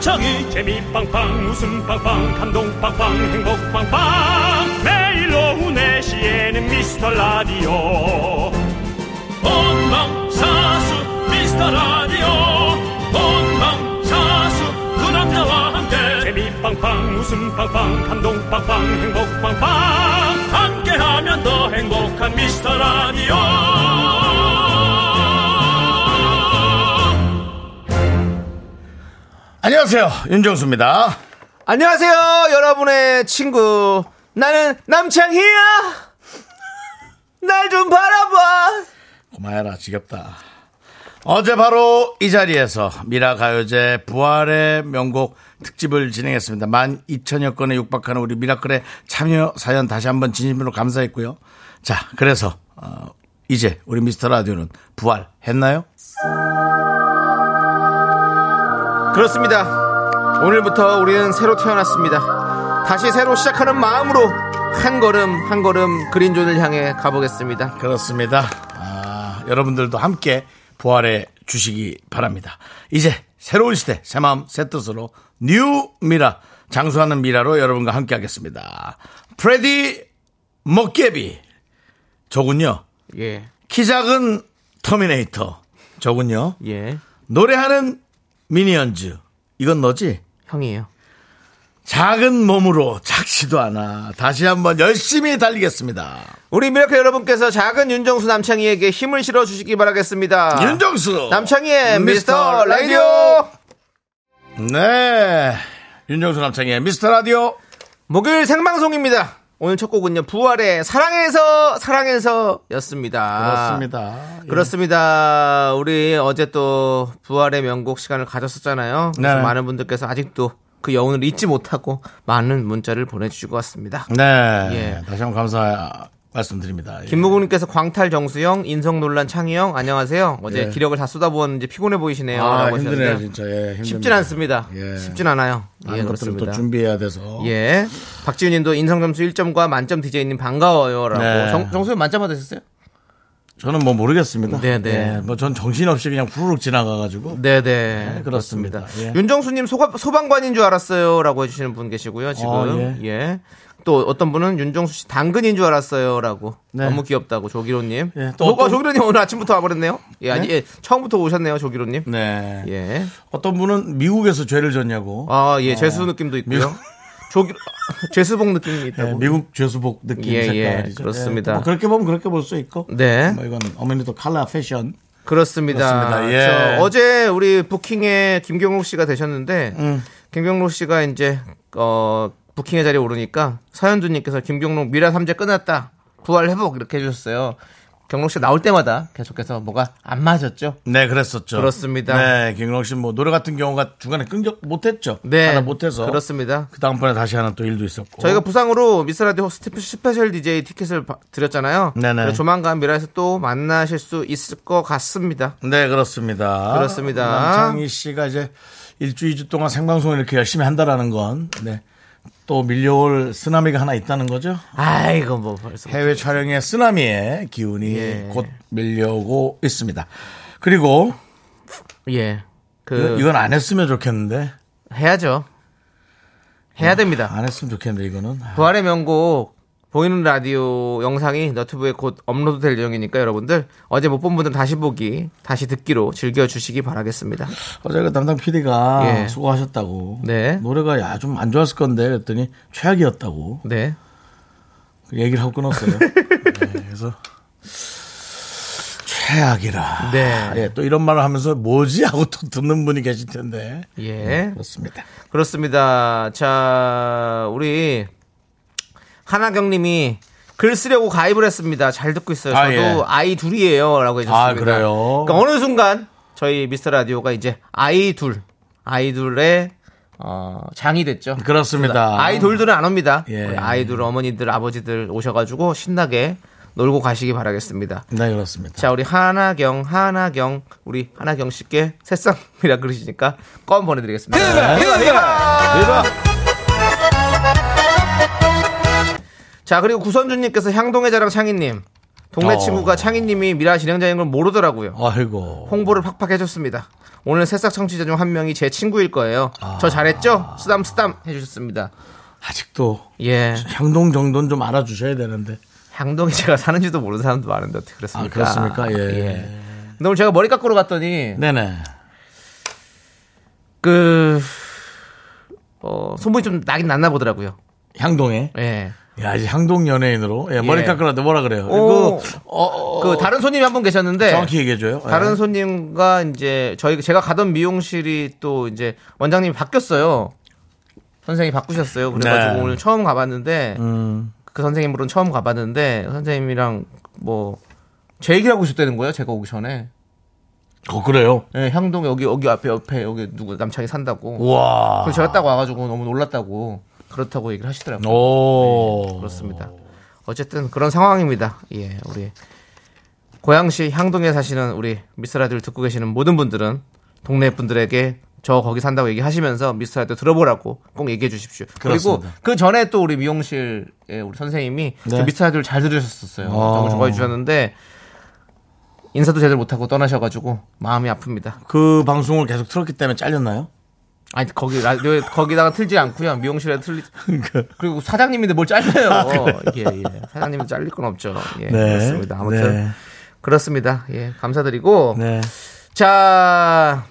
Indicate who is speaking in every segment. Speaker 1: 척
Speaker 2: 재미 빵빵 웃음 빵빵 감동 빵빵 행복 빵빵 매일 오후 4시에는 미스터 라디오
Speaker 1: 본방사수 미스터 라디오 본방사수 그 남자와 함께
Speaker 2: 재미 빵빵 웃음 빵빵 감동 빵빵 행복 빵빵
Speaker 1: 함께하면 더 행복한 미스터 라디오
Speaker 3: 안녕하세요. 윤정수입니다.
Speaker 4: 안녕하세요, 여러분의 친구. 나는 남창희야. 날 좀 바라봐.
Speaker 3: 고마워라. 지겹다. 어제 바로 이 자리에서 미라 가요제 부활의 명곡 특집을 진행했습니다. 만 2천여 건에 육박하는 우리 미라클의 참여 사연 다시 한번 진심으로 감사했고요. 자, 그래서 어, 이제 우리 미스터 라디오는 부활했나요?
Speaker 4: 그렇습니다. 오늘부터 우리는 새로 태어났습니다. 다시 새로 시작하는 마음으로 한 걸음 한 걸음 그린존을 향해 가보겠습니다.
Speaker 3: 그렇습니다. 아, 여러분들도 함께 부활해 주시기 바랍니다. 이제 새로운 시대, 새 마음, 새 뜻으로 뉴 미라, 장수하는 미라로 여러분과 함께 하겠습니다. 프레디 먹개비. 저군요.
Speaker 4: 예,
Speaker 3: 키 작은 터미네이터. 저군요.
Speaker 4: 예,
Speaker 3: 노래하는 미니언즈. 이건 너지?
Speaker 4: 형이에요.
Speaker 3: 작은 몸으로 작지도 않아. 다시 한번 열심히 달리겠습니다.
Speaker 4: 우리 미라클 여러분께서 작은 윤정수 남창희에게 힘을 실어주시기 바라겠습니다.
Speaker 3: 윤정수.
Speaker 4: 아, 남창희의 미스터 라디오.
Speaker 3: 네. 윤정수 남창희의 미스터 라디오.
Speaker 4: 목요일 생방송입니다. 오늘 첫 곡은요, 부활의 사랑해서, 사랑해서 였습니다.
Speaker 3: 그렇습니다. 예.
Speaker 4: 그렇습니다. 우리 어제 또 부활의 명곡 시간을 가졌었잖아요. 그래서
Speaker 3: 네.
Speaker 4: 많은 분들께서 아직도 그 여운을 잊지 못하고 많은 문자를 보내주시고 왔습니다.
Speaker 3: 네.
Speaker 4: 예.
Speaker 3: 다시 한번 감사 말씀드립니다. 예.
Speaker 4: 김무구님께서 광탈 정수영, 인성 논란 창희영, 안녕하세요. 어제
Speaker 3: 예.
Speaker 4: 기력을 다 쏟아부었는지 피곤해 보이시네요.
Speaker 3: 아,
Speaker 4: 라고 하셨는데
Speaker 3: 힘드네요, 진짜. 예, 힘듭니다.
Speaker 4: 쉽진 않습니다.
Speaker 3: 예.
Speaker 4: 쉽진 않아요. 예,
Speaker 3: 많은 것들을
Speaker 4: 그렇습니다.
Speaker 3: 또 준비해야 돼서.
Speaker 4: 예. 박지훈 님도 인성점수 1점과 만점 DJ님 반가워요. 라고.
Speaker 3: 네.
Speaker 4: 정, 정수영 만점 받으셨어요?
Speaker 3: 저는 뭐 모르겠습니다.
Speaker 4: 네, 네.
Speaker 3: 예, 뭐전 정신없이 그냥 후루룩 지나가가지고.
Speaker 4: 네네.
Speaker 3: 그렇습니다. 예.
Speaker 4: 윤정수님 소가, 소방관인 줄 알았어요. 라고 해주시는 분 계시고요. 지금.
Speaker 3: 어,
Speaker 4: 예. 또 어떤 분은 윤정수 씨 당근인 줄 알았어요. 라고.
Speaker 3: 네.
Speaker 4: 너무 귀엽다고 조기로님.
Speaker 3: 예,
Speaker 4: 또
Speaker 3: 또 어떤-
Speaker 4: 조기로님 오늘 아침부터 와버렸네요. 예, 아니, 예, 처음부터 오셨네요. 조기로님.
Speaker 3: 네.
Speaker 4: 예.
Speaker 3: 어떤 분은 미국에서 죄를 졌냐고.
Speaker 4: 아, 예. 재수 느낌도 있고요. 조기, 죄수복 느낌이
Speaker 3: 네,
Speaker 4: 있다고.
Speaker 3: 미국 죄수복 느낌
Speaker 4: 예,
Speaker 3: 색깔이죠.
Speaker 4: 예,
Speaker 3: 예,
Speaker 4: 그렇습니다.
Speaker 3: 뭐 그렇게 보면 그렇게 볼 수 있고.
Speaker 4: 네.
Speaker 3: 뭐 이건 어머니도 칼라 패션.
Speaker 4: 그렇습니다.
Speaker 3: 그렇습니다. 예.
Speaker 4: 저 어제 우리 부킹에 김경록 씨가 되셨는데 김경록 씨가 이제 어 부킹의 자리에 오르니까 서현주님께서 김경록 미라 삼재 끝났다 부활 회복 이렇게 해주셨어요. 경록 씨가 나올 때마다 계속해서 뭐가 안 맞았죠.
Speaker 3: 네, 그랬었죠.
Speaker 4: 그렇습니다.
Speaker 3: 네, 김근홍 씨뭐 노래 같은 경우가 중간에 끊겨 못했죠.
Speaker 4: 네,
Speaker 3: 하나 못해서
Speaker 4: 그렇습니다.
Speaker 3: 그 다음번에 다시 하나 또 일도 있었고.
Speaker 4: 저희가 부상으로 미스라디오 스티프 스페셜 DJ 티켓을 바- 드렸잖아요.
Speaker 3: 네네.
Speaker 4: 그래서 조만간 미라에서 또 만나실 수 있을 것 같습니다.
Speaker 3: 네, 그렇습니다.
Speaker 4: 그렇습니다.
Speaker 3: 남창희 씨가 이제 일주, 이주 동안 생방송을 이렇게 열심히 한다라는 건, 네. 또 밀려올 쓰나미가 하나 있다는 거죠.
Speaker 4: 아이고 뭐 벌써
Speaker 3: 해외 촬영의 쓰나미의 기운이
Speaker 4: 예.
Speaker 3: 곧 밀려오고 있습니다. 그리고
Speaker 4: 예. 그
Speaker 3: 이건 안 했으면 좋겠는데.
Speaker 4: 해야죠. 해야 됩니다.
Speaker 3: 안 했으면 좋겠는데, 이거는. 아,
Speaker 4: 부활의 명곡 보이는 라디오 영상이 너튜브에 곧 업로드 될 예정이니까 여러분들 어제 못 본 분들 다시 보기, 다시 듣기로 즐겨 주시기 바라겠습니다.
Speaker 3: 어제 그 담당 PD가
Speaker 4: 예.
Speaker 3: 수고하셨다고.
Speaker 4: 네.
Speaker 3: 노래가 야, 좀 안 좋았을 건데. 그랬더니 최악이었다고.
Speaker 4: 네.
Speaker 3: 그 얘기를 하고 끊었어요. 네, 그래서 최악이라.
Speaker 4: 네.
Speaker 3: 예, 또 이런 말을 하면서 뭐지 하고 또 듣는 분이 계실 텐데.
Speaker 4: 예.
Speaker 3: 그렇습니다.
Speaker 4: 그렇습니다. 자, 우리 하나경 님이 글 쓰려고 가입을 했습니다. 잘 듣고 있어요.
Speaker 3: 아,
Speaker 4: 저도
Speaker 3: 예.
Speaker 4: 아, 이 둘이에요. 라고 해주셨습니다.
Speaker 3: 아, 그래요?
Speaker 4: 그러니까 어느 순간 저희 미스터 라디오가 이제 아이 둘, 아이 둘의 어, 장이 됐죠.
Speaker 3: 그렇습니다.
Speaker 4: 아이돌들은 안 옵니다.
Speaker 3: 예.
Speaker 4: 우리 아이돌 어머니들 아버지들 오셔가지고 신나게 놀고 가시기 바라겠습니다.
Speaker 3: 네, 그렇습니다.
Speaker 4: 자 우리 하나경 하나경 우리 하나경 씨께 새싹 미라 그러시니까 껌
Speaker 3: 네.
Speaker 4: 보내드리겠습니다. 네. 자 그리고 구선주님께서 향동의 자랑 창희님 동네
Speaker 3: 어.
Speaker 4: 친구가 창희님이 미라 진행자인 걸 모르더라고요.
Speaker 3: 아이고.
Speaker 4: 홍보를 팍팍 해줬습니다. 오늘 새싹 청취자 중 한 명이 제 친구일 거예요.
Speaker 3: 아.
Speaker 4: 저 잘했죠? 쓰담 쓰담 해주셨습니다.
Speaker 3: 아직도
Speaker 4: 예.
Speaker 3: 향동 정도는 좀 알아주셔야 되는데.
Speaker 4: 향동이 제가 사는지도 모르는 사람도 많은데 어떻게 그렇습니까?
Speaker 3: 아, 그렇습니까? 예.
Speaker 4: 근데 오늘 제가 머리 깎으러 갔더니
Speaker 3: 네네.
Speaker 4: 그 어, 소문이 좀 나긴 났나 보더라고요.
Speaker 3: 향동에.
Speaker 4: 예.
Speaker 3: 야, 이제 향동 연예인으로. 예, 머리
Speaker 4: 예.
Speaker 3: 깎으라는데 뭐라 그래요?
Speaker 4: 오.
Speaker 3: 그, 어, 어,
Speaker 4: 그 다른 손님이 한 분 계셨는데
Speaker 3: 정확히 얘기해줘요. 예.
Speaker 4: 다른 손님과 이제 저희 제가 가던 미용실이 또 이제 원장님이 바뀌었어요. 선생님이 바꾸셨어요. 그래가지고
Speaker 3: 네.
Speaker 4: 오늘 처음 가봤는데
Speaker 3: 음.
Speaker 4: 그 선생님으로는 처음 가봤는데 선생님이랑 뭐 제 얘기를 하고 있었다는 거예요. 제가 오기 전에
Speaker 3: 어, 그래요?
Speaker 4: 예, 향동 여기 여기 앞에 옆에 여기 누구 남창이 산다고.
Speaker 3: 우와.
Speaker 4: 그래서 제가 딱 와가지고 너무 놀랐다고 그렇다고 얘기를 하시더라고요.
Speaker 3: 오.
Speaker 4: 네, 그렇습니다. 어쨌든 그런 상황입니다. 예, 우리 고양시 향동에 사시는 우리 미스라디오를 듣고 계시는 모든 분들은 동네 분들에게 저 거기 산다고 얘기하시면서 미스라디오 들어보라고 꼭 얘기해 주십시오. 그리고
Speaker 3: 그렇습니다.
Speaker 4: 그 전에 또 우리 미용실에 우리 선생님이 그
Speaker 3: 네.
Speaker 4: 미스라디오를 잘 들으셨었어요.
Speaker 3: 어.
Speaker 4: 너무 좋아해 주셨는데 인사도 제대로 못하고 떠나셔가지고 마음이 아픕니다.
Speaker 3: 그 방송을 계속 틀었기 때문에 잘렸나요?
Speaker 4: 아니 거기 라디오에 거기다가 틀지 않고요. 미용실에 틀리 그리고 사장님인데 뭘 잘라요. 예, 예. 사장님이 잘릴 건 없죠. 예, 그렇습니다. 아무튼
Speaker 3: 네.
Speaker 4: 그렇습니다. 예, 감사드리고
Speaker 3: 네.
Speaker 4: 자,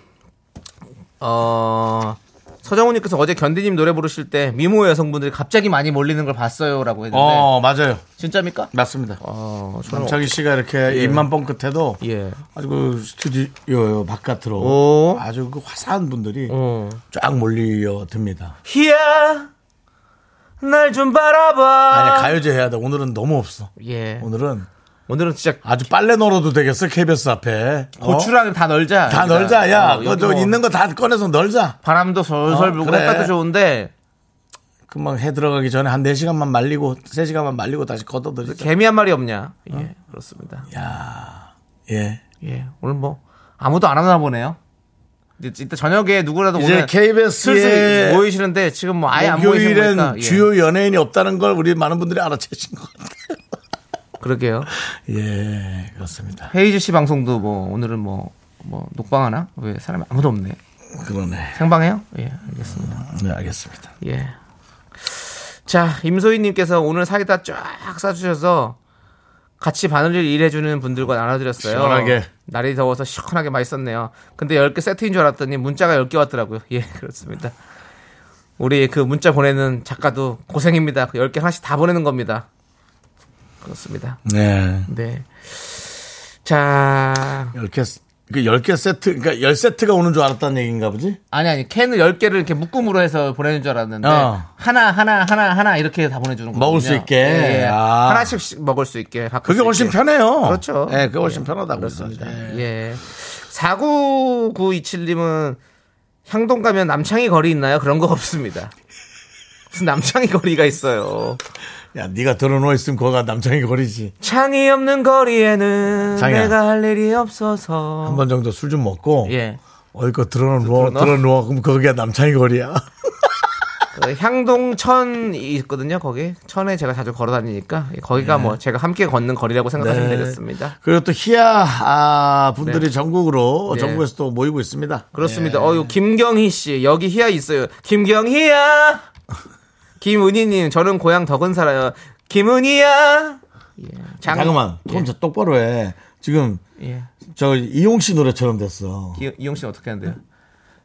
Speaker 4: 어, 서정훈님께서 어제 견디님 노래 부르실 때 미모 여성분들이 갑자기 많이 몰리는 걸 봤어요라고 네. 했는데
Speaker 3: 어, 맞아요.
Speaker 4: 진짜입니까?
Speaker 3: 맞습니다.
Speaker 4: 어, 저는
Speaker 3: 남창희 씨가 이렇게 입만 뻥끗해도
Speaker 4: 예.
Speaker 3: 아주 그 스튜디오 바깥으로
Speaker 4: 오.
Speaker 3: 아주 그 화사한 분들이
Speaker 4: 어.
Speaker 3: 쫙 몰려 듭니다.
Speaker 4: 예. 희야, 날 좀 바라봐.
Speaker 3: 아니 가요제 해야 돼. 오늘은 너무 없어.
Speaker 4: 예.
Speaker 3: 오늘은
Speaker 4: 오늘은 진짜
Speaker 3: 아주 빨래 널어도 되겠어 KBS 앞에. 어?
Speaker 4: 고추랑 다 널자.
Speaker 3: 다
Speaker 4: 여기다.
Speaker 3: 널자 야.
Speaker 4: 어,
Speaker 3: 그거
Speaker 4: 여기
Speaker 3: 저
Speaker 4: 뭐
Speaker 3: 있는 거 다 꺼내서 널자.
Speaker 4: 바람도 솔솔
Speaker 3: 어,
Speaker 4: 불고
Speaker 3: 그래.
Speaker 4: 햇볕도 좋은데
Speaker 3: 금방 해 들어가기 전에 한4 시간만 말리고 3 시간만 말리고 다시 걷어들이자.
Speaker 4: 개미 한 마리 없냐? 예,
Speaker 3: 어?
Speaker 4: 그렇습니다.
Speaker 3: 예.
Speaker 4: 예, 오늘 뭐 아무도 안 하나 보네요. 이제 이따 저녁에 누구라도
Speaker 3: 이제
Speaker 4: 오면 슬슬
Speaker 3: KBS의
Speaker 4: 모이시는데 지금 뭐 아예 안 모이시는 거니까
Speaker 3: 목요일엔
Speaker 4: 예,
Speaker 3: 주요 연예인이 없다는 걸 우리 많은 분들이 알아채신 것 같아요.
Speaker 4: 그러게요.
Speaker 3: 예, 그렇습니다.
Speaker 4: 헤이즈 씨 방송도 뭐 오늘은 뭐, 뭐 녹방 하나? 왜 사람이 아무도 없네.
Speaker 3: 그러네.
Speaker 4: 생방해요? 예, 알겠습니다.
Speaker 3: 네, 알겠습니다.
Speaker 4: 예. 자, 임소희님께서 오늘 사이다 쫙 싸주셔서 같이 바늘을 일해주는 분들과 나눠드렸어요.
Speaker 3: 시원하게.
Speaker 4: 날이 더워서 시원하게 맛있었네요. 근데 10개 세트인 줄 알았더니 문자가 10개 왔더라고요. 예, 그렇습니다. 우리 그 문자 보내는 작가도 고생입니다. 그 10개 하나씩 다 보내는 겁니다. 그렇습니다.
Speaker 3: 네.
Speaker 4: 네. 자,
Speaker 3: 10개, 그 10개 세트, 그러니까 10세트가 오는 줄 알았다는 얘기인가 보지?
Speaker 4: 아니, 아니, 캔을 10개를 이렇게 묶음으로 해서 보내는 줄 알았는데,
Speaker 3: 어.
Speaker 4: 하나, 하나, 하나, 하나 이렇게 다 보내주는 거예요.
Speaker 3: 먹을 수 있게.
Speaker 4: 예, 예.
Speaker 3: 아.
Speaker 4: 하나씩 씩 먹을 수 있게. 바꿀
Speaker 3: 그게
Speaker 4: 수
Speaker 3: 훨씬
Speaker 4: 있게.
Speaker 3: 편해요.
Speaker 4: 그렇죠.
Speaker 3: 예, 그게 훨씬 편하다고.
Speaker 4: 그렇습니다.
Speaker 3: 그러죠. 예.
Speaker 4: 예. 49927님은 향동 가면 남창희 거리 있나요? 그런 거 없습니다. 무슨 남창희 거리가 있어요.
Speaker 3: 야, 네가 들어놓아 있으면 그거가 남창이 거리지.
Speaker 4: 창이 없는 거리에는
Speaker 3: 장이야.
Speaker 4: 내가 할 일이 없어서.
Speaker 3: 한 번 정도 술 좀 먹고.
Speaker 4: 예.
Speaker 3: 어이껏 들어놓아,
Speaker 4: 들어놓아?
Speaker 3: 들어놓아. 그럼 그게 남창이 거리야.
Speaker 4: 그 향동천이 있거든요, 거기. 천에 제가 자주 걸어 다니니까. 거기가 뭐 제가 함께 걷는 거리라고 생각하시면
Speaker 3: 네.
Speaker 4: 되겠습니다.
Speaker 3: 그리고 또 희야, 아, 분들이
Speaker 4: 네.
Speaker 3: 전국으로,
Speaker 4: 네.
Speaker 3: 전국에서 또 모이고 있습니다.
Speaker 4: 그렇습니다. 어유 김경희 씨 여기 희야 있어요. 김경희야. 김은희님 저는 고향 덕은 살아요. 김은희야. 예. 장-
Speaker 3: 잠깐만, 톤 저 똑바로 해. 지금
Speaker 4: 예.
Speaker 3: 저 이용 씨 노래처럼 됐어.
Speaker 4: 이- 이용 씨는 어떻게 하는데요?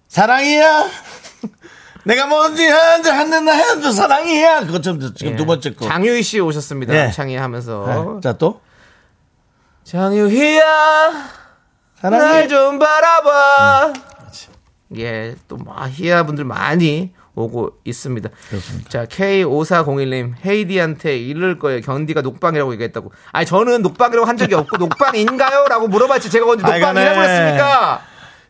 Speaker 3: 사랑이야. 내가 뭔지 한지 한는나 해도 사랑이야. 그것처럼 됐어. 지금
Speaker 4: 예. 어?
Speaker 3: 두 번째 거.
Speaker 4: 장유희 씨 오셨습니다.
Speaker 3: 예.
Speaker 4: 남창희 하면서
Speaker 3: 네. 자 또.
Speaker 4: 장유희야 날
Speaker 3: 사랑이.
Speaker 4: 좀 바라봐. 예, 또 막 희야 분들 많이 오고 있습니다. 자, K5401님, 헤이디한테 이럴 거예요. 견디가 녹방이라고 얘기했다고. 아니, 저는 녹방이라고 한 적이 없고, 녹방인가요? 라고 물어봤지. 제가 언제 녹방이라고 네.
Speaker 3: 아이간에.
Speaker 4: 했습니까?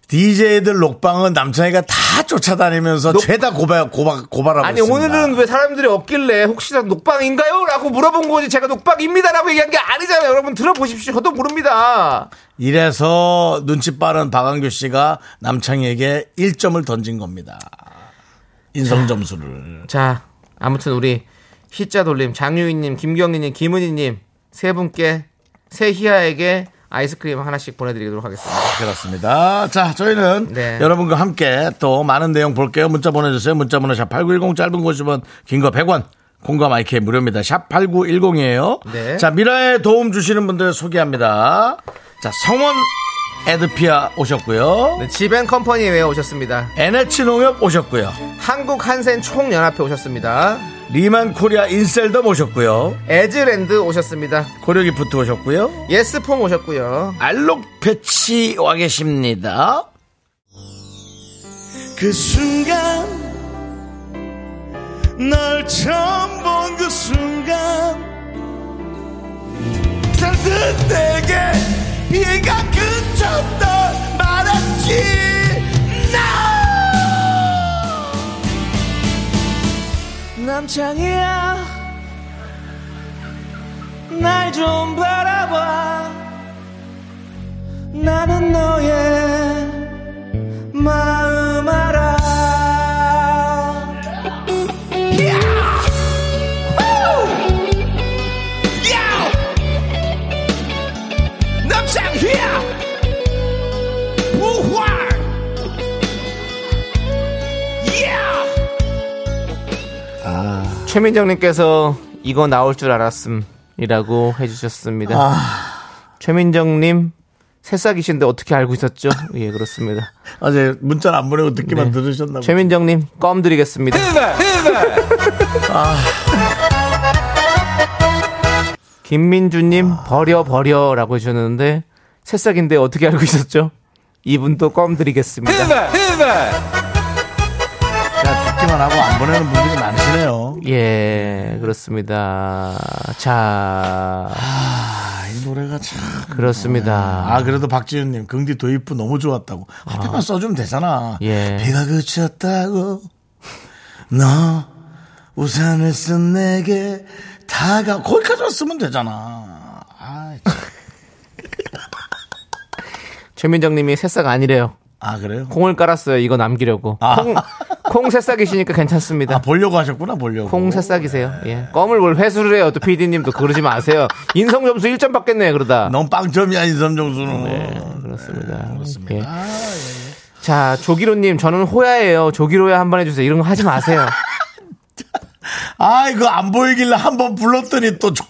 Speaker 3: DJ들 녹방은 남창이가 다 쫓아다니면서
Speaker 4: 녹-
Speaker 3: 죄다 고발 고발 고발하고
Speaker 4: 아니,
Speaker 3: 있습니다.
Speaker 4: 오늘은 왜 사람들이 없길래, 혹시나 녹방인가요? 라고 물어본 거지. 제가 녹방입니다. 라고 얘기한 게 아니잖아요. 여러분, 들어보십시오. 저도 모릅니다.
Speaker 3: 이래서 눈치 빠른 박한규 씨가 남창이에게 1점을 던진 겁니다. 인성 점수를.
Speaker 4: 자, 아무튼 우리 희자 돌림, 장유희님, 김경희님, 김은희님 세 분께 새 희아에게 아이스크림 하나씩 보내드리도록 하겠습니다.
Speaker 3: 그렇습니다. 자, 저희는
Speaker 4: 네.
Speaker 3: 여러분과 함께 또 많은 내용 볼게요. 문자 보내주세요. 문자번호 샵8910 짧은 50원, 긴 거 100원. 공감 IK 무료입니다. 샵8910이에요.
Speaker 4: 네.
Speaker 3: 자, 미라에 도움 주시는 분들 소개합니다. 자, 성원 에드피아 오셨고요.
Speaker 4: 네, 지벤컴퍼니 웨어 오셨습니다.
Speaker 3: NH농협 오셨고요.
Speaker 4: 한국 한센 총연합회 오셨습니다.
Speaker 3: 리만 코리아 인셀덤 오셨고요.
Speaker 4: 에즈랜드 오셨습니다.
Speaker 3: 고려기프트 오셨고요.
Speaker 4: 예스폼 오셨고요.
Speaker 3: 알록 패치 와 계십니다.
Speaker 5: 그 순간 널 처음 본 그 순간 살듯 내게 비가 그쳤다 말았지 나 남창이야 날 좀 바라봐 나는 너의 마음 알아 야! 우! 야! 남창희야! 우와! 야!
Speaker 4: 최민정님께서 이거 나올 줄 알았음이라고 해주셨습니다. 최민정님 새싹이신데 어떻게 알고 있었죠? 예 그렇습니다.
Speaker 3: 어제 문자를 안 보내고 듣기만
Speaker 4: 네.
Speaker 3: 들으셨나 보요
Speaker 4: 최민정님 껌 드리겠습니다. 아. 김민주님 버려 버려라고 해주셨는데 새싹인데 어떻게 알고 있었죠? 이분도 껌 드리겠습니다.
Speaker 3: 듣기만 하고 안 보내는 분들이 많으시네요.
Speaker 4: 예 그렇습니다. 자
Speaker 3: 아, 이 노래가 참.
Speaker 4: 그렇습니다.
Speaker 3: 아, 그래도 박지윤님, 긍디 도입부 너무 좋았다고. 한 편만 써주면 되잖아.
Speaker 4: 아. 예.
Speaker 3: 비가 그쳤다고. 너 우산을 쓴 내게 다가. 거기까지 왔으면 되잖아. 아, 참.
Speaker 4: 최민정님이 새싹 아니래요.
Speaker 3: 아, 그래요?
Speaker 4: 콩을 깔았어요. 이거 남기려고. 콩, 콩 새싹이시니까 괜찮습니다.
Speaker 3: 아, 보려고 하셨구나, 보려고.
Speaker 4: 콩 새싹이세요. 예. 껌을 뭘 회수를 해요. 또 PD님도 그러지 마세요. 인성 점수 1점 받겠네, 그러다. 예,
Speaker 3: 넌 빵점이 아닌 점정수는.
Speaker 4: 네. 그렇습니다.
Speaker 3: 그렇습니다.
Speaker 4: 예. 자, 조기로님, 저는 호야예요. 조기로야 한 번 해주세요. 이런 거 하지 마세요.
Speaker 3: 아, 이거 안 보이길래 한 번 불렀더니 또 초,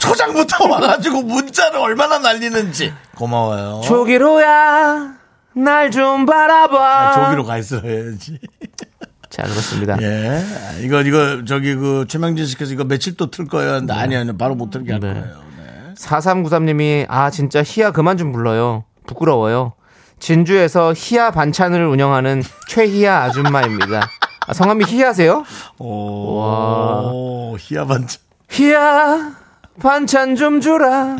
Speaker 3: 초장부터 와가지고 문자를 얼마나 날리는지. 고마워요.
Speaker 4: 조기로야, 날 좀 바라봐.
Speaker 3: 아, 저기로 가 있어야지.
Speaker 4: 자, 그렇습니다.
Speaker 3: 예. 이거, 이거, 저기, 그, 최명진 씨께서 이거 며칠 또 틀 거예요. 근데 아니, 아니, 바로 못 틀게 할
Speaker 4: 네.
Speaker 3: 거예요. 네.
Speaker 4: 4393님이, 아, 진짜 희야 그만 좀 불러요. 부끄러워요. 진주에서 희야 반찬을 운영하는 최희야 아줌마입니다. 아, 성함이 희야세요?
Speaker 3: 오, 희야반찬.
Speaker 4: 희야 반찬 좀 주라.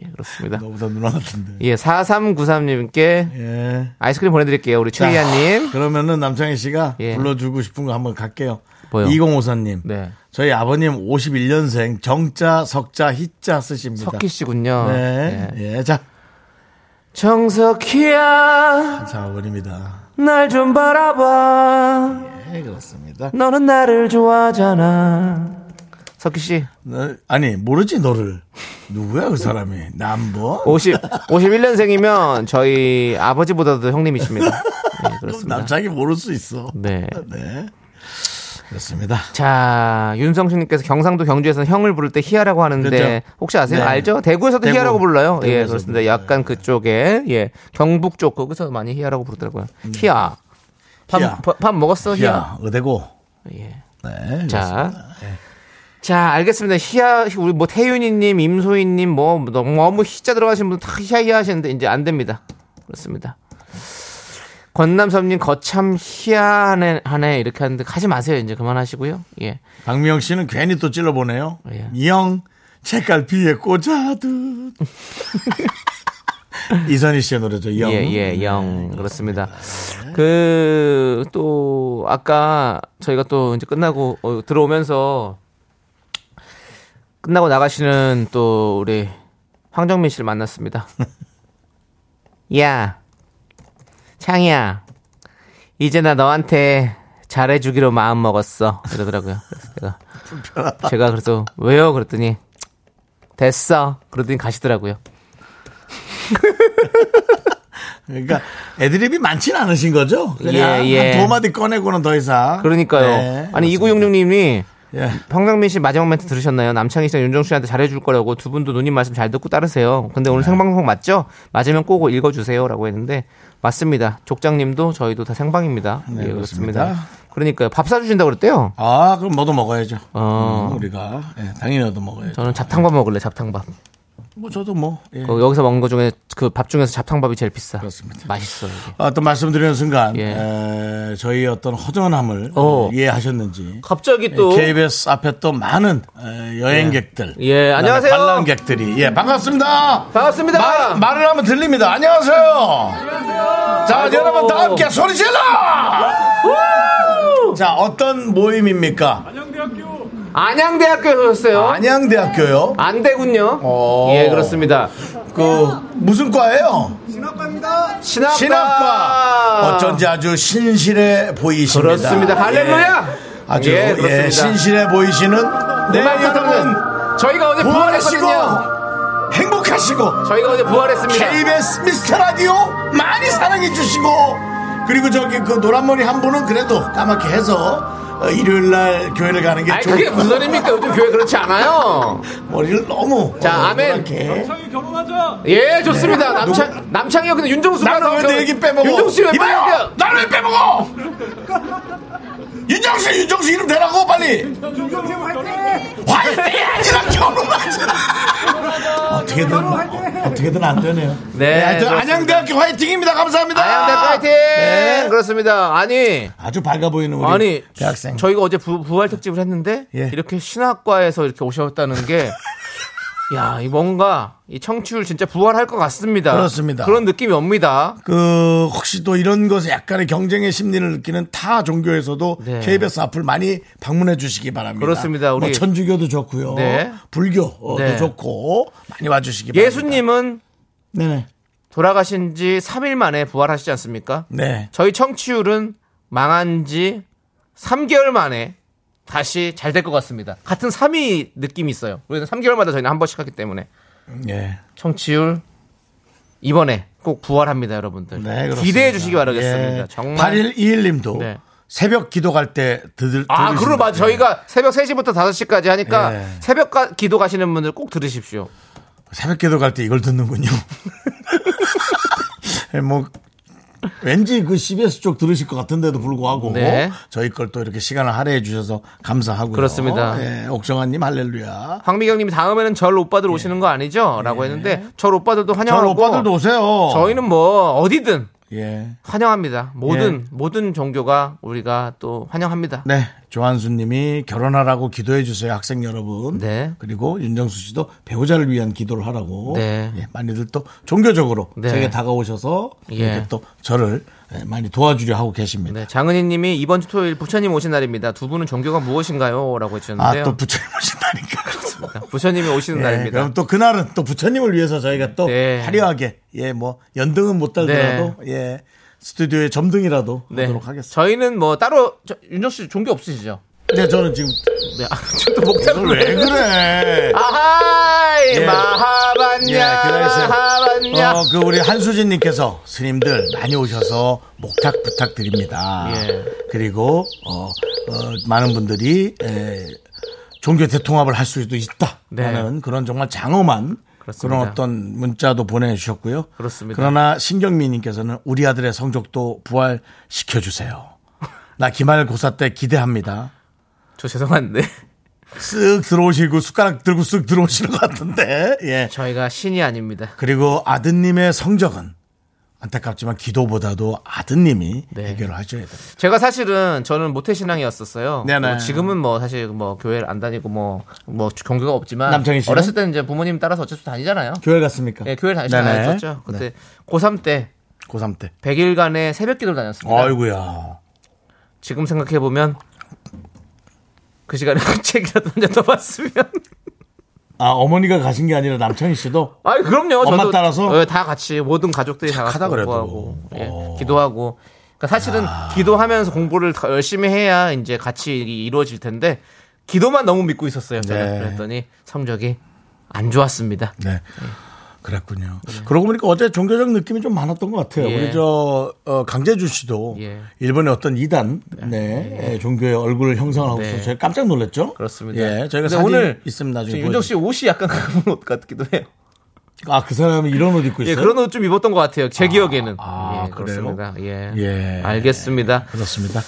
Speaker 4: 예, 그렇습니다.
Speaker 3: 너보다 누나 같은데.
Speaker 4: 예, 4393님께
Speaker 3: 예.
Speaker 4: 아이스크림 보내드릴게요. 우리
Speaker 3: 자,
Speaker 4: 최희야님.
Speaker 3: 그러면은 남창희 씨가
Speaker 4: 예.
Speaker 3: 불러주고 싶은 거 한번 갈게요.
Speaker 4: 뭐요?
Speaker 3: 2054님.
Speaker 4: 네.
Speaker 3: 저희 아버님 51년생 정자, 석자, 희자 쓰십니다.
Speaker 4: 석희 씨군요.
Speaker 3: 네.
Speaker 4: 예.
Speaker 3: 예. 자,
Speaker 4: 정석희야,
Speaker 3: 자, 아버님이다.
Speaker 4: 날 좀 바라봐.
Speaker 3: 예, 그렇습니다.
Speaker 4: 너는 나를 좋아하잖아. 석희 씨,
Speaker 3: 너, 아니, 모르지, 너를. 누구야, 그 사람이? 남보?
Speaker 4: 50, 51년생이면 저희 아버지보다도 형님이십니다. 예, 그렇습니다.
Speaker 3: 남자기 모를 수 있어.
Speaker 4: 네.
Speaker 3: 네. 그렇습니다.
Speaker 4: 자, 윤성신님께서 경상도 경주에서는 형을 부를 때 희야라고 하는데
Speaker 3: 그렇죠.
Speaker 4: 혹시 아세요?
Speaker 3: 네.
Speaker 4: 알죠? 대구에서도
Speaker 3: 대구.
Speaker 4: 희야라고 불러요. 예,
Speaker 3: 대구에서도. 네.
Speaker 4: 그렇습니다. 약간 그쪽에 예 경북 쪽 거기서 많이 희야라고 부르더라고요. 희야. 밥,
Speaker 3: 음. 희야.
Speaker 4: 밥, 밥 먹었어? 희야.
Speaker 3: 야, 의대고.
Speaker 4: 예.
Speaker 3: 네.
Speaker 4: 자. 예. 자, 알겠습니다. 희야, 우리 뭐 태윤이님, 임소희님, 뭐 너무 희자 들어가신 분 다 희야희야 하시는데 이제 안 됩니다. 그렇습니다. 권남섭님 거참 희한하네 하네 이렇게 하는데 하지 마세요 이제 그만하시고요. 예.
Speaker 3: 박미영 씨는 괜히 또 찔러보네요.
Speaker 4: 예.
Speaker 3: 이영, 책갈피에 꽂아둔. 이선희 씨의 노래죠, 영. 네,
Speaker 4: 예, 예, 영. 그렇습니다. 그, 또, 아까 저희가 또 이제 끝나고 어, 들어오면서 끝나고 나가시는 또 우리 황정민 씨를 만났습니다. 야, 창이야. 이제 나 너한테 잘해주기로 마음 먹었어. 이러더라고요. 그래서 제가, 제가 그래서 왜요? 그랬더니 됐어. 그러더니 가시더라고요.
Speaker 3: 그러니까 애드립이 많진 않으신 거죠? 그냥
Speaker 4: 예, 예.
Speaker 3: 한두 마디 꺼내고는 더 이상.
Speaker 4: 그러니까요.
Speaker 3: 네,
Speaker 4: 아니
Speaker 3: 맞습니다.
Speaker 4: 2966님이
Speaker 3: 예.
Speaker 4: 황상민 씨 마지막 멘트 들으셨나요? 남창희 씨랑 윤정 씨한테 잘해줄 거라고 두 분도 누님 말씀 잘 듣고 따르세요. 근데
Speaker 3: 네.
Speaker 4: 오늘 생방송 맞죠? 맞으면 꼭 읽어주세요라고 했는데 맞습니다. 족장님도 저희도 다 생방입니다.
Speaker 3: 네,
Speaker 4: 예,
Speaker 3: 그렇습니다.
Speaker 4: 그러니까요. 밥 사주신다고 그랬대요.
Speaker 3: 아, 그럼 뭐도 먹어야죠.
Speaker 4: 어.
Speaker 3: 음, 우리가 예, 당연히 너도 먹어야죠.
Speaker 4: 저는 잡탕밥 먹을래. 잡탕밥.
Speaker 3: 뭐 저도 뭐 예.
Speaker 4: 그 여기서 먹는 거 중에 그 밥 중에서 잡탕밥이 제일 비싸.
Speaker 3: 그렇습니다.
Speaker 4: 맛있어. 이게.
Speaker 3: 아, 또 말씀드리는 순간
Speaker 4: 예.
Speaker 3: 에, 저희 어떤 허전함을
Speaker 4: 어.
Speaker 3: 이해하셨는지
Speaker 4: 갑자기
Speaker 3: 네,
Speaker 4: 또
Speaker 3: KBS 앞에 또 많은 에, 여행객들,
Speaker 4: 예. 예, 안녕하세요.
Speaker 3: 관람객들이 예 반갑습니다.
Speaker 4: 반갑습니다.
Speaker 3: 말, 말을 하면 들립니다. 안녕하세요. 자 여러분 다 함께 소리 질러. 자 어떤 모임입니까?
Speaker 4: 안양대학교에 오셨어요.
Speaker 3: 안양대학교요.
Speaker 4: 안 되군요.
Speaker 3: 아, 어.
Speaker 4: 예, 그렇습니다.
Speaker 3: 그 무슨 과예요?
Speaker 4: 신학과.
Speaker 3: 신학과. 어쩐지 아주 신실해 보이십니다.
Speaker 4: 그렇습니다. 할렐루야.
Speaker 3: 예. 아주
Speaker 4: 예,
Speaker 3: 예,
Speaker 4: 그렇습니다.
Speaker 3: 신실해 보이시는 내
Speaker 4: 음악
Speaker 3: 여러분
Speaker 4: 사랑은 저희가 어제
Speaker 3: 부활하시고
Speaker 4: 부활했거든요.
Speaker 3: 행복하시고
Speaker 4: 저희가 어제 부활했습니다.
Speaker 3: KBS 미스터 라디오 많이 사랑해 주시고 그리고 저기 그 노란머리 한 분은 그래도 까맣게 해서 어, 일요일 날 교회를 가는 게
Speaker 4: 아니
Speaker 3: 좋을
Speaker 4: 그게
Speaker 3: 것
Speaker 4: 무슨 소리입니까? 요즘 교회 그렇지 않아요.
Speaker 3: 머리를 너무
Speaker 4: 자,
Speaker 3: 어,
Speaker 4: 아멘.
Speaker 3: 노랗게.
Speaker 4: 예, 좋습니다. 남창 남창이 근데 윤정수가
Speaker 3: 네. 나는 왜내 얘기 빼먹어?
Speaker 4: 윤정수 왜
Speaker 3: 이봐요!
Speaker 4: 빼먹어?
Speaker 3: 나는 왜 빼먹어? 윤정수, 윤정수 이름 대라고 빨리. 윤정수 화이팅! 화이팅이 아니라 결혼하자. 어떻게든 어, 어떻게든 안 되네요.
Speaker 4: 네,
Speaker 3: 하여튼
Speaker 4: 그렇습니다.
Speaker 3: 안양대학교 화이팅입니다. 감사합니다.
Speaker 4: 아양대 파이팅.
Speaker 3: 네.
Speaker 4: 그렇습니다. 아니
Speaker 3: 아주 밝아 보이는 우리
Speaker 4: 아니
Speaker 3: 대학생.
Speaker 4: 저희가 어제 부, 부활 특집을 했는데
Speaker 3: 예.
Speaker 4: 이렇게 신학과에서 이렇게 오셨다는 게. 야, 이 뭔가 이 청취율 진짜 부활할 것 같습니다.
Speaker 3: 그렇습니다.
Speaker 4: 그런 느낌이 옵니다.
Speaker 3: 그 혹시 또 이런 것에 약간의 경쟁의 심리를 느끼는 타 종교에서도
Speaker 4: 네.
Speaker 3: KBS 앞을 많이 방문해 주시기 바랍니다.
Speaker 4: 그렇습니다. 우리-
Speaker 3: 뭐 천주교도 좋고요.
Speaker 4: 네.
Speaker 3: 불교도
Speaker 4: 네.
Speaker 3: 좋고 많이 와 주시기 바랍니다.
Speaker 4: 예수님은
Speaker 3: 네네.
Speaker 4: 돌아가신 지 3일 만에 부활하시지 않습니까?
Speaker 3: 네.
Speaker 4: 저희 청취율은 망한 지 3개월 만에 다시 잘 될 것 같습니다. 같은 3위 느낌이 있어요. 왜냐면 3개월마다 저희는 한 번씩 하기 때문에
Speaker 3: 예.
Speaker 4: 청취율 이번에 꼭 부활합니다, 여러분들.
Speaker 3: 네, 그렇습니다.
Speaker 4: 기대해 주시기 바라겠습니다.
Speaker 3: 예.
Speaker 4: 정말
Speaker 3: 8일 2일님도
Speaker 4: 네.
Speaker 3: 새벽 기도 갈 때 들을
Speaker 4: 아, 그럼 맞아. 저희가 새벽 3시부터 5시까지 하니까
Speaker 3: 예.
Speaker 4: 새벽 가- 기도 가시는 분들 꼭 들으십시오.
Speaker 3: 새벽 기도 갈 때 이걸 듣는군요. 뭐 왠지 그 CBS 쪽 들으실 것 같은데도 불구하고
Speaker 4: 네.
Speaker 3: 저희 걸 또 이렇게 시간을 할애해 주셔서 감사하고요.
Speaker 4: 그렇습니다.
Speaker 3: 예, 옥정아님 할렐루야.
Speaker 4: 황미경님이 다음에는 절 오빠들 오시는 거 아니죠? 라고 했는데 절 오빠들도
Speaker 3: 저
Speaker 4: 환영하고
Speaker 3: 예. 오빠들도 오세요.
Speaker 4: 저희는 뭐 어디든
Speaker 3: 예.
Speaker 4: 환영합니다. 모든 모든 종교가 우리가 또 환영합니다.
Speaker 3: 네, 조한수님이 결혼하라고 기도해 주세요, 학생 여러분.
Speaker 4: 네.
Speaker 3: 그리고 윤정수 씨도 배우자를 위한 기도를 하라고.
Speaker 4: 네.
Speaker 3: 예, 많이들 또 종교적으로
Speaker 4: 네.
Speaker 3: 제게 다가오셔서
Speaker 4: 예.
Speaker 3: 이렇게 또 저를 예, 많이 도와주려 하고 계십니다.
Speaker 4: 네, 장은희님이 이번 주 토요일 부처님 오신 날입니다. 두 분은 종교가 무엇인가요?라고
Speaker 3: 아,
Speaker 4: 해주셨는데요.
Speaker 3: 또 부처님 오신다니까. 그렇습니다.
Speaker 4: 부처님이 오시는
Speaker 3: 예,
Speaker 4: 날입니다.
Speaker 3: 그럼 또 그날은 또 부처님을 위해서 저희가 또
Speaker 4: 네.
Speaker 3: 화려하게 예 뭐 연등은 못 달더라도 예 스튜디오에 점등이라도
Speaker 4: 네.
Speaker 3: 하도록 하겠습니다.
Speaker 4: 저희는 뭐 따로 저- 윤정수 씨 종교 없으시죠?
Speaker 3: 근데 저는 지금
Speaker 4: 네, 아, 저도 목탁을
Speaker 3: 왜 그래?
Speaker 4: 아하이
Speaker 3: 예.
Speaker 4: 마하반야
Speaker 3: 예, 기다리세요.
Speaker 4: 마하반야.
Speaker 3: 어, 그 우리 한수진님께서 스님들 많이 오셔서 목탁 부탁드립니다.
Speaker 4: 예.
Speaker 3: 그리고 어, 어, 많은 분들이 에, 종교 대통합을 할 수도 있다.
Speaker 4: 네.
Speaker 3: 라는 그런 정말 장엄한 그
Speaker 4: 그렇습니다.
Speaker 3: 런 어떤 문자도 보내주셨고요.
Speaker 4: 그렇습니다.
Speaker 3: 그러나 신경미님께서는 우리 아들의 성적도 부활 시켜주세요. 나 기말고사 때 기대합니다.
Speaker 4: 저 죄송한데
Speaker 3: 쓱 들어오시고 숟가락 들고 쓱 들어오시는 것 같은데. 예.
Speaker 4: 저희가 신이 아닙니다.
Speaker 3: 그리고 아드님의 성적은 안타깝지만 기도보다도 아드님이
Speaker 4: 네.
Speaker 3: 해결을 하셔야 됩니다.
Speaker 4: 제가 사실은 저는 모태 신앙이었었어요.
Speaker 3: 네네.
Speaker 4: 뭐 지금은 뭐 사실 뭐 교회를 안 다니고 뭐 뭐 종교가 없지만
Speaker 3: 남창희 씨는?
Speaker 4: 어렸을 때는 이제 부모님 따라서 어쨌든 다니잖아요.
Speaker 3: 교회 갔습니까?
Speaker 4: 예, 교회 다니시
Speaker 3: 네네.
Speaker 4: 다녔었죠. 그때 고3 때
Speaker 3: 고3 때.
Speaker 4: 100일간의 새벽 기도를
Speaker 3: 어.
Speaker 4: 다녔습니다.
Speaker 3: 아이고야.
Speaker 4: 지금 생각해 보면 그 시간에 책이라도 한잔 더 봤으면.
Speaker 3: 아, 어머니가 가신 게 아니라 남창희 씨도
Speaker 4: 아니 그럼요.
Speaker 3: 엄마
Speaker 4: 저도
Speaker 3: 따라서?
Speaker 4: 예, 다 같이 모든 가족들이 다 같이
Speaker 3: 착하다 그래도.
Speaker 4: 공부하고 예,
Speaker 3: 어.
Speaker 4: 기도하고. 그러니까 사실은 기도하면서 공부를 더 열심히 해야 이제 같이 이게 이루어질 텐데 기도만 너무 믿고 있었어요. 저는
Speaker 3: 네.
Speaker 4: 그랬더니 성적이 안 좋았습니다.
Speaker 3: 네. 그랬군요. 그러고 보니까 어제 종교적 느낌이 좀 많았던 것 같아요.
Speaker 4: 예.
Speaker 3: 우리 저 어, 강재준 씨도
Speaker 4: 예.
Speaker 3: 일본의 어떤 이단 네, 예, 종교의 얼굴을 형상하고
Speaker 4: 네.
Speaker 3: 있어서 저희 깜짝 놀랐죠.
Speaker 4: 그렇습니다.
Speaker 3: 예, 저희가
Speaker 4: 근데
Speaker 3: 사진
Speaker 4: 오늘
Speaker 3: 있습니다.
Speaker 4: 지금 윤정 씨 옷이 약간 그런 옷 같기도 해요.
Speaker 3: 아그 사람이 이런 옷 입고 있어요.
Speaker 4: 예, 그런 옷 좀 입었던 것 같아요. 제 기억에는.
Speaker 3: 아,
Speaker 4: 예, 그렇습니다. 예.
Speaker 3: 예.
Speaker 4: 알겠습니다.
Speaker 3: 그렇습니다.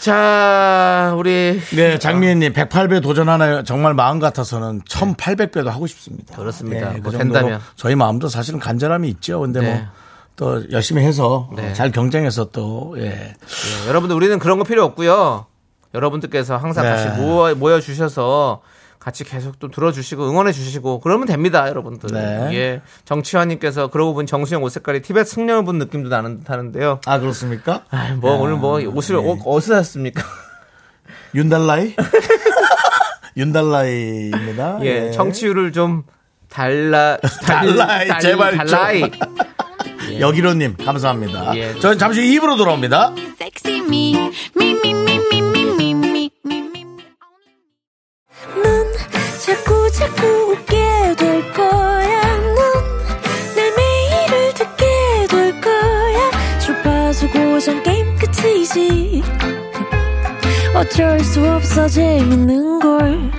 Speaker 4: 자, 우리
Speaker 3: 네, 장미애님 108배 도전하나요? 정말 마음 같아서는 1,800배도 하고 싶습니다.
Speaker 4: 네. 그렇습니다.
Speaker 3: 예,
Speaker 4: 뭐
Speaker 3: 그
Speaker 4: 된다면.
Speaker 3: 된다면 저희 마음도 사실은 간절함이 있죠. 근데
Speaker 4: 네.
Speaker 3: 뭐 또 열심히 해서
Speaker 4: 네.
Speaker 3: 잘 경쟁해서 또 예.
Speaker 4: 예, 여러분들 우리는 그런 거 필요 없고요. 여러분들께서 항상
Speaker 3: 네.
Speaker 4: 같이 모여, 모여 주셔서 같이 계속 또 들어주시고 응원해 주시고 그러면 됩니다, 여러분들.
Speaker 3: 네.
Speaker 4: 예, 정치환님께서 그러고 보니 정수영 옷 색깔이 티벳 승려분 느낌도 나는 듯하는데요.
Speaker 3: 아 그렇습니까?
Speaker 4: 아이, 뭐 오늘 뭐
Speaker 3: 네.
Speaker 4: 옷을 어- 어디서 샀습니까?
Speaker 3: 윤달라이? 윤달라이입니다.
Speaker 4: 예, 청취율을 좀 달라 달-
Speaker 3: 네. 달라이,
Speaker 4: 달-
Speaker 3: 제발 좀.
Speaker 4: 달라이.
Speaker 3: 여기로님 감사합니다.
Speaker 4: 예.
Speaker 3: 저는 잠시 후 입으로 돌아옵니다.
Speaker 6: sexy me, me, me, me, me, me, me, me, me, me.
Speaker 7: 넌 자꾸 자꾸 웃게 될 거야. 넌내 매일을 듣게 될 거야. 주파수 고정 게임 끝이지. 어쩔 수 없어 재밌는 걸.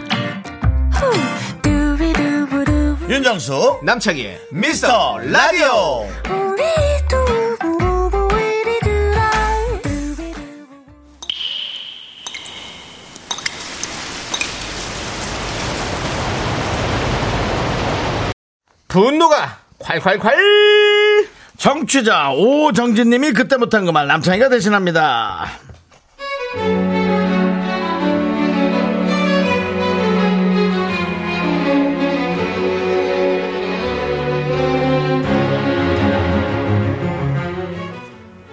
Speaker 7: 후. 두비두부두.
Speaker 3: 윤정수
Speaker 4: 남창희의
Speaker 3: 미스터 라디오.
Speaker 7: 우리 두부부부 우리 두라. 두비두부.
Speaker 4: 분노가 콸콸콸
Speaker 3: 정취자 오정진님이 그때 못한 그말 남창이가 대신합니다.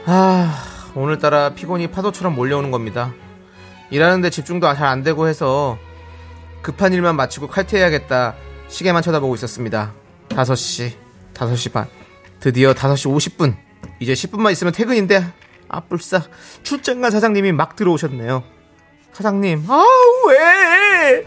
Speaker 4: 아, 오늘따라 피곤이 파도처럼 몰려오는 겁니다. 일하는데 집중도 잘 안 되고 해서 급한 일만 마치고 칼퇴해야겠다. 시계만 쳐다보고 있었습니다. 5시, 5시 반. 드디어 5시 50분. 이제 10분만 있으면 퇴근인데, 아, 불싸. 출장간 사장님이 막 들어오셨네요. 사장님, 아우, 왜!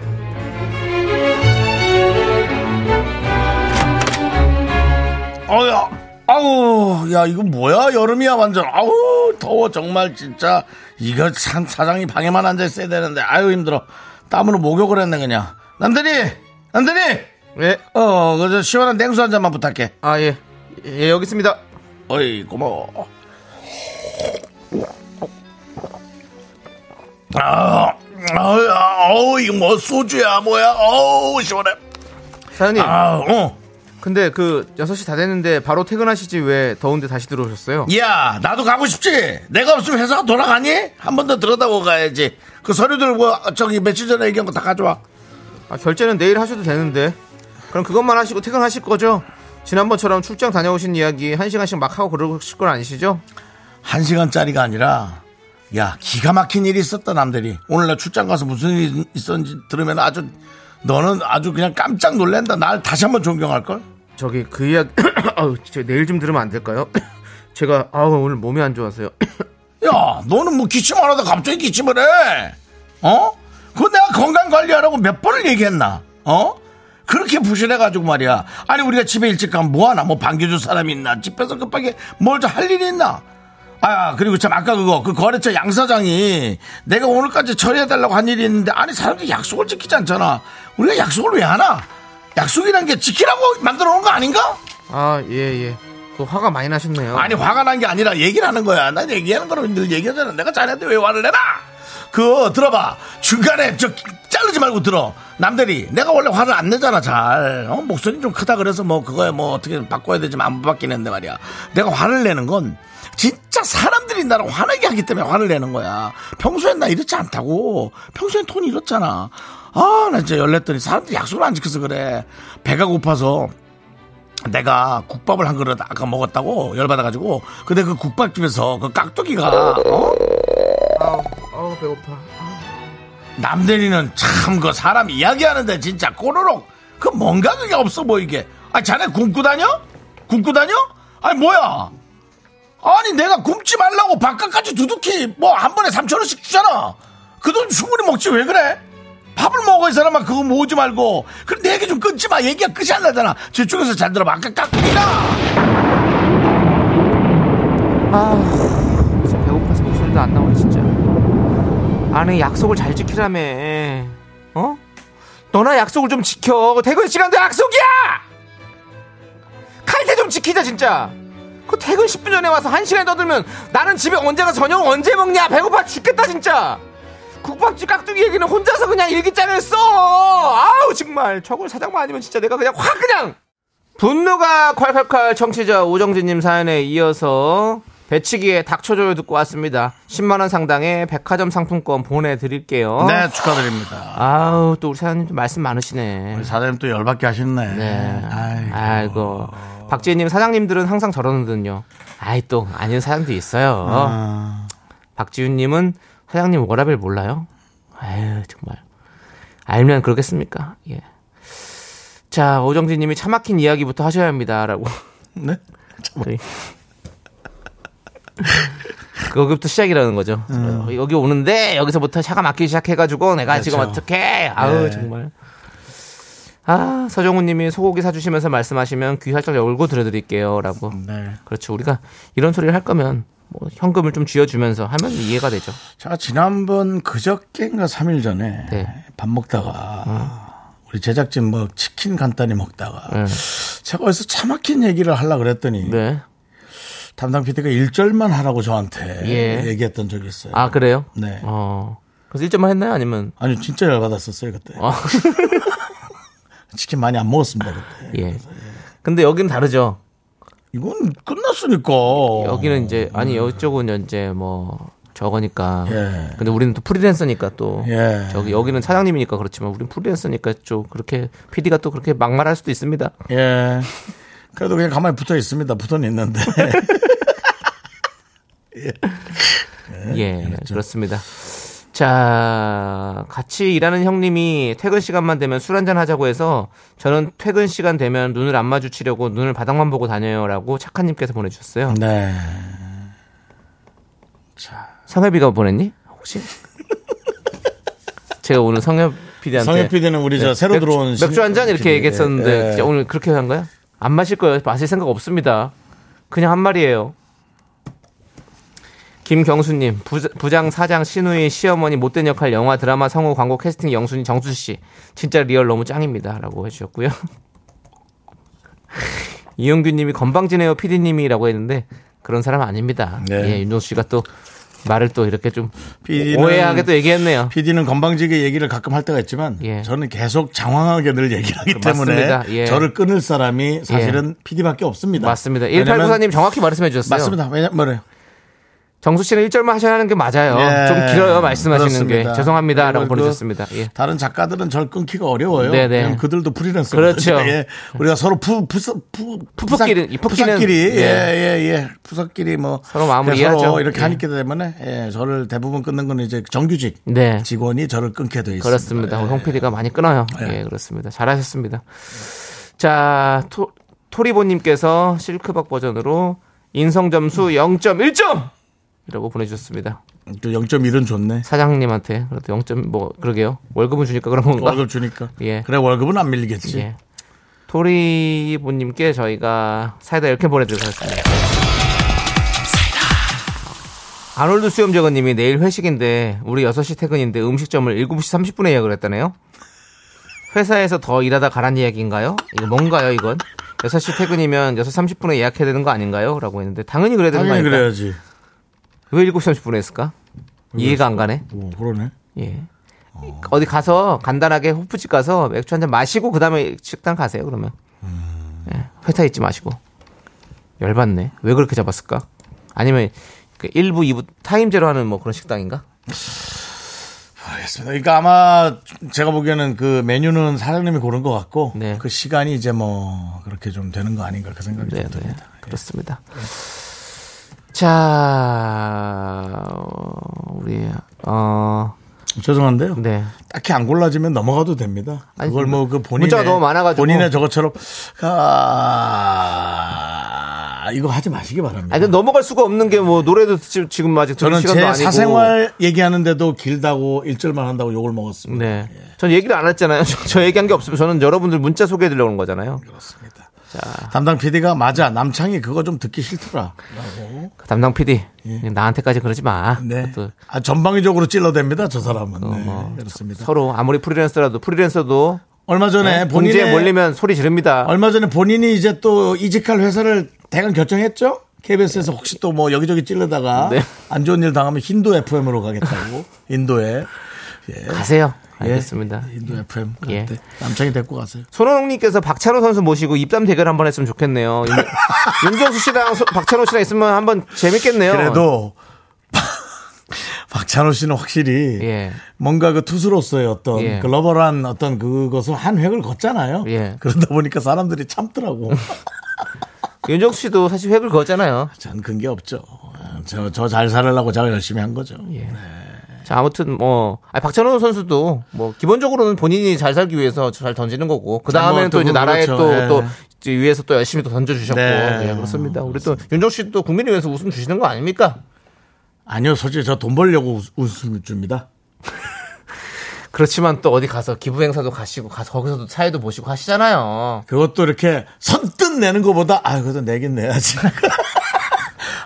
Speaker 3: 어야, 아우, 야 이거 뭐야 여름이야 완전. 아우 더워 정말 진짜. 이거 참 사장이 방에만 앉아 있어야 되는데 아유 힘들어. 땀으로 목욕을 했네 그냥. 남들이, 남들이.
Speaker 4: 예,
Speaker 3: 어, 그저 시원한 냉수 한 잔만 부탁해.
Speaker 4: 아, 예. 예, 여기 있습니다.
Speaker 3: 어이 고마워. 아, 아우, 아우 이거 뭐 소주야 뭐야? 어우 시원해.
Speaker 4: 사장님,
Speaker 3: 아, 어.
Speaker 4: 근데 그 6시 다 됐는데 바로 퇴근하시지 왜 더운데 다시 들어오셨어요?
Speaker 3: 야, 나도 가고 싶지. 내가 없으면 회사가 돌아가니? 한 번 더 들여다보고 가야지. 그 서류 들고 저기 며칠 전에 얘기한 거 다 가져와.
Speaker 4: 아, 결제는 내일 하셔도 되는데 그럼 그것만 하시고 퇴근하실 거죠? 지난번처럼 출장 다녀오신 이야기 한 시간씩 막 하고 그러실 건 아니시죠?
Speaker 3: 한 시간짜리가 아니라 야 기가 막힌 일이 있었다 남들이 오늘 나 출장 가서 무슨 일이 있었는지 들으면 아주 너는 아주 그냥 깜짝 놀란다 날 다시 한번 존경할 걸
Speaker 4: 저기 그 이야기 아우, 저 내일 좀 들으면 안 될까요? 제가 아우 오늘 몸이 안 좋아서요.
Speaker 3: 야, 너는 뭐 기침 안 하다 갑자기 기침을 해. 어? 그거 내가 건강 관리하라고 몇 번을 얘기했나? 어? 그렇게 부실해가지고 말이야. 아니, 우리가 집에 일찍 가면 뭐하나? 뭐 반겨줄 사람이 있나? 집에서 급하게 뭘 좀 할 일이 있나? 아, 그리고 참, 아까 그거, 그 거래처 양사장이 내가 오늘까지 처리해달라고 한 일이 있는데, 아니, 사람들이 약속을 지키지 않잖아. 우리가 약속을 왜 하나? 약속이란 게 지키라고 만들어 놓은 거 아닌가?
Speaker 4: 아 예예. 또 화가 많이 나셨네요.
Speaker 3: 아니 화가 난 게 아니라 얘기를 하는 거야. 난 얘기하는 거를 늘 얘기하잖아. 내가 자네한테 왜 화를 내나? 그 들어봐. 중간에 저 자르지 말고 들어. 남들이 내가 원래 화를 안 내잖아. 잘 어? 목소리 좀 크다 그래서 뭐 그거에 뭐 어떻게 바꿔야 되지만 안 바뀌는데 말이야. 내가 화를 내는 건 진짜 사람들이 나를 화나게 하기 때문에 화를 내는 거야. 평소엔 나 이렇지 않다고. 평소엔 톤이 이렇잖아. 아, 나 진짜 열냈더니 사람들이 약속을 안 지켜서 그래. 배가 고파서 내가 국밥을 한 그릇 아까 먹었다고 열받아가지고 근데 그 국밥집에서 그 깍두기가 어?
Speaker 4: 아우, 아우 배고파.
Speaker 3: 남대리는 참 그 사람 이야기하는데 진짜 꼬르륵 그 뭔가 그게 없어 보이게 아 자네 굶고 다녀? 굶고 다녀? 아니 뭐야 아니 내가 굶지 말라고 바깥까지 두둑히 뭐 한 번에 3천원씩 주잖아 그 돈 충분히 먹지 왜 그래? 밥을 먹어 이 사람아 그거 모으지 말고 그럼 내 얘기 좀 끊지 마 얘기가 끝이 안 나잖아 저쪽에서 잘 들어봐 아까 깎이다
Speaker 4: 아, 진짜 배고파서 목소리도 안 나오네 진짜. 아니 약속을 잘 지키라며. 어? 너나 약속을 좀 지켜. 그 퇴근 시간도 약속이야. 칼퇴 좀 지키자 진짜. 그 퇴근 10분 전에 와서 한 시간 떠들면 나는 집에 언제 가 저녁 언제 먹냐 배고파 죽겠다 진짜. 국밥집 깍두기 얘기는 혼자서 그냥 일기장을 써. 아우 정말 저걸 사장만 아니면 진짜 내가 그냥 확 그냥. 분노가 콸콸콸 청취자 오정진님 사연에 이어서 배치기에 닥쳐줘요 듣고 왔습니다. 10만원 상당의 백화점 상품권 보내드릴게요.
Speaker 3: 네 축하드립니다
Speaker 4: 아우, 또 우리 사장님 좀 말씀 많으시네.
Speaker 3: 우리 사장님 또 열받게 하셨네
Speaker 4: 네.
Speaker 3: 아이고.
Speaker 4: 아이고. 박지혜님 사장님들은 항상 저러는군요. 아이, 또, 아닌 사장도 있어요.
Speaker 3: 아,
Speaker 4: 박지윤님은 사장님 워라벨 몰라요? 아유 정말 알면 그러겠습니까? 예. 자 오정진님이 차 막힌 이야기부터 하셔야 합니다라고.
Speaker 3: 네?
Speaker 4: 저희- 거기부터 시작이라는 거죠. 어, 여기 오는데 여기서부터 차가 막히기 시작해가지고 내가 지금
Speaker 3: 음. 그렇죠.
Speaker 4: 어떻게? 아우
Speaker 3: 네.
Speaker 4: 정말. 아 서정우님이 소고기 사주시면서 말씀하시면 귀 살짝 열고 들어드릴게요라고.
Speaker 3: 네.
Speaker 4: 그렇죠. 우리가 이런 소리를 할 거면 뭐 현금을 좀 쥐어주면서 하면 이해가 되죠.
Speaker 3: 제가 지난번 그저께인가 3일 전에
Speaker 4: 네. 음.
Speaker 3: 밥 먹다가 우리 제작진 뭐 치킨 간단히 먹다가
Speaker 4: 네.
Speaker 3: 제가 어디서 차 막힌 얘기를 하려고 그랬더니
Speaker 4: 네.
Speaker 3: 담당 PD가 일절만 하라고 저한테
Speaker 4: 예.
Speaker 3: 얘기했던 적이 있어요.
Speaker 4: 아 그래요?
Speaker 3: 네.
Speaker 4: 어. 그래서 1점만 했나요? 아니면
Speaker 3: 아니 진짜 열받았었어요 그때.
Speaker 4: 어.
Speaker 3: 치킨 많이 안 먹었습니다 네, 그때.
Speaker 4: 예. 근데 여기는 다르죠.
Speaker 3: 이건 끝났으니까. 어.
Speaker 4: 여기는 이제 아니 이쪽은 이제 뭐 저거니까.
Speaker 3: 예.
Speaker 4: 근데 우리는 또 프리랜서니까 또
Speaker 3: 예.
Speaker 4: 저기 여기는 사장님이니까 그렇지만 우리는 프리랜서니까 좀 그렇게 PD가 또 그렇게 막말할 수도 있습니다.
Speaker 3: 예. 그래도 그냥 가만히 붙어 있습니다. 붙어는 있는데.
Speaker 4: 예, 그렇습니다 자, 같이 일하는 형님이 퇴근 시간만 되면 술 한잔 하자고 해서 저는 퇴근 시간 되면 눈을 안 마주치려고 눈을 바닥만 보고 다녀요라고 착한 님께서 보내주셨어요.
Speaker 3: 네.
Speaker 4: 성엽이가 보냈니? 혹시? 제가 오늘 성엽 PD한테
Speaker 3: 성혁 PD는 우리 저 새로 들어온
Speaker 4: 네. 맥주 한 잔
Speaker 3: PD.
Speaker 4: 이렇게 얘기했었는데
Speaker 3: 예.
Speaker 4: 진짜 오늘 그렇게 한 거야? 안 마실 거예요. 마실 생각 없습니다. 그냥 한 말이에요. 김경수님 부자- 부장 사장 신우의 시어머니 못된 역할 영화 드라마 성우 광고 캐스팅 영순이 정수 씨 진짜 리얼 너무 짱입니다라고 해주셨고요. 이용규님이 건방지네요 PD님이라고 했는데 그런 사람 아닙니다.
Speaker 3: 네.
Speaker 4: 예, 윤종수 씨가 또 말을 또 이렇게 좀
Speaker 3: PD는
Speaker 4: 오해하게 또 얘기했네요.
Speaker 3: PD는 건방지게 얘기를 가끔 할 때가 있지만
Speaker 4: 예. 그
Speaker 3: 저는 계속 장황하게 늘 얘기를 하기 때문에
Speaker 4: 맞습니다. 예.
Speaker 3: 저를 끊을 사람이 사실은 PD밖에 없습니다.
Speaker 4: 맞습니다.
Speaker 3: 왜냐면-
Speaker 4: 1894님 정확히 말씀해 주셨어요.
Speaker 3: 맞습니다. 왜냐 뭐래요?
Speaker 4: 정수 씨는 1절만 하셔야 하는 게 맞아요.
Speaker 3: 예,
Speaker 4: 좀 길어요, 말씀하시는
Speaker 3: 그렇습니다.
Speaker 4: 게. 죄송합니다. 라고
Speaker 3: 그리고 그
Speaker 4: 보내주셨습니다. 예.
Speaker 3: 다른 작가들은 절 끊기가 어려워요.
Speaker 4: 네네.
Speaker 3: 왜냐면 그들도 프리랜서.
Speaker 4: 그렇죠.
Speaker 3: 우리가 서로 푸, 푸, 푸,
Speaker 4: 푸푸끼리, 이 푸끼는-
Speaker 3: 푸끼리,
Speaker 4: 예.
Speaker 3: 예, 예, 예. 푸석끼리 뭐.
Speaker 4: 서로 마음을
Speaker 3: 그냥 서로
Speaker 4: 이해하죠.
Speaker 3: 이렇게
Speaker 4: 예.
Speaker 3: 하니까 때문에, 예, 저를 대부분 끊는 건 이제 정규직
Speaker 4: 네.
Speaker 3: 직원이 저를 끊게 돼 있습니다.
Speaker 4: 그렇습니다.
Speaker 3: 예.
Speaker 4: 형 PD가 많이 끊어요. 예, 그렇습니다. 잘하셨습니다. 자, 토, 토리보님께서 실크박 버전으로 인성점수 0.1점! 이라고 보내주셨습니다.
Speaker 3: 또 0.1은 좋네.
Speaker 4: 사장님한테. 그래도 0점, 뭐, 그러게요. 월급은 주니까 그런 건가?
Speaker 3: 월급 주니까.
Speaker 4: 예.
Speaker 3: 그래, 월급은 안 밀리겠지.
Speaker 4: 예. 토리보님께 저희가 사이다 이렇게 보내드리겠습니다. 아놀드 수염저거님이 내일 회식인데 우리 6시 퇴근인데 음식점을 7시 30분에 예약을 했다네요. 회사에서 더 일하다 가란 이야기인가요? 이거 뭔가요 이건? 6시 퇴근이면 6시 30분에 예약해야 되는 거 아닌가요? 라고 했는데 당연히 그래야 되는 거
Speaker 3: 당연히
Speaker 4: 아닐까?
Speaker 3: 그래야지.
Speaker 4: 왜 7시 30분에 했을까? 이해가 안 가네.
Speaker 3: 오, 그러네.
Speaker 4: 예. 어디 가서 간단하게 호프집 가서 맥주 한 잔 마시고 그 다음에 식당 가세요 그러면
Speaker 3: 음.
Speaker 4: 예. 회사 있지 마시고 열받네 왜 그렇게 잡았을까 아니면 그 1부 2부 타임제로 하는 뭐 그런 식당인가
Speaker 3: 알겠습니다. 그러니까 아마 제가 보기에는 그 메뉴는 사장님이 고른 것 같고
Speaker 4: 네.
Speaker 3: 그 시간이 이제 뭐 그렇게 좀 되는 거 아닌가 그 생각이
Speaker 4: 네,
Speaker 3: 좀
Speaker 4: 네.
Speaker 3: 듭니다.
Speaker 4: 그렇습니다
Speaker 3: 네.
Speaker 4: 자 어, 우리 어네
Speaker 3: 죄송한데요. 딱히 안 골라지면 넘어가도 됩니다.
Speaker 4: 아니,
Speaker 3: 그걸 뭐 그 본인의
Speaker 4: 문자가 너무 많아가지고.
Speaker 3: 본인의 저것처럼 아 아, 이거 하지 마시기 바랍니다.
Speaker 4: 아니, 근데 넘어갈 수가 없는 게 뭐 노래도 지- 지금 아직 들을
Speaker 3: 저는
Speaker 4: 시간도
Speaker 3: 제
Speaker 4: 아니고.
Speaker 3: 사생활 얘기하는데도 길다고 일절만 한다고 욕을 먹었습니다.
Speaker 4: 네. 전 얘기를 안 했잖아요. 저, 저 얘기한 게 없으면 저는 여러분들 문자 소개해 드리려고 온 거잖아요.
Speaker 3: 그렇습니다. 담당 PD가 맞아 남창이 그거 좀 듣기 싫더라.
Speaker 4: 그 담당 PD 나한테까지 그러지 마.
Speaker 3: 예. 네.
Speaker 4: 그것도
Speaker 3: 아, 전방위적으로 찔러댑니다, 저 사람은.
Speaker 4: 어,
Speaker 3: 네,
Speaker 4: 뭐.
Speaker 3: 그렇습니다.
Speaker 4: 서로 아무리 프리랜서라도 프리랜서도
Speaker 3: 얼마 전에
Speaker 4: 본지에
Speaker 3: 네, 본인의
Speaker 4: 네,
Speaker 3: 어,
Speaker 4: 몰리면 소리 지릅니다.
Speaker 3: 얼마 전에 본인이 이제 또 이직할 회사를 대강 결정했죠? KBS에서 혹시 또 뭐 여기저기 찔러다가
Speaker 4: 네.
Speaker 3: 안 좋은 일 당하면 힌도 FM으로 가겠다고. 인도에.
Speaker 4: 가세요.
Speaker 3: 예.
Speaker 4: 알겠습니다.
Speaker 3: 인도 FM.
Speaker 4: 예.
Speaker 3: 예. 남창이 데리고 가세요.
Speaker 4: 손호농님께서 박찬호 선수 모시고 입담 대결 한번 했으면 좋겠네요. 윤- 윤정수 씨랑 소- 박찬호 씨랑 있으면 한번 재밌겠네요.
Speaker 3: 그래도 박찬호 씨는 확실히
Speaker 4: 예.
Speaker 3: 뭔가 그 투수로서의 어떤
Speaker 4: 예.
Speaker 3: 글로벌한 어떤 그것을 한 획을 걷잖아요.
Speaker 4: 예.
Speaker 3: 그러다 보니까 사람들이 참더라고.
Speaker 4: 윤정수 씨도 사실 획을 그었잖아요.
Speaker 3: 전 그런 게 없죠. 저 저 잘 살려고 제가 열심히 한 거죠.
Speaker 4: 예. 자, 아무튼 뭐 아니, 박찬호 선수도 뭐 기본적으로는 본인이 잘 살기 위해서 잘 던지는 거고 그 다음에는
Speaker 3: 뭐,
Speaker 4: 또 이제
Speaker 3: 그건
Speaker 4: 나라에
Speaker 3: 그렇죠.
Speaker 4: 또 또
Speaker 3: 예.
Speaker 4: 위해서 또 열심히 또 던져주셨고
Speaker 3: 네.
Speaker 4: 예, 그렇습니다. 우리 또 윤정수 씨도 국민을 위해서 웃음 주시는 거 아닙니까?
Speaker 3: 아니요, 솔직히 저 돈 벌려고 웃- 웃음을 줍니다.
Speaker 4: 그렇지만 또 어디 가서 기부 행사도 가시고 가서 거기서도 사회도 보시고 하시잖아요.
Speaker 3: 그것도 이렇게 선뜻 내는 것보다 아 그래도 내긴 내야지.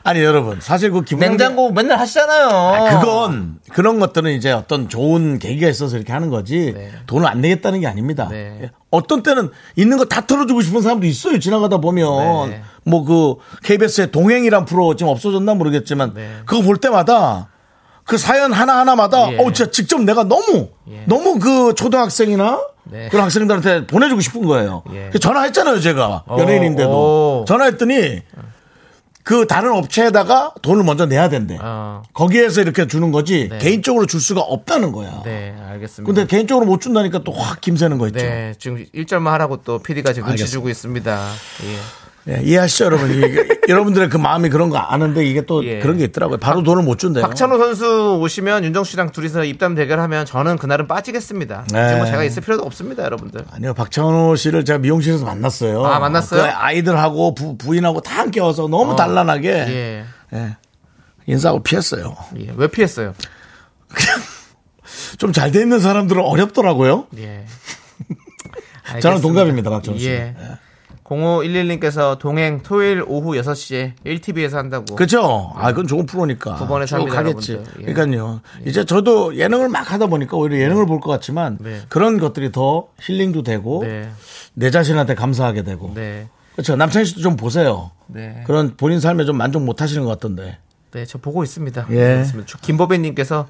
Speaker 3: 아니 여러분 사실 그 기분
Speaker 4: 냉장고 맨날 하시잖아요.
Speaker 3: 그건
Speaker 4: 아.
Speaker 3: 그런 것들은 이제 어떤 좋은 계기가 있어서 이렇게 하는 거지 돈을 안 내겠다는 게 아닙니다.
Speaker 4: 네.
Speaker 3: 예. 어떤 때는 있는 거 다 털어주고 싶은 사람도 있어요. 지나가다 보면
Speaker 4: 네.
Speaker 3: 뭐 그 KBS의 동행이란 프로 지금 없어졌나 모르겠지만
Speaker 4: 네.
Speaker 3: 그거 볼 때마다 그 사연 하나 하나마다
Speaker 4: 예.
Speaker 3: 어 진짜 직접 내가 너무
Speaker 4: 예.
Speaker 3: 너무 그 초등학생이나
Speaker 4: 네.
Speaker 3: 그런 학생들한테 보내주고 싶은 거예요.
Speaker 4: 예.
Speaker 3: 그래서 전화했잖아요 제가
Speaker 4: 어,
Speaker 3: 연예인인데도
Speaker 4: 어.
Speaker 3: 전화했더니 그 다른 업체에다가 돈을 먼저 내야 된대.
Speaker 4: 어.
Speaker 3: 거기에서 이렇게 주는 거지
Speaker 4: 네.
Speaker 3: 개인적으로 줄 수가 없다는 거야.
Speaker 4: 네, 알겠습니다.
Speaker 3: 근데 개인적으로 못 준다니까 또 확 김새는 거 있죠.
Speaker 4: 네, 지금 1절만 하라고 또 PD가 지금 눈치 주고 있습니다. 예.
Speaker 3: 예, 이해하시죠, 여러분. 이게 여러분들의 그 마음이 그런 거 아는데 이게 또
Speaker 4: 예.
Speaker 3: 그런 게 있더라고요. 바로 돈을 못 준대요.
Speaker 4: 박찬호 선수 오시면 윤정수 씨랑 둘이서 입담 대결하면 저는 그날은 빠지겠습니다.
Speaker 3: 네.
Speaker 4: 지금 뭐 제가 있을 필요도 없습니다, 여러분들.
Speaker 3: 아니요, 박찬호 씨를 제가 미용실에서 만났어요.
Speaker 4: 아, 만났어요? 어.
Speaker 3: 그 아이들하고 부, 부인하고 다 함께 와서 너무 단란하게
Speaker 4: 예.
Speaker 3: 인사하고 피했어요.
Speaker 4: 예. 왜 피했어요?
Speaker 3: 좀 잘 돼 있는 사람들은 어렵더라고요.
Speaker 4: 예.
Speaker 3: 저는
Speaker 4: 알겠습니다.
Speaker 3: 동갑입니다, 네. 박찬호 씨.
Speaker 4: 예. 0511님께서 동행 토요일 오후 6시에 1TV에서 한다고.
Speaker 3: 그죠? 아, 그건 좋은 프로니까.
Speaker 4: 두 번에서
Speaker 3: 쭉
Speaker 4: 합니다,
Speaker 3: 가겠지.
Speaker 4: 뭐. 여러분들. 예.
Speaker 3: 그러니까요. 이제 저도 예능을 막 하다 보니까 오히려 예능을 볼 것 같지만
Speaker 4: 네.
Speaker 3: 그런 것들이 더 힐링도 되고
Speaker 4: 네.
Speaker 3: 내 자신한테 감사하게 되고.
Speaker 4: 네.
Speaker 3: 그렇죠. 남창희 씨도 좀 보세요.
Speaker 4: 네.
Speaker 3: 그런 본인 삶에 좀 만족 못 하시는 것 같던데.
Speaker 4: 네, 저 보고 있습니다.
Speaker 3: 예.
Speaker 4: 그렇습니다. 저- 김보배님께서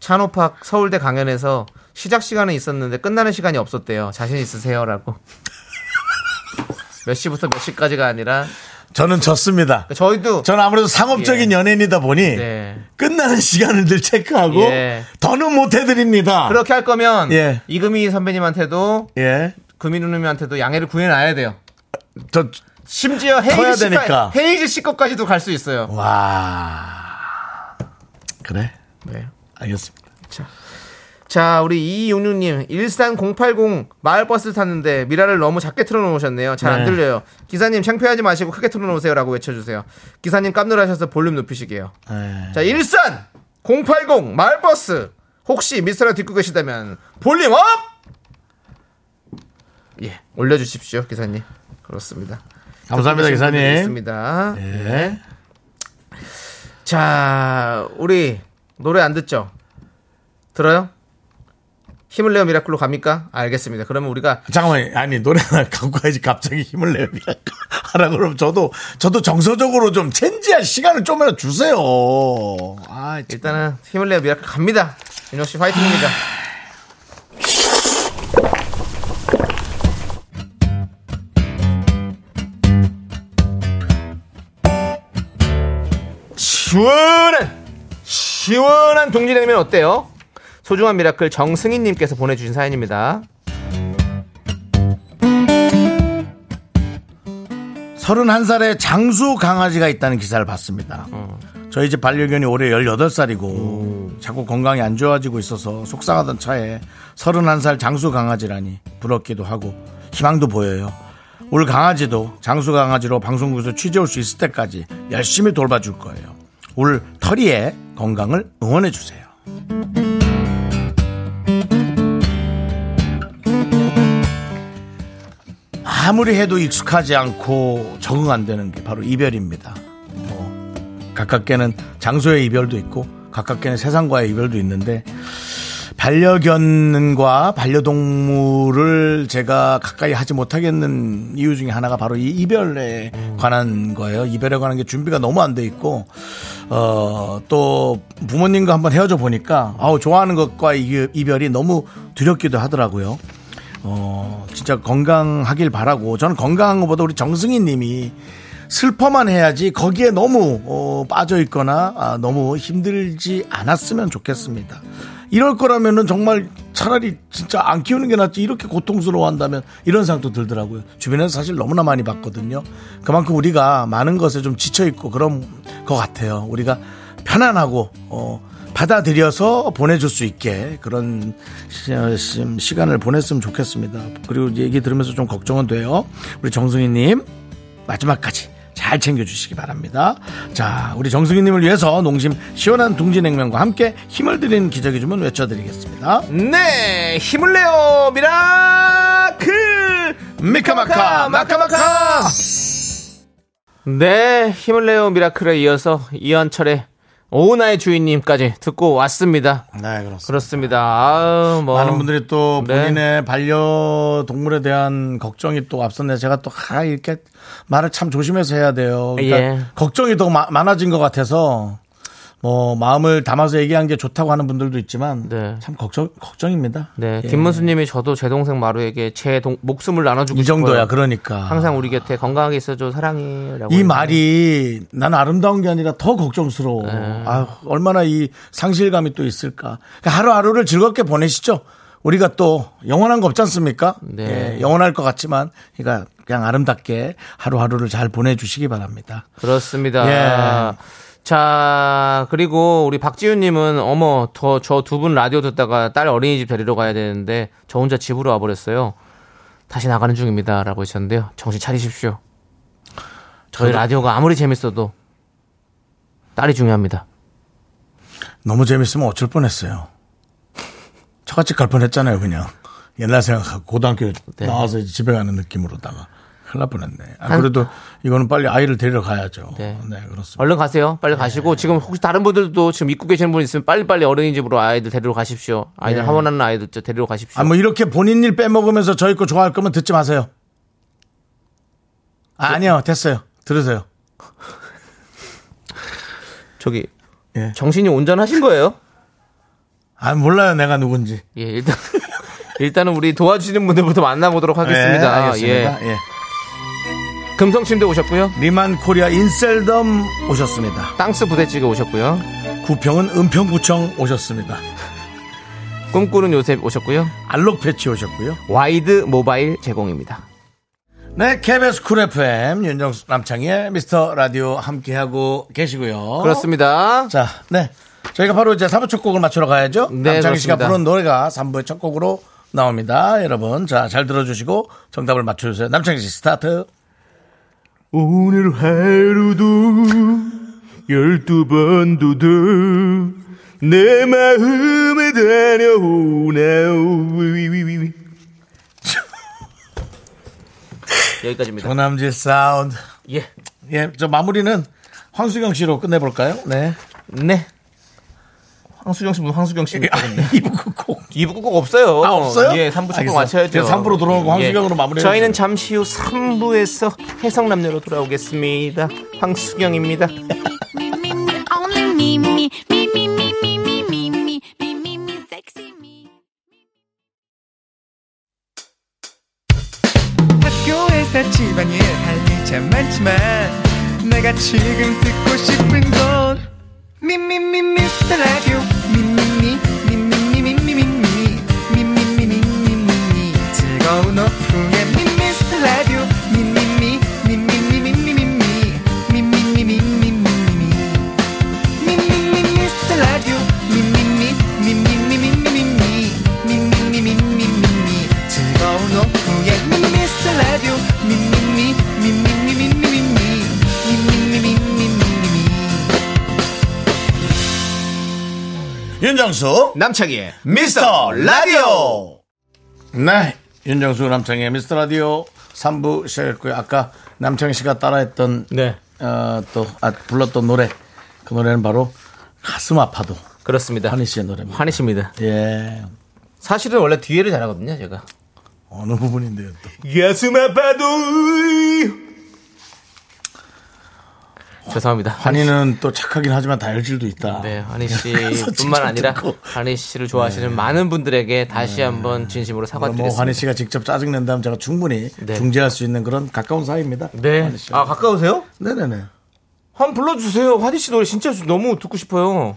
Speaker 4: 찬호팍 서울대 강연에서 시작 시간은 있었는데 끝나는 시간이 없었대요. 자신 있으세요라고. 몇 시부터 몇 시까지가 아니라 그러니까
Speaker 3: 저는 졌습니다.
Speaker 4: 저희도
Speaker 3: 저는 아무래도 상업적인 연예인이다 보니
Speaker 4: 네.
Speaker 3: 끝나는 시간을 늘 체크하고
Speaker 4: 예.
Speaker 3: 더는 못 해드립니다.
Speaker 4: 그렇게 할 거면
Speaker 3: 예.
Speaker 4: 이금희 선배님한테도
Speaker 3: 예.
Speaker 4: 금희 누님한테도 양해를 구해놔야 돼요.
Speaker 3: 저,
Speaker 4: 심지어
Speaker 3: 커야
Speaker 4: 헤이즈
Speaker 3: 되니까.
Speaker 4: 씨까 헤이즈 씨 것까지도 갈 수 있어요.
Speaker 3: 와. 그래.
Speaker 4: 네.
Speaker 3: 알겠습니다.
Speaker 4: 자, 우리 2266님, 일산 080 마을버스 탔는데 미라를 너무 작게 틀어놓으셨네요. 잘 안
Speaker 3: 네.
Speaker 4: 들려요. 기사님, 창피하지 마시고 크게 틀어놓으세요. 라고 외쳐주세요. 기사님 깜놀하셔서 볼륨 높이시게요.
Speaker 3: 예.
Speaker 4: 자, 일산 080 마을버스. 혹시 미스터라 듣고 계시다면 볼륨 업! 예, 올려주십시오, 기사님. 그렇습니다. 네.
Speaker 3: 감사합니다,
Speaker 4: 듣고 계신 분들이
Speaker 3: 기사님.
Speaker 4: 있습니다.
Speaker 3: 예.
Speaker 4: 자, 우리 노래 안 듣죠? 들어요? 힘을 내어 미라클로 갑니까? 알겠습니다. 그러면 우리가
Speaker 3: 잠깐만, 아니, 노래 하나 갖고 가야지 갑자기 힘을 내요. 하라 그러면 저도, 저도 정서적으로 좀 첸지할 시간을 좀이라도 주세요. 아, 참.
Speaker 4: 일단은 힘을 내어 미라클 갑니다. 윤혁 씨 화이팅입니다. 시원한 시원한 동지냉면 어때요? 소중한 미라클 정승희님께서 보내주신 사연입니다.
Speaker 3: 서른한 살의 장수 강아지가 있다는 기사를 봤습니다. 저희 집 반려견이 올해 18살이고 자꾸 건강이 안 좋아지고 있어서 속상하던 차에 서른한 살 장수 강아지라니 부럽기도 하고 희망도 보여요. 올 강아지도 장수 강아지로 방송국에서 취재올 수 있을 때까지 열심히 돌봐줄 거예요. 올 터리의 건강을 응원해 주세요. 아무리 해도 익숙하지 않고 적응 안 되는 게 바로 이별입니다. 뭐 가깝게는 장소의 이별도 있고 가깝게는 세상과의 이별도 있는데 반려견과 반려동물을 제가 가까이 하지 못하겠는 이유 중에 하나가 바로 이 이별에 관한 거예요. 이별에 관한 게 준비가 너무 안 돼 있고, 어, 또 부모님과 한번 헤어져 보니까, 아우, 좋아하는 것과 이- 이별이 너무 두렵기도 하더라고요. 어, 진짜 건강하길 바라고, 저는 건강한 것보다 우리 정승희 님이 슬퍼만 해야지 거기에 너무 어, 빠져 있거나 아, 너무 힘들지 않았으면 좋겠습니다. 이럴 거라면은 정말 차라리 진짜 안 키우는 게 낫지 이렇게 고통스러워한다면 이런 생각도 들더라고요. 주변에서 사실 너무나 많이 봤거든요. 그만큼 우리가 많은 것에 좀 지쳐 있고 그런 것 같아요. 우리가 편안하고 어, 받아들여서 보내줄 수 있게 그런 시- 시- 시간을 보냈으면 좋겠습니다. 그리고 이제 얘기 들으면서 좀 걱정은 돼요. 우리 정승희님 마지막까지 잘 챙겨주시기 바랍니다. 자, 우리 정승희님을 위해서 농심 시원한 둥지냉면과 함께 힘을 드리는 기적의 주문 외쳐드리겠습니다.
Speaker 4: 네, 힘을 내요, 미라클!
Speaker 3: 미카마카, 마카마카!
Speaker 4: 네, 힘을 내요, 미라클에 이어서 이현철의 오은아의 주인님까지 듣고 왔습니다.
Speaker 3: 네, 그렇습니다.
Speaker 4: 그렇습니다. 아우, 뭐.
Speaker 3: 많은 분들이 또
Speaker 4: 네.
Speaker 3: 본인의 반려동물에 대한 걱정이 또 앞섰네. 제가 또, 하, 이렇게 말을 참 조심해서 해야 돼요. 그러니까
Speaker 4: 예.
Speaker 3: 걱정이 더 마- 많아진 것 같아서 뭐, 마음을 담아서 얘기한 게 좋다고 하는 분들도 있지만
Speaker 4: 네.
Speaker 3: 참 걱정, 걱정입니다.
Speaker 4: 네,
Speaker 3: 예.
Speaker 4: 김문수님이 저도 제 동생 마루에게 제 동- 목숨을 나눠주고
Speaker 3: 이 정도야,
Speaker 4: 싶어요.
Speaker 3: 그러니까.
Speaker 4: 항상 우리 곁에 건강하게 있어줘 사랑해라고
Speaker 3: 이 말이 난 아름다운 게 아니라 더 걱정스러워.
Speaker 4: 네.
Speaker 3: 아유, 얼마나 이 상실감이 또 있을까. 그러니까 하루하루를 즐겁게 보내시죠. 우리가 또 영원한 거 없지 않습니까?
Speaker 4: 네.
Speaker 3: 예, 영원할 것 같지만, 그러니까 그냥 아름답게 하루하루를 잘 보내주시기 바랍니다.
Speaker 4: 그렇습니다.
Speaker 3: 예.
Speaker 4: 자 그리고 우리 박지윤님은 어머 저 두 분 라디오 듣다가 딸 어린이집 데리러 가야 되는데 저 혼자 집으로 와버렸어요. 다시 나가는 중입니다라고 하셨는데요. 정신 차리십시오. 저희 라디오가 아무리 재밌어도 딸이 중요합니다.
Speaker 3: 너무 재밌으면 어쩔 뻔했어요. 처갓집 갈 뻔했잖아요, 그냥. 옛날 생각하고 고등학교
Speaker 4: 네.
Speaker 3: 나와서 이제 집에 가는 느낌으로다가. 큰일 날 뻔했네. 아, 그래도 이거는 빨리 아이를 데리러 가야죠.
Speaker 4: 네.
Speaker 3: 네 그렇습니다.
Speaker 4: 얼른 가세요.
Speaker 3: 예.
Speaker 4: 빨리 가시고 지금 혹시 다른 분들도 지금 입고 계시는 분 있으면 빨리빨리 어린이집으로 아이들 데리러 가십시오. 아이들
Speaker 3: 예.
Speaker 4: 하원하는 아이들 저 데리러 가십시오.
Speaker 3: 아, 뭐 이렇게 본인 일 빼먹으면서 저희 거 좋아할 거면 듣지 마세요.
Speaker 4: 네.
Speaker 3: 아, 니요 됐어요. 들으세요.
Speaker 4: 저기
Speaker 3: 예.
Speaker 4: 정신이 온전하신 거예요?
Speaker 3: 아, 몰라요. 내가 누군지.
Speaker 4: 예, 일단 일단은 우리 도와주시는 분들부터 만나보도록
Speaker 3: 예,
Speaker 4: 하겠습니다.
Speaker 3: 알겠습니다. 예.
Speaker 4: 예. 금성침대 오셨고요.
Speaker 3: 리만 코리아 인셀덤 오셨습니다.
Speaker 4: 땅스 부대찌개 오셨고요.
Speaker 3: 구평은 은평구청 오셨습니다.
Speaker 4: 꿈꾸는 요셉 오셨고요.
Speaker 3: 알록 패치 오셨고요.
Speaker 4: 와이드 모바일 제공입니다.
Speaker 3: 네, KBS 쿨 FM 윤정수 남창희의 미스터 라디오 함께하고 계시고요.
Speaker 4: 그렇습니다.
Speaker 3: 자, 네. 저희가 바로 이제 3부 첫 곡을 맞추러 가야죠.
Speaker 4: 네,
Speaker 3: 남창희 씨가
Speaker 4: 그렇습니다.
Speaker 3: 부른 노래가 3부의 첫 곡으로 나옵니다. 여러분, 자, 잘 들어주시고 정답을 맞춰주세요. 남창희 씨 스타트.
Speaker 4: 오늘 하루도 열두 번도 더내 마음에 다녀오나오 여기까지입니다.
Speaker 3: 조남지 사운드.
Speaker 4: 예.
Speaker 3: 예, 저 마무리는 황수경 씨로 끝내볼까요? 네.
Speaker 4: 네. 황수경 씨, 뭐 황수경 씨.
Speaker 3: 아,
Speaker 4: 그
Speaker 3: 이부 곡.
Speaker 4: 2부 꼭 없어요.
Speaker 3: 아, 없어요?
Speaker 4: 예, 3부 첫 곡
Speaker 3: 알겠어요.
Speaker 4: 맞춰야죠. 예.
Speaker 3: 그래서 3부로 돌아오고 황수경으로 마무리해요.
Speaker 4: 저희는 잠시 후 3부에서 해성남녀로 돌아오겠습니다. 황수경입니다.
Speaker 6: me, me, me, only me, me, me, me, me, me, me, me, me, me, me, me, sexy me.
Speaker 8: 학교에서 집안일 할 일 참 많지만 내가 지금 듣고 싶은 건 미미미 미스터 라디오 미미미 미미미미미미 미미미미미미 즐거운 오후에 미스터 라디오 미미미 미미미미미미 미미미미미미미 미미미 미스터 라디오 미미미 미미미미미미 예, 미미미미미미 즐거운 오후에 Mr. Radio.
Speaker 5: 윤정수
Speaker 4: 남창희의
Speaker 5: 미스터 라디오
Speaker 3: 네. 윤정수 남창의 미스터 라디오 3부 시작했고요. 아까 남창희 씨가 따라했던
Speaker 4: 네.
Speaker 3: 어, 또 아, 불렀던 노래. 그 노래는 바로 가슴 아파도
Speaker 4: 그렇습니다.
Speaker 3: 한희 씨의 노래입니다.
Speaker 4: 환희 씨입니다.
Speaker 3: 예.
Speaker 4: 사실은 원래 뒤에를 잘하거든요, 제가.
Speaker 3: 어느 부분인데요? 또.
Speaker 4: 가슴 아파도. 죄송합니다.
Speaker 3: 환희는 또 착하긴 하지만 다혈질도 있다.
Speaker 4: 네, 한희
Speaker 3: 그래서
Speaker 4: 씨뿐만
Speaker 3: 직접
Speaker 4: 아니라
Speaker 3: 듣고. 네.
Speaker 4: 한희 씨를 좋아하시는 많은 분들에게 다시 한번 진심으로
Speaker 3: 뭐
Speaker 4: 사과드리겠습니다.
Speaker 3: 환희 씨가 직접 짜증 낸다면 제가 충분히
Speaker 4: 네.
Speaker 3: 중재할 수 있는 그런 가까운 사이입니다.
Speaker 4: 네.
Speaker 3: 환희 씨.
Speaker 4: 아, 가까우세요?
Speaker 3: 네네네.
Speaker 4: 한번 불러주세요. 환희 씨 노래 진짜 너무 듣고 싶어요.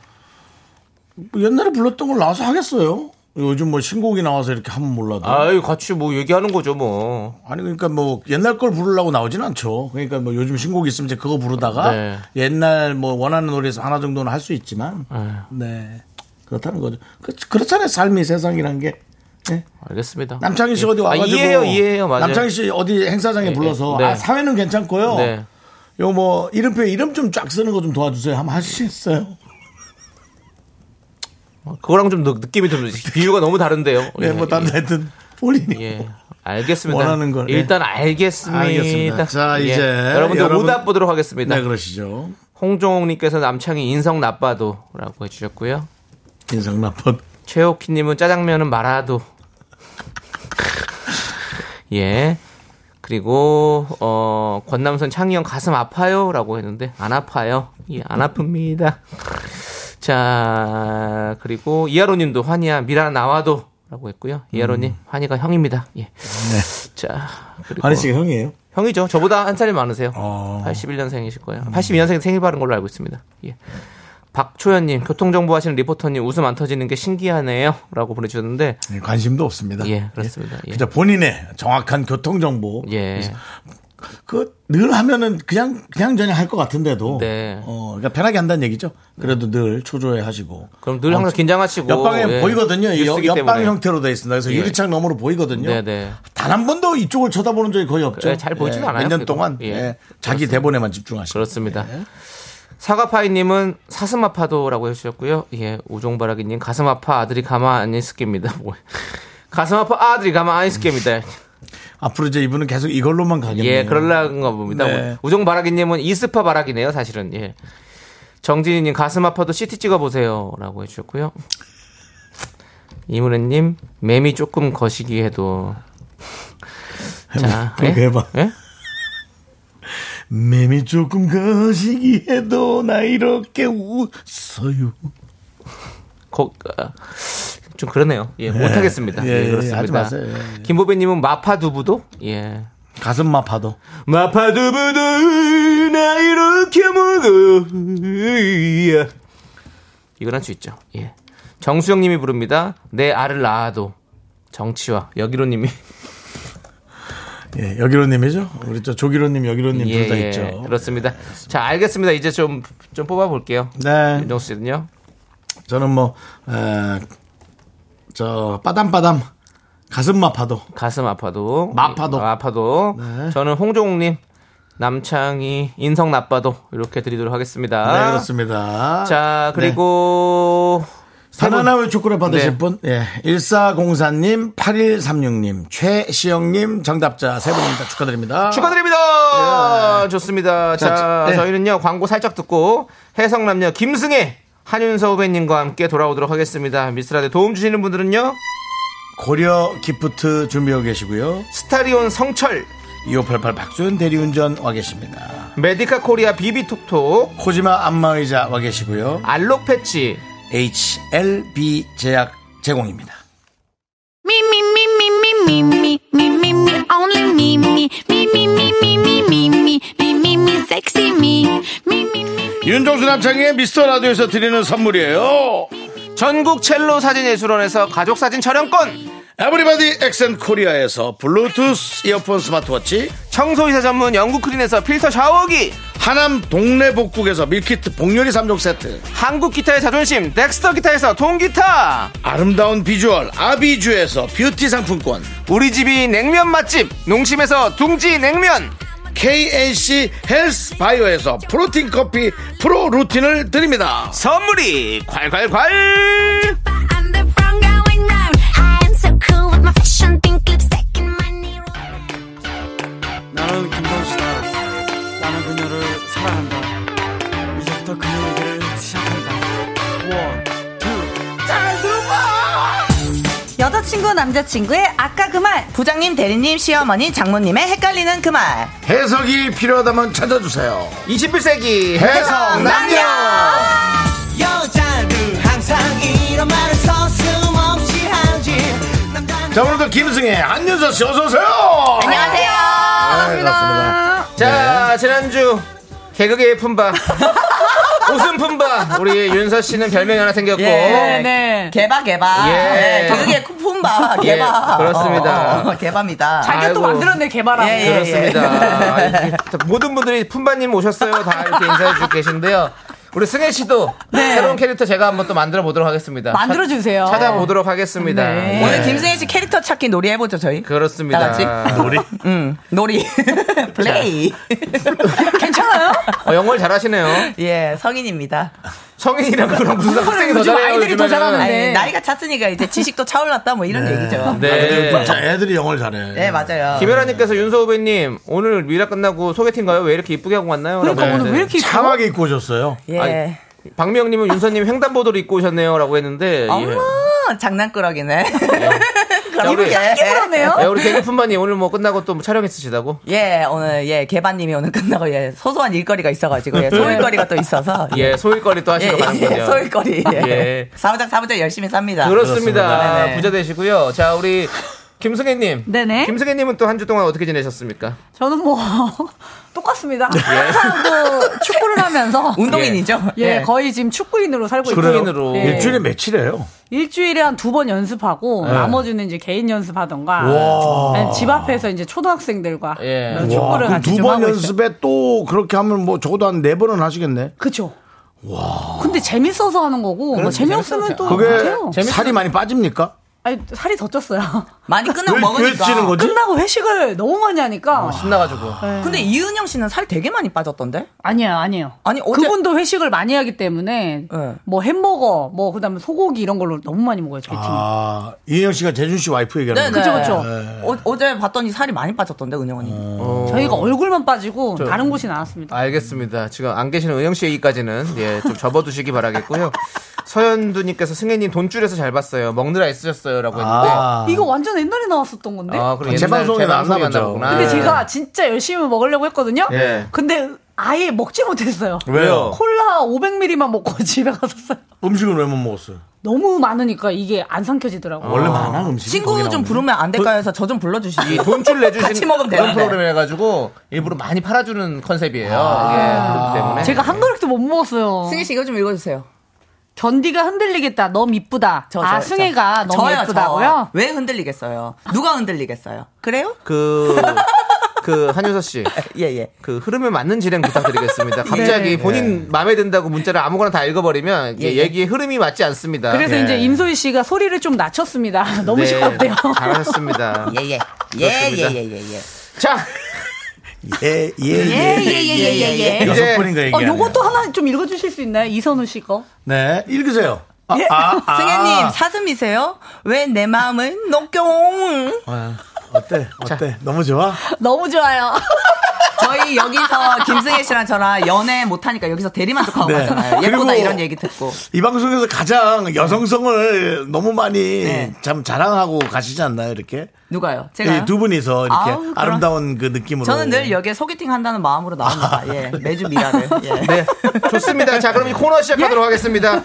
Speaker 3: 뭐 옛날에 불렀던 걸 나와서 하겠어요. 요즘 뭐 신곡이 나와서 이렇게 하면 몰라도.
Speaker 4: 아유, 같이 뭐 얘기하는 거죠, 뭐.
Speaker 3: 아니 그러니까 뭐 옛날 걸 부르려고 나오진 않죠. 그러니까 뭐 요즘 신곡이 있으면 이제 그거 부르다가
Speaker 4: 네.
Speaker 3: 옛날 뭐 원하는 노래에서 하나 정도는 할 수 있지만 네 그렇다는 거죠. 그, 그렇잖아요. 삶이 세상이란 게. 네.
Speaker 4: 알겠습니다.
Speaker 3: 남창희 씨 어디
Speaker 4: 아,
Speaker 3: 와가지고
Speaker 4: 이해해요, 이해해요. 맞아요.
Speaker 3: 남창희 씨 어디 행사장에
Speaker 4: 예,
Speaker 3: 불러서
Speaker 4: 네.
Speaker 3: 아 사회는 괜찮고요.
Speaker 4: 네.
Speaker 3: 요 뭐 이름표에 이름 좀 쫙 쓰는 거 좀 도와주세요. 한번 하시겠어요?
Speaker 4: 어, 그거랑 좀 느- 느낌이 좀 비유가 너무 다른데요.
Speaker 3: 네,
Speaker 4: 예,
Speaker 3: 뭐 다른 하여튼 본인이
Speaker 4: 예. 알겠습니다.
Speaker 3: 원하는 걸, 예.
Speaker 4: 일단 알겠습니다.
Speaker 3: 알겠습니다. 자,
Speaker 4: 예.
Speaker 3: 이제
Speaker 4: 여러분들
Speaker 3: 여러분-
Speaker 4: 오답 보도록 하겠습니다.
Speaker 3: 네 그러시죠.
Speaker 4: 홍종욱님께서 남창이 인성 나빠도라고 해주셨고요.
Speaker 3: 인성 나쁜
Speaker 4: 최옥희님은 짜장면은 말아도. 예. 그리고 어 권남선 창희 형 가슴 아파요라고 했는데 안 아파요. 예, 안 아픕니다. 자 그리고 이하로님도 환희야 미라 나와도라고 했고요. 이하로님 환희가 형입니다. 예. 자 그리고
Speaker 3: 음. 네. 아니 지금 형이에요.
Speaker 4: 형이죠. 저보다 한 살이 많으세요.
Speaker 3: 어.
Speaker 4: 81년생이실 거예요. 82년생 생일 바른 걸로 알고 있습니다. 예. 박초연님, 교통정보 하시는 리포터님 웃음 안 터지는 게 신기하네요. 라고 보내주셨는데,
Speaker 3: 네, 관심도 없습니다.
Speaker 4: 예, 그렇습니다. 예.
Speaker 3: 그저 본인의 정확한 교통 정보.
Speaker 4: 예.
Speaker 3: 그 늘 하면은 그냥 그냥 저냥 할 것 같은데도.
Speaker 4: 네.
Speaker 3: 어, 그러니까 편하게 한다는 얘기죠. 그래도 늘 초조해 하시고.
Speaker 4: 그럼 늘 항상 긴장하시고.
Speaker 3: 옆방에
Speaker 4: 예.
Speaker 3: 보이거든요. 이 옆,
Speaker 4: 뉴스기
Speaker 3: 옆방
Speaker 4: 때문에.
Speaker 3: 형태로 되어 있습니다. 그래서
Speaker 4: 예.
Speaker 3: 유리창 너머로 보이거든요.
Speaker 4: 네네.
Speaker 3: 단 한 번도 이쪽을 쳐다보는 적이 거의 없죠.
Speaker 4: 그래, 잘 보진 않아요,
Speaker 3: 몇년
Speaker 4: 그리고.
Speaker 3: 동안
Speaker 4: 예.
Speaker 3: 예, 자기 대본에만 집중하시고.
Speaker 4: 그렇습니다.
Speaker 3: 네.
Speaker 4: 사과파이님은 사슴 아파도라고 해주셨고요. 예, 우종바라기님 가슴 아파 아들이 가만 안 있을게입니다. 뭐. 가슴 아파 아들이 가만 안 있을게입니다.
Speaker 3: 앞으로 이제 이분은 계속 이걸로만 가겠네요.
Speaker 4: 예, 그럴라는가 봅니다.
Speaker 3: 네.
Speaker 4: 우정 바라기님은 이스파 바라기네요, 사실은. 예. 정진희님 가슴 아파도 CT 찍어보세요라고 해주셨고요. 이문혜님 매미 조금 거시기 해도 자,
Speaker 3: 그거 해봐.
Speaker 4: 예?
Speaker 3: 맴이 조금 거시기해도 나 이렇게 웃어요.
Speaker 4: 거, 아, 좀 그러네요. 예, 못하겠습니다.
Speaker 3: 예,
Speaker 4: 예,
Speaker 3: 예,
Speaker 4: 그렇습니다.
Speaker 3: 하지 마세요. 예,
Speaker 4: 김보배님은 마파두부도 예.
Speaker 3: 가슴만 파도.
Speaker 4: 마파두부도 나 이렇게 먹어 이건 할 수 있죠 예. 정수영님이 부릅니다 내 알을 낳아도 정치와 여기로님이
Speaker 3: 예, 여기로님이죠? 우리 저 조기로님, 여기로님 네, 둘 다 있죠.
Speaker 4: 예, 그렇습니다 자 알겠습니다 이제 좀 좀 뽑아볼게요
Speaker 3: 네,
Speaker 4: 윤정수 씨는요
Speaker 3: 저는 뭐, 에, 저, 빠담빠담, 가슴만 파도.
Speaker 4: 가슴 아파도
Speaker 3: 마파도.
Speaker 4: 예, 마파도
Speaker 3: 네.
Speaker 4: 저는 홍종욱님 남창이 인성 나빠도 이렇게 드리도록 하겠습니다
Speaker 3: 네, 그렇습니다.
Speaker 4: 아.
Speaker 3: 네.
Speaker 4: 자 그리고
Speaker 3: 바나나 우유 초콜릿 받으실
Speaker 4: 네.
Speaker 3: 분, 예, 1404님, 8136님, 최시영님, 정답자 세 분입니다. 축하드립니다.
Speaker 4: 축하드립니다. 좋습니다. 예. 자,
Speaker 3: 자, 네.
Speaker 4: 저희는요 예. 광고 살짝 듣고 해성남녀 김승혜 한윤서 후배님과 함께 돌아오도록 하겠습니다. 미스라데 도움 주시는 분들은요
Speaker 3: 고려 기프트 준비하고 계시고요.
Speaker 4: 스타리온 성철,
Speaker 3: 2588 박소연 대리운전 와 계십니다.
Speaker 4: 메디카 코리아 비비톡톡,
Speaker 3: 코지마 안마의자 와 계시고요.
Speaker 4: 알록 패치,
Speaker 3: HLB 제약 제공입니다.
Speaker 6: Me, me, me, me, me, me, me, me, me, me, only me, me, me, me, me, me, me, me, me, me, me, me, sexy me, me, me, me.
Speaker 3: 윤종수 남창의 미스터 라디오에서 드리는 선물이에요.
Speaker 4: 전국 첼로 사진 예술원에서 가족 사진 촬영권,
Speaker 3: 에브리바디 엑센 코리아에서 블루투스 이어폰 스마트워치,
Speaker 4: 청소이사 전문 영국 크린에서 필터 샤워기,
Speaker 3: 하남 동네 복국에서 밀키트 복요리 3종 세트,
Speaker 4: 한국 기타의 자존심 덱스터 기타에서 통기타,
Speaker 3: 아름다운 비주얼 아비주에서 뷰티 상품권,
Speaker 4: 우리 집이 냉면 맛집 농심에서 둥지 냉면.
Speaker 3: KNC 헬스 바이오에서 프로틴 커피 프로 루틴을 드립니다.
Speaker 4: 선물이 콸콸콸
Speaker 7: I'm the front going round. I am so cool with my fashion, pink lipstick and my knee roll.
Speaker 8: 나는 김선수다. 나는 그녀를 사랑한다. 이제부터 그녀에게 시작한다. 원, 투, 잘 들어봐!
Speaker 9: 여자친구 남자친구의 아까 그 말 부장님 대리님 시어머니 장모님의 헷갈리는 그 말
Speaker 3: 해석이 필요하다면 찾아주세요.
Speaker 4: 21세기
Speaker 3: 해석 남녀.
Speaker 8: 여자들 항상 이런 말을 서슴없이 하지. 남자는
Speaker 3: 자 오늘도 김승혜 안윤서 씨 어서 오세요.
Speaker 9: 안녕하세요
Speaker 3: 네, 반갑습니다.
Speaker 4: 자 지난주 개그계의 품바 웃음 품바 우리 윤서 씨는 별명이 하나 생겼고
Speaker 9: 예, 개바 개바
Speaker 4: 네, 예.
Speaker 9: 네, 개그의 쿠폰바 개바
Speaker 4: 예, 그렇습니다.
Speaker 9: 어, 어, 개바입니다
Speaker 4: 자기가 또 아이고. 만들었네,
Speaker 9: 개바라고 예, 예,
Speaker 4: 그렇습니다. 아, 이렇게 다 모든 분들이 품바님 오셨어요. 다 이렇게 인사해주고 계신데요. 우리 승혜 씨도 새로운 캐릭터 제가 한번 또 네. 만들어 보도록 하겠습니다.
Speaker 9: 만들어주세요.
Speaker 4: 찾- 찾아보도록 하겠습니다.
Speaker 9: 예.
Speaker 4: 예.
Speaker 9: 오늘 김승혜 씨 캐릭터 찾기 놀이 해보죠 저희 다 같이?
Speaker 4: 그렇습니다.
Speaker 3: 아, 우리
Speaker 9: 응 놀이 플레이 괜찮아요?
Speaker 4: 어, 영어를 잘하시네요.
Speaker 9: 예 성인입니다
Speaker 4: 성인이랑 그런 무슨 학생이 더 잘해요. 아이들이 더 잘하는데.
Speaker 9: 아니, 나이가 찼으니까 이제 지식도 차올랐다 뭐 이런 얘기죠
Speaker 4: 네.
Speaker 3: 자, 아, 애들이 영어를 잘해.
Speaker 9: 네 맞아요
Speaker 4: 김연아님께서 윤서 후배님 오늘 미라 끝나고 소개팅 가요? 왜 이렇게 이쁘게 하고 왔나요? 그러니까 오늘 왜 이렇게
Speaker 3: 참하게 입고 오셨어요.
Speaker 9: 예.
Speaker 4: 아니, 박미영님은 윤서님 횡단보도를 입고 오셨네요라고 했는데
Speaker 9: 아.
Speaker 4: 예. 어.
Speaker 9: 어머 장난꾸러기네.
Speaker 4: 자, 우리-
Speaker 9: 그러네요.
Speaker 4: 예, 우리 개그품만님 오늘 뭐 끝나고 또 촬영 있으시다고?
Speaker 9: 예, 오늘 예 개반님이 오늘 끝나고 예 소소한 일거리가 있어가지고 예 소일거리가 또 있어서
Speaker 4: 네. 예 소일거리 또 하시러 가는 거죠.
Speaker 9: 소일거리
Speaker 4: 예.
Speaker 9: 예. 사무장 사무장 열심히 삽니다.
Speaker 4: 그렇습니다.
Speaker 9: 네네.
Speaker 4: 부자 되시고요. 자 우리 김승혜님.
Speaker 9: 네네.
Speaker 4: 김승혜님은 또 한 주 동안 어떻게 지내셨습니까?
Speaker 9: 저는 뭐 똑같습니다. 항상 또 축구를 하면서 운동인이죠. 예, 거의 지금 축구인으로 살고
Speaker 3: 그래요? 예.
Speaker 4: 인으로.
Speaker 3: 네. 일주일에 며칠이에요?
Speaker 9: 일주일에 한 두 번 연습하고
Speaker 8: 네.
Speaker 9: 나머지는 이제 개인
Speaker 3: 와.
Speaker 9: 연습하던가 아니면 집 앞에서 이제 초등학생들과
Speaker 4: 예.
Speaker 3: 네.
Speaker 9: 이런 축구를 네. 같이 좀
Speaker 3: 그 두번
Speaker 9: 하고 있어요.
Speaker 3: 연습에 또 그렇게 하면 뭐 적어도 한 네 번은 하시겠네.
Speaker 9: 그쵸. 근데 재밌어서 하는 거고 뭐 재미없으면 또
Speaker 3: 그게
Speaker 9: 못해요.
Speaker 3: 살이 많이 빠집니까?
Speaker 9: 아니 살이 더 쪘어요. 많이 끝나고
Speaker 3: 왜- 왜 찌는 거지?
Speaker 9: 끝나고 회식을 너무 많이 하니까.
Speaker 4: 아. 신나가지고.
Speaker 9: 근데 이은영 씨는 살 되게 많이 빠졌던데? 아니에요, 아니에요. 아니 그분도 회식을 많이 하기 때문에 뭐 햄버거, 뭐 그다음에 소고기 이런 걸로 너무 많이 먹어요 저희 팀.
Speaker 3: 아, 이은영 씨가 재준 씨 와이프 얘기하는
Speaker 9: 그죠,
Speaker 3: 거죠.
Speaker 9: 그죠.
Speaker 3: 네.
Speaker 9: 네, 어, 제 봤더니 살이 많이 빠졌던데 은영
Speaker 4: 아,
Speaker 9: 언니. 저희가 얼굴만 빠지고 다른 곳이 나왔습니다.
Speaker 4: 알겠습니다. 지금 안 계시는 은영 씨 얘기까지는 예, 좀 접어두시기 바라겠고요. 서현두님께서 승혜님 돈 줄여서 잘 봤어요. 먹느라 애쓰셨어요라고 했는데. 아,
Speaker 3: 아,
Speaker 9: 이거 완전 옛날에 나왔었던 건데.
Speaker 4: 그럼
Speaker 3: 제 방송에 나왔나 보죠.
Speaker 9: 근데
Speaker 4: 네.
Speaker 9: 제가 진짜 열심히 먹으려고 했거든요.
Speaker 4: 예.
Speaker 9: 근데 아예 먹지 못했어요.
Speaker 4: 왜요?
Speaker 9: 콜라 500ml만 먹고 집에 갔었어요.
Speaker 3: 네. 음식은 왜 못 먹었어요?
Speaker 9: 너무 많으니까 이게 안 삼켜지더라고요.
Speaker 3: 원래 많아 음식. 친구 좀 부르면
Speaker 9: 안 될까 해서 저 좀 불러주시지.
Speaker 4: 돈 줄 내주신 그런
Speaker 9: 먹으면 되는데.
Speaker 4: 프로그램 해가지고 일부러 많이 팔아주는 컨셉이에요. 예, 그렇기 때문에
Speaker 9: 제가 한 그릇도 못 먹었어요. 승희 씨 이거 좀 읽어주세요. 견디가 흔들리겠다. 너무 이쁘다. 아 승희가 너무 예쁘다고요? 왜 흔들리겠어요? 누가 흔들리겠어요? 그래요?
Speaker 4: 그. 그 한효서 씨,
Speaker 9: 예예.
Speaker 4: 그 흐름에 맞는 진행 부탁드리겠습니다.
Speaker 9: 네.
Speaker 4: 갑자기 본인 마음에 든다고 문자를 아무거나 다 읽어버리면 이게 얘기의 흐름이 맞지 않습니다.
Speaker 9: 예,
Speaker 4: 예.
Speaker 9: 그래서 이제 임소희 씨가 소리를 좀 낮췄습니다. 너무 시끄럽대요.
Speaker 4: 네. 아, 잘하셨습니다.
Speaker 9: 예예.
Speaker 4: 그렇습니다.
Speaker 9: 예.
Speaker 4: 자,
Speaker 3: 예, 예, 예.
Speaker 9: 예예예예예.
Speaker 3: 여섯
Speaker 4: 이제-
Speaker 3: 번인가
Speaker 9: 어,
Speaker 3: 얘기하네요.
Speaker 9: 요것도 하나 좀 읽어주실 수 있나요? 이선우 씨 거.
Speaker 3: 네, 읽으세요. 아, 아, 아.
Speaker 9: 예. 승혜님, 사슴이세요? 왜 내 마음은 녹용?
Speaker 3: 아, 어때? 어때? 너무 좋아?
Speaker 9: 너무 좋아요. 저희 여기서 김승혜 씨랑 저랑 연애 못하니까 여기서 대리만족하고
Speaker 3: 네.
Speaker 9: 가잖아요. 예쁘다
Speaker 3: 그리고-
Speaker 9: 이런 얘기 듣고.
Speaker 3: 이 방송에서 가장 여성성을 너무 많이
Speaker 9: 네.
Speaker 3: 참 자랑하고 가시지 않나요, 이렇게?
Speaker 9: 누가요?
Speaker 3: 이
Speaker 9: 제가요?
Speaker 3: 예, 두 분이서 이렇게
Speaker 9: 아우, 그럼.
Speaker 3: 아름다운 그 느낌으로.
Speaker 9: 저는 늘 여기에 소개팅 한다는 마음으로 나옵니다. 예, 매주 미라를. 예.
Speaker 4: 네, 좋습니다. 자, 그럼 이 코너 시작하도록 하겠습니다.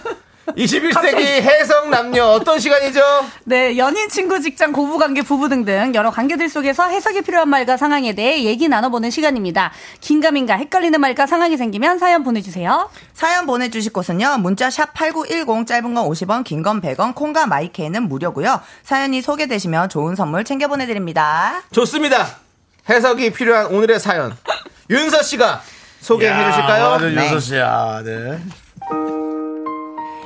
Speaker 4: 21세기 해성 남녀 어떤 시간이죠?
Speaker 9: 네, 연인, 친구, 직장, 고부관계, 부부 등등 여러 관계들 속에서 해석이 필요한 말과 상황에 대해 얘기 나눠보는 시간입니다. 긴가민가 헷갈리는 말과 상황이 생기면 사연 보내주세요. 사연 보내주실 곳은요. 문자 샵 8910 짧은 건 50원, 긴 건 100원, 콩과 마이케이는 무료고요. 사연이 소개되시면 좋은 선물 챙겨 보내드립니다.
Speaker 4: 좋습니다. 해석이 필요한 오늘의 사연. 윤서 씨가 소개해 주실까요? 네.
Speaker 3: 맞아, 윤서 씨야. 네.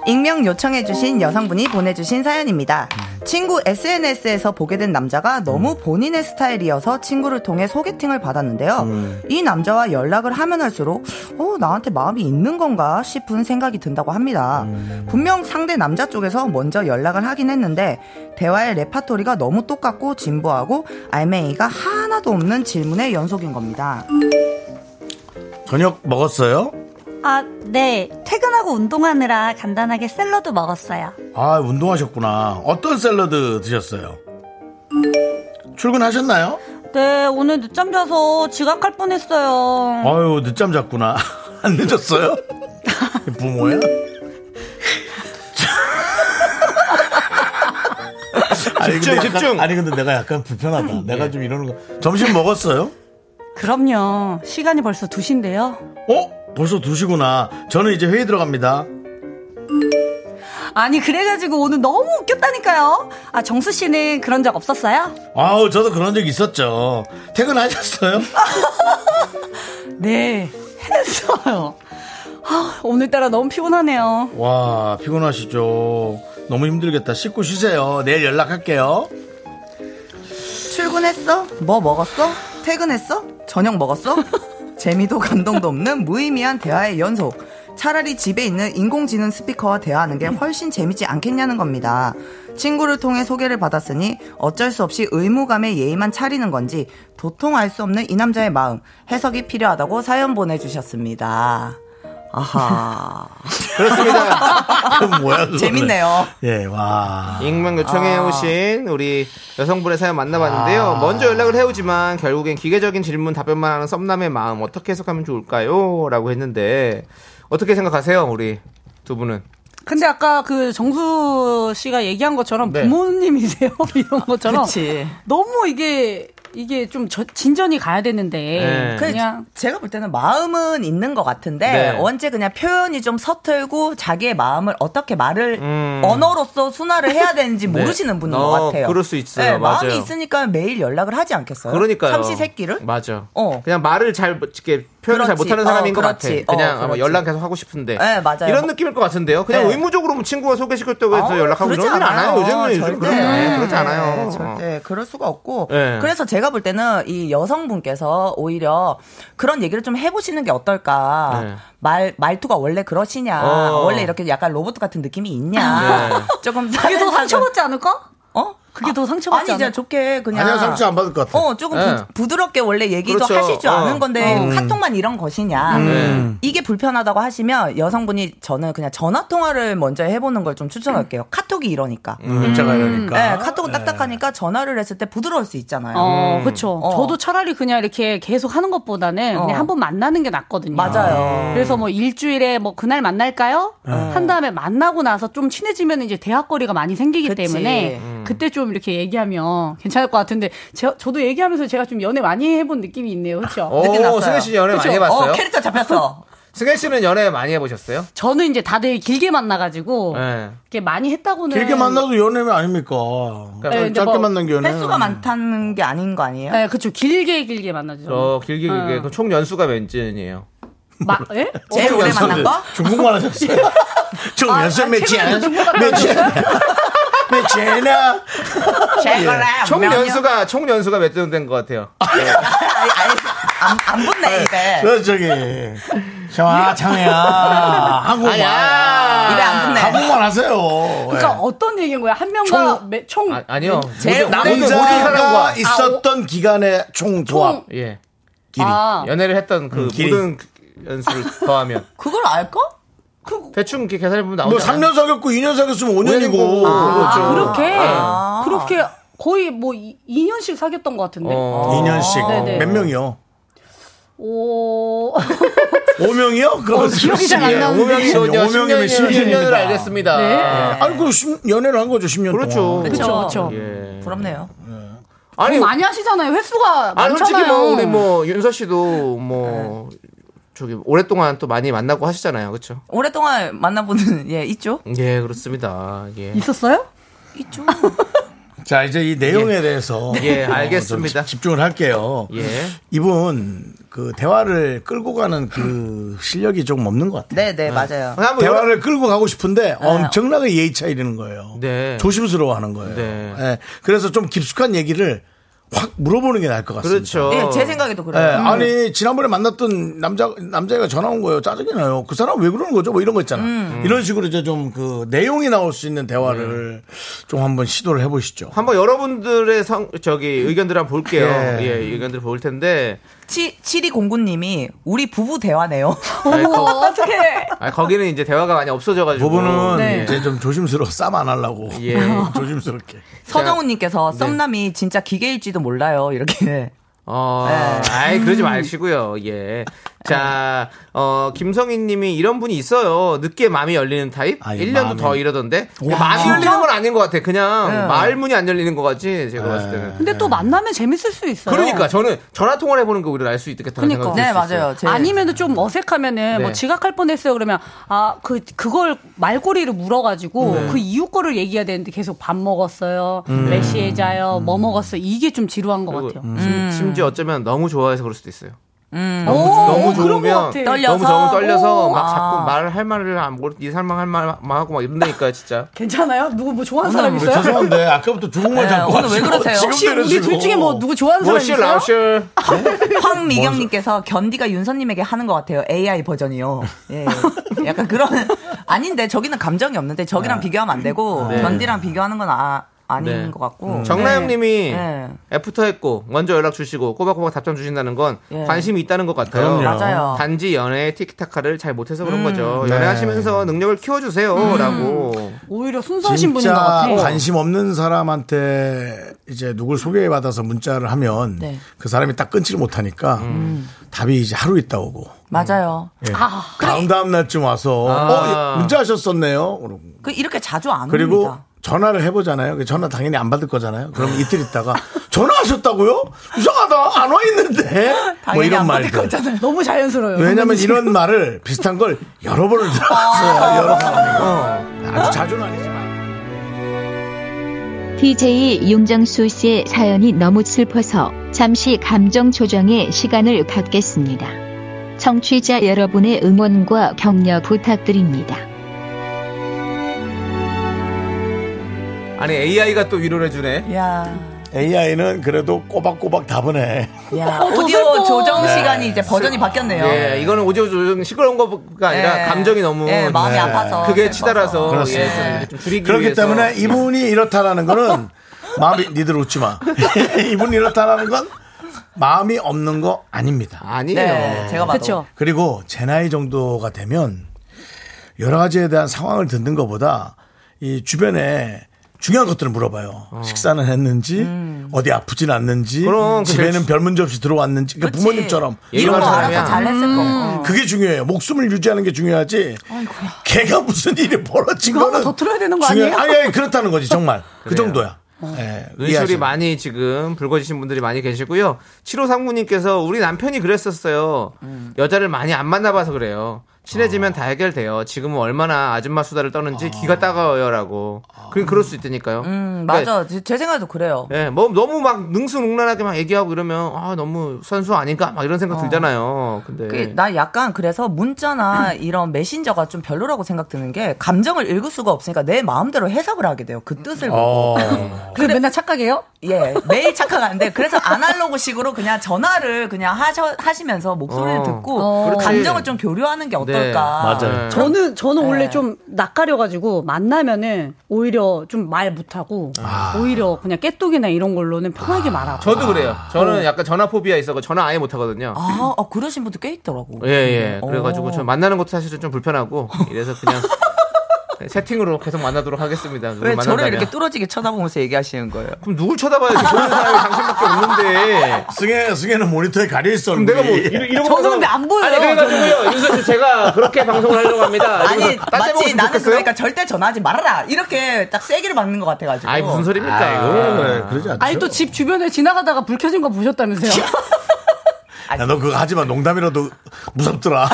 Speaker 9: 익명 요청해주신 여성분이 보내주신 사연입니다. 친구 SNS에서 보게 된 남자가 너무 본인의 스타일이어서 친구를 통해 소개팅을 받았는데요. 이 남자와 연락을 하면 할수록 어, 나한테 마음이 있는 건가 싶은 생각이 든다고 합니다. 분명 상대 남자 쪽에서 먼저 연락을 하긴 했는데 대화의 레파토리가 너무 똑같고 진부하고 알맹이가 하나도 없는 질문의 연속인 겁니다.
Speaker 3: 저녁 먹었어요?
Speaker 10: 아, 네. 퇴근하고 운동하느라 간단하게 샐러드 먹었어요.
Speaker 3: 아, 운동하셨구나. 어떤 샐러드 드셨어요? 출근하셨나요?
Speaker 10: 네, 오늘 늦잠 자서 지각할 뻔했어요.
Speaker 3: 아유, 늦잠 잤구나. 안 늦었어요? 부모야?
Speaker 10: 집중,
Speaker 3: 근데 약간- 아니, 근데 내가 약간 불편하다. 내가 좀 이러는 거. 점심 먹었어요?
Speaker 10: 그럼요. 시간이 벌써 2시인데요.
Speaker 3: 어? 벌써 2시구나. 저는 이제 회의 들어갑니다.
Speaker 10: 아니, 그래가지고 오늘 너무 웃겼다니까요. 아, 정수 씨는 그런 적 없었어요?
Speaker 3: 아우, 저도 그런 적 있었죠. 퇴근하셨어요?
Speaker 10: 네, 했어요. 아, 오늘따라 너무 피곤하네요.
Speaker 3: 와, 피곤하시죠. 너무 힘들겠다. 씻고 쉬세요. 내일 연락할게요.
Speaker 9: 출근했어? 뭐 먹었어? 퇴근했어? 저녁 먹었어? 재미도 감동도 없는 무의미한 대화의 연속. 차라리 집에 있는 인공지능 스피커와 대화하는 게 훨씬 재밌지 않겠냐는 겁니다. 친구를 통해 소개를 받았으니 어쩔 수 없이 의무감에 예의만 차리는 건지 도통 알 수 없는 이 남자의 마음 해석이 필요하다고 사연 보내주셨습니다. 아하.
Speaker 3: 그럼 뭐야, 그거는.
Speaker 9: 재밌네요.
Speaker 3: 예, 와.
Speaker 4: 익명 요청해 오신 우리 여성분의 사연 만나봤는데요.
Speaker 3: 아.
Speaker 4: 먼저 연락을 해오지만 결국엔 기계적인 질문 답변만 하는 썸남의 마음 어떻게 해석하면 좋을까요? 라고 했는데 어떻게 생각하세요, 우리 두 분은?
Speaker 11: 근데 아까 그 정수 씨가 얘기한 것처럼
Speaker 4: 네.
Speaker 11: 부모님이세요 이런 것처럼
Speaker 9: 그치.
Speaker 11: 너무 이게 이게 좀 저- 진전이 가야 되는데
Speaker 4: 네.
Speaker 9: 그
Speaker 11: 그냥
Speaker 9: 제가 볼 때는 마음은 있는 것 같은데
Speaker 11: 네.
Speaker 9: 언제 그냥 표현이 좀 서툴고 자기의 마음을 어떻게 말을 언어로서 순화를 해야 되는지
Speaker 4: 음. 네.
Speaker 9: 모르시는 분인
Speaker 4: 어,
Speaker 9: 것 같아요.
Speaker 4: 그럴 수 있어요.
Speaker 9: 네,
Speaker 4: 맞아요.
Speaker 9: 마음이 있으니까 매일 연락을 하지 않겠어요?
Speaker 4: 그러니까요.
Speaker 9: 삼시 세끼를?
Speaker 4: 맞아.
Speaker 9: 어.
Speaker 4: 그냥 말을 잘 이렇게 표현을 잘
Speaker 9: 그렇지.
Speaker 4: 못하는 사람인
Speaker 9: 어,
Speaker 4: 것 같아.
Speaker 9: 그렇지.
Speaker 4: 그냥
Speaker 9: 어,
Speaker 4: 아마
Speaker 9: 그렇지.
Speaker 4: 연락 계속 하고 싶은데.
Speaker 9: 네, 맞아요.
Speaker 4: 이런 느낌일 것 같은데요. 그냥
Speaker 9: 네.
Speaker 4: 의무적으로 뭐 친구가 소개시켰다고 해서
Speaker 9: 아우,
Speaker 4: 연락하고
Speaker 9: 어, 그러지
Speaker 4: 이런 건 안 해요.
Speaker 9: 않아요.
Speaker 4: 요즘은 요즘
Speaker 9: 절대.
Speaker 4: 그런 거 그렇지 않아요. 어.
Speaker 9: 네, 절대 그럴 수가 없고
Speaker 4: 네.
Speaker 9: 그래서 제가 볼 때는 이 여성분께서 오히려 그런 얘기를 좀 해보시는 게 어떨까
Speaker 4: 네.
Speaker 9: 말 말투가 원래 그러시냐
Speaker 4: 어.
Speaker 9: 원래 이렇게 약간 로봇 같은 느낌이 있냐
Speaker 4: 네.
Speaker 9: 조금
Speaker 11: 그게 더
Speaker 9: 사회적인-
Speaker 11: 상처받지 않을까?
Speaker 9: 어?
Speaker 11: 그게 더 상처받지
Speaker 9: 아니 이제
Speaker 11: 않을까?
Speaker 9: 좋게 그냥
Speaker 3: 아니야, 상처 안 받을 것 같아.
Speaker 9: 어 조금
Speaker 4: 네.
Speaker 3: 예.
Speaker 9: 부, 드럽게 원래 얘기도
Speaker 3: 그렇죠.
Speaker 9: 하실 줄
Speaker 3: 어.
Speaker 9: 아는 건데
Speaker 3: 음.
Speaker 9: 카톡만 이런 것이냐
Speaker 4: 네.
Speaker 3: 음.
Speaker 9: 이게 불편하다고 하시면 여성분이 저는 그냥 전화 통화를 먼저 해보는 걸 좀 추천할게요 카톡이 이러니까
Speaker 3: 음, 문자가 이러니까.
Speaker 9: 네, 카톡은 딱딱하니까 전화를 했을 때 부드러울 수 있잖아요
Speaker 11: 어, 그렇죠.
Speaker 9: 어.
Speaker 11: 저도 차라리 그냥 이렇게 계속 하는 것보다는
Speaker 9: 어.
Speaker 11: 그냥 한 번 만나는 게 낫거든요.
Speaker 9: 맞아요.
Speaker 11: 그래서 뭐 일주일에 뭐 그날 만날까요?
Speaker 4: 네.
Speaker 9: 어.
Speaker 11: 한 다음에 만나고 나서 좀 친해지면 이제 대화거리가 많이 생기기 때문에
Speaker 9: 음.
Speaker 11: 그때 좀 이렇게 얘기하면 괜찮을 것 같은데 제, 저도 얘기하면서 제가 좀 연애 많이 해본 느낌이 있네요. 그렇죠?
Speaker 4: 오, 느낌 났어요. 승혜 씨 연애 많이 해봤어요? 어, 캐릭터
Speaker 9: 잡혔어.
Speaker 4: 승혜 씨는 연애 많이 해보셨어요?
Speaker 11: 저는 이제 다들 길게
Speaker 9: 어.
Speaker 11: 만나가지고
Speaker 4: 네.
Speaker 11: 이렇게 많이 했다고는
Speaker 3: 길게 만나도 연애면 아닙니까?
Speaker 4: 그러니까
Speaker 11: 네, 근데
Speaker 3: 짧게
Speaker 11: 뭐
Speaker 3: 만난 게 연애.
Speaker 11: 횟수가 많-
Speaker 9: 많다는 게 아닌 거 아니에요?
Speaker 11: 네, 그렇죠. 길게 길게 만나죠.
Speaker 4: 저 길게
Speaker 9: 음.
Speaker 4: 길게
Speaker 11: 어.
Speaker 4: 그총 연수가 몇진이에요?
Speaker 11: 마, 예?
Speaker 9: 제일 오래 만난 거?
Speaker 3: 네, 중국말 하셨어요. 좀
Speaker 11: 아,
Speaker 3: 연습
Speaker 11: 아,
Speaker 3: 매치야.
Speaker 11: 최근에도 중국말
Speaker 3: 매치야. 매치나.
Speaker 9: 제거라,
Speaker 4: 예. 총
Speaker 9: 명령.
Speaker 4: 연수가 총 연수가 몇 등 된 것 같아요?
Speaker 9: 안, 안 붙네 입에
Speaker 3: 그 저기 아 창혜야
Speaker 9: 뭐,
Speaker 3: 한국말
Speaker 4: 아니야. 입에 안 붙네.
Speaker 3: 한국말 하세요.
Speaker 11: 그러니까 어떤 얘기인 거야? 한 명과 매- 총,
Speaker 4: 네. 아니요.
Speaker 3: 제 남자가 네. 있었던 기간의 총 조합.
Speaker 4: 예.
Speaker 3: 길이.
Speaker 11: 아.
Speaker 4: 연애를 했던 그
Speaker 3: 음, 길이.
Speaker 4: 모든 그 연수를 더하면
Speaker 9: 그걸 알까?
Speaker 4: 대충 이렇게 계산해 보면 나오죠.
Speaker 3: 뭐 3년 사귀었고 2년 사귀었으면 5년이고. 그렇죠.
Speaker 11: 아, 그렇게
Speaker 3: 아.
Speaker 11: 그렇게 거의 뭐 2년씩 사귀었던 것 같은데.
Speaker 4: 어.
Speaker 3: 2년씩.
Speaker 11: 어. 아, 네네.
Speaker 3: 몇 명이요?
Speaker 11: 오.
Speaker 3: 5명이요? 그럼
Speaker 11: 어, 기억이 잘안 나는데.
Speaker 3: 5명이면
Speaker 4: 10년이요.
Speaker 3: 10년이면
Speaker 4: 10년을 알겠습니다. 네.
Speaker 3: 아니, 그럼 10 연애를 한 거죠, 10년
Speaker 4: 그렇죠.
Speaker 3: 동안.
Speaker 11: 그렇죠.
Speaker 3: 예. 음.
Speaker 9: 부럽네요.
Speaker 4: 아니,
Speaker 11: 아니 많이 하시잖아요. 횟수가
Speaker 4: 아니
Speaker 11: 많잖아요. 네.
Speaker 4: 솔직히 뭐 우리 뭐 윤서 씨도 뭐 저기 오랫동안 또 많이 만나고 하시잖아요, 그렇죠?
Speaker 9: 오랫동안 만나보는 예 있죠?
Speaker 4: 예, 그렇습니다. 예.
Speaker 11: 있었어요?
Speaker 9: 있죠.
Speaker 3: 자, 이제 이 내용에
Speaker 4: 예.
Speaker 3: 대해서
Speaker 4: 예,
Speaker 3: 어,
Speaker 4: 알겠습니다. 예.
Speaker 3: 좀 집중을 할게요. 이분 그 대화를 끌고 가는 그 실력이 조금 없는 것 같아요.
Speaker 9: 네, 네, 맞아요.
Speaker 4: 뭐
Speaker 3: 대화를 끌고 가고 싶은데
Speaker 4: 네.
Speaker 3: 엄청나게 예의차이 되는 거예요. 조심스러워 하는 거예요.
Speaker 4: 네.
Speaker 3: 예, 그래서 좀 깊숙한 얘기를 확 물어보는 게 나을 것 같습니다.
Speaker 9: 그렇죠. 예, 제 생각에도 그래요.
Speaker 3: 예,
Speaker 9: 음.
Speaker 3: 아니, 지난번에 만났던 남자, 남자애가 전화 온 거예요. 짜증이 나요. 그 사람 왜 그러는 거죠? 뭐 이런 거 있잖아.
Speaker 4: 음.
Speaker 3: 이런 식으로 이제 좀 그 내용이 나올 수 있는 대화를 좀 한번 시도를 해보시죠.
Speaker 4: 한번 여러분들의 성, 저기 의견들 한번 볼게요.
Speaker 3: 예.
Speaker 4: 예, 의견들 볼 텐데.
Speaker 9: 7209님이 우리 부부 대화네요.
Speaker 4: 어머,
Speaker 9: 어떡해.
Speaker 4: 아, 거기는 이제 대화가 많이 없어져가지고.
Speaker 3: 부부는
Speaker 9: 네.
Speaker 3: 이제 좀 조심스러워. 쌈 안 하려고.
Speaker 4: 예.
Speaker 3: 조심스럽게.
Speaker 9: 서정훈님께서
Speaker 4: 네.
Speaker 9: 썸남이 진짜 기계일지도 몰라요. 이렇게.
Speaker 4: 어,
Speaker 9: 네.
Speaker 4: 아이, 그러지
Speaker 9: 음.
Speaker 4: 마시고요. 예. 자,
Speaker 11: 네.
Speaker 4: 어, 김성희 님이 이런 분이 있어요. 늦게 마음이 열리는 타입?
Speaker 3: 아이,
Speaker 4: 1년도
Speaker 3: 마음이.
Speaker 4: 더 이러던데?
Speaker 3: 와.
Speaker 4: 마음이
Speaker 3: 진짜?
Speaker 4: 열리는 건 아닌 것 같아. 그냥
Speaker 3: 네.
Speaker 4: 말문이 안 열리는 것 같지,
Speaker 11: 네.
Speaker 4: 제가 봤을 때는.
Speaker 11: 근데 또 만나면 재밌을 수 있어요.
Speaker 4: 그러니까 저는 전화 통화를 해보는 거 우리를 알 수 있겠다는
Speaker 11: 그러니까.
Speaker 4: 생각이
Speaker 9: 네,
Speaker 4: 들었어요.
Speaker 11: 아니면은 좀 어색하면은
Speaker 4: 네.
Speaker 11: 뭐 지각할 뻔했어요. 그러면 아 그 그걸 말꼬리를 물어가지고
Speaker 4: 네.
Speaker 11: 그 이유 거를 얘기해야 되는데 계속 밥 먹었어요.
Speaker 4: 음.
Speaker 11: 몇 시에 자요. 뭐 먹었어. 요 이게 좀 지루한 것 같아요. 음.
Speaker 4: 심- 심지어 어쩌면 너무 좋아해서 그럴 수도 있어요.
Speaker 11: 오,
Speaker 4: 음. 너무, 너무
Speaker 11: 그런 것
Speaker 4: 좋으면
Speaker 11: 같아.
Speaker 4: 너무 너무 떨려서
Speaker 11: 오.
Speaker 4: 막 자꾸
Speaker 11: 아.
Speaker 4: 말을 할 말을 안 모르 이 설명할 말만 하고 막 이런다니까 진짜.
Speaker 11: 괜찮아요? 누구 뭐 좋아하는 사람
Speaker 4: 오늘
Speaker 11: 있어요?
Speaker 3: 죄송한데 아까부터
Speaker 11: 네,
Speaker 3: 중국말 잡고
Speaker 9: 오늘 왜 그러세요?
Speaker 11: 혹시 우리 둘 중에 뭐 누구 좋아하는 사람 있어요?
Speaker 9: 황미경님께서 견디가 윤서님에게 하는 것 같아요. AI 버전이요. 예. 약간 그런 아닌데 저기는 감정이 없는데 저기랑 비교하면 안 되고
Speaker 4: 네.
Speaker 9: 견디랑 비교하는 건 아, 아닌
Speaker 4: 네.
Speaker 9: 것 같고.
Speaker 4: 정나영님이
Speaker 9: 네. 네.
Speaker 4: 애프터 했고 먼저 연락 주시고 꼬박꼬박 답장 주신다는 건
Speaker 9: 예.
Speaker 4: 관심이 있다는 것 같아요.
Speaker 9: 그럼요. 맞아요.
Speaker 4: 단지 연애의 티키타카를 잘 못해서 그런
Speaker 9: 음.
Speaker 4: 거죠.
Speaker 3: 네.
Speaker 4: 연애하시면서 능력을 키워주세요라고.
Speaker 11: 오히려 순수하신 분인
Speaker 3: 진짜
Speaker 11: 것 같아요.
Speaker 3: 관심 없는 사람한테 이제 누굴 소개받아서 문자를 하면
Speaker 9: 네.
Speaker 3: 그 사람이 딱 끊지를 못하니까
Speaker 11: 음.
Speaker 3: 답이 이제 하루 있다 오고
Speaker 9: 맞아요.
Speaker 3: 예.
Speaker 9: 아,
Speaker 3: 다음 다음 날쯤 와서
Speaker 9: 아.
Speaker 3: 어 문자하셨었네요. 그러고.
Speaker 9: 그 이렇게 자주 안
Speaker 3: 그리고
Speaker 4: 뭐
Speaker 9: 옵니다.
Speaker 3: 전화를 해보잖아요. 그 전화 당연히 안 받을 거잖아요. 그럼 이틀 있다가 전화하셨다고요? 이상하다 안 와 있는데 뭐 이런 말들.
Speaker 11: 너무 자연스러워요.
Speaker 3: 왜냐면
Speaker 11: 선배님
Speaker 3: 이런 말을 비슷한 걸 여러 번을 들었어요. 여러 사람이. 아주 자주는 아니지만.
Speaker 12: DJ 용정수 씨의 사연이 너무 슬퍼서 잠시 감정 조정의 시간을 갖겠습니다. 청취자 여러분의 응원과 격려 부탁드립니다.
Speaker 4: 아니 AI가 또 위로를 해주네.
Speaker 9: 야.
Speaker 3: AI는 그래도 꼬박꼬박 답은 해.
Speaker 9: 야,
Speaker 11: 어,
Speaker 9: 오디오 조정
Speaker 4: 네.
Speaker 9: 시간이 이제 버전이 바뀌었네요.
Speaker 4: 예, 이거는 오디오 조정 시끄러운 것가 아니라
Speaker 9: 예.
Speaker 4: 네. 감정이 너무 네.
Speaker 9: 예, 마음이 아파서
Speaker 4: 그게 치달아서
Speaker 3: 그렇습니다.
Speaker 4: 예, 좀 이렇게 좀 줄이기
Speaker 3: 그렇기
Speaker 4: 위해서.
Speaker 3: 때문에 이분이 이렇다라는 거는 마음이 니들 웃지 마. 이분이 이렇다라는 건 마음이 없는 거 아닙니다.
Speaker 4: 아니에요. 네, 제가 봐도. 그쵸.
Speaker 3: 그리고 제 나이 정도가 되면 여러 가지에 대한 상황을 듣는 것보다 이 주변에 중요한 것들을 물어봐요. 식사는 했는지, 어디 아프진 않는지,
Speaker 4: 그럼 그
Speaker 3: 집에는
Speaker 4: 제일-
Speaker 3: 별 문제 없이 들어왔는지, 그러니까 부모님처럼
Speaker 4: 이런 거
Speaker 3: 사람이
Speaker 4: 알아서
Speaker 3: 아니야.
Speaker 4: 잘했을 거고.
Speaker 3: 음. 그게 중요해요. 목숨을 유지하는 게 중요하지.
Speaker 11: 아이고야.
Speaker 3: 걔가 무슨 일이 벌어진
Speaker 11: 그거
Speaker 3: 거는
Speaker 11: 한번더 틀어야 되는 거
Speaker 3: 중요해.
Speaker 11: 아니에요?
Speaker 3: 아니, 아니, 그렇다는 거지 정말 그 정도야. 예,
Speaker 4: 의술이
Speaker 3: 이해하죠.
Speaker 4: 많이 지금 붉어지신 분들이 많이 계시고요. 7호 상무님께서 우리 남편이 그랬었어요. 여자를 많이 안 만나봐서 그래요. 친해지면 다 해결돼요. 지금은 얼마나 아줌마 수다를 떠는지 귀가 따가워요라고. 그럼 그럴 수 있다니까요. 그러니까
Speaker 9: 음, 맞아. 제- 제 생각에도 그래요.
Speaker 4: 예, 뭐, 너무 막 능수능란하게 막 얘기하고 이러면 아 너무 선수 아닌가 막 이런 생각
Speaker 9: 어.
Speaker 4: 들잖아요. 근데 예.
Speaker 9: 그게 나 약간 그래서 문자나 이런 메신저가 좀 별로라고 생각 드는 게 감정을 읽을 수가 없으니까 내 마음대로 해석을 하게 돼요. 그 뜻을
Speaker 4: 어.
Speaker 9: 보고.
Speaker 11: 그래 맨날 착각해요?
Speaker 9: 예, 매일 착각하는데 그래서 아날로그식으로 그냥 전화를 그냥 하셔, 하시면서 목소리를
Speaker 11: 어.
Speaker 9: 듣고
Speaker 11: 어. 그렇지.
Speaker 9: 감정을 좀 교류하는 게 어떨까.
Speaker 4: 예.
Speaker 11: 네. 저는 저는 원래 좀 낯가려가지고 만나면은 오히려 좀 말 못하고
Speaker 4: 아.
Speaker 11: 오히려 그냥 깨똑이나 이런 걸로는 편하게 말하고.
Speaker 4: 저도 그래요.
Speaker 11: 어.
Speaker 4: 저는 약간 전화 포비아 있어서 전화 아예 못 하거든요.
Speaker 9: 아, 아, 그러신 분도 꽤 있더라고.
Speaker 4: 예, 예. 그래가지고
Speaker 9: 어.
Speaker 4: 저 만나는 것도 사실은 좀 불편하고 이래서 그냥 채팅으로 계속 만나도록 하겠습니다.
Speaker 9: 왜
Speaker 4: 만난다면.
Speaker 9: 저를 이렇게 뚫어지게 쳐다보면서 얘기하시는 거예요?
Speaker 4: 그럼 누굴 쳐다봐야 돼? 보는 사람이 당신밖에 없는데.
Speaker 3: 승혜, 승혜는 모니터에 가려 있어.
Speaker 4: 그럼 내가 뭐, 이러, 이러고.
Speaker 9: 저는
Speaker 4: 가서-
Speaker 9: 근데 예. 안 보여요,
Speaker 4: 아니,
Speaker 9: 저는.
Speaker 4: 그래가지고요. 윤서 씨, 제가 그렇게 방송을 하려고 합니다.
Speaker 9: 아니,
Speaker 4: 이러면서 딴데
Speaker 9: 맞지.
Speaker 4: 먹었으면
Speaker 9: 나는
Speaker 4: 좋겠어요?
Speaker 9: 그러니까 절대 전화하지 말아라. 이렇게 딱 세기를 막는 것 같아가지고.
Speaker 4: 아이, 무슨 소리입니까? 예.
Speaker 3: 아이고, 그러지 않죠.
Speaker 11: 아니 또 집 주변에 지나가다가 불 켜진 거 보셨다면서요?
Speaker 3: 야, 너 그거 하지 마. 농담이라도 무섭더라.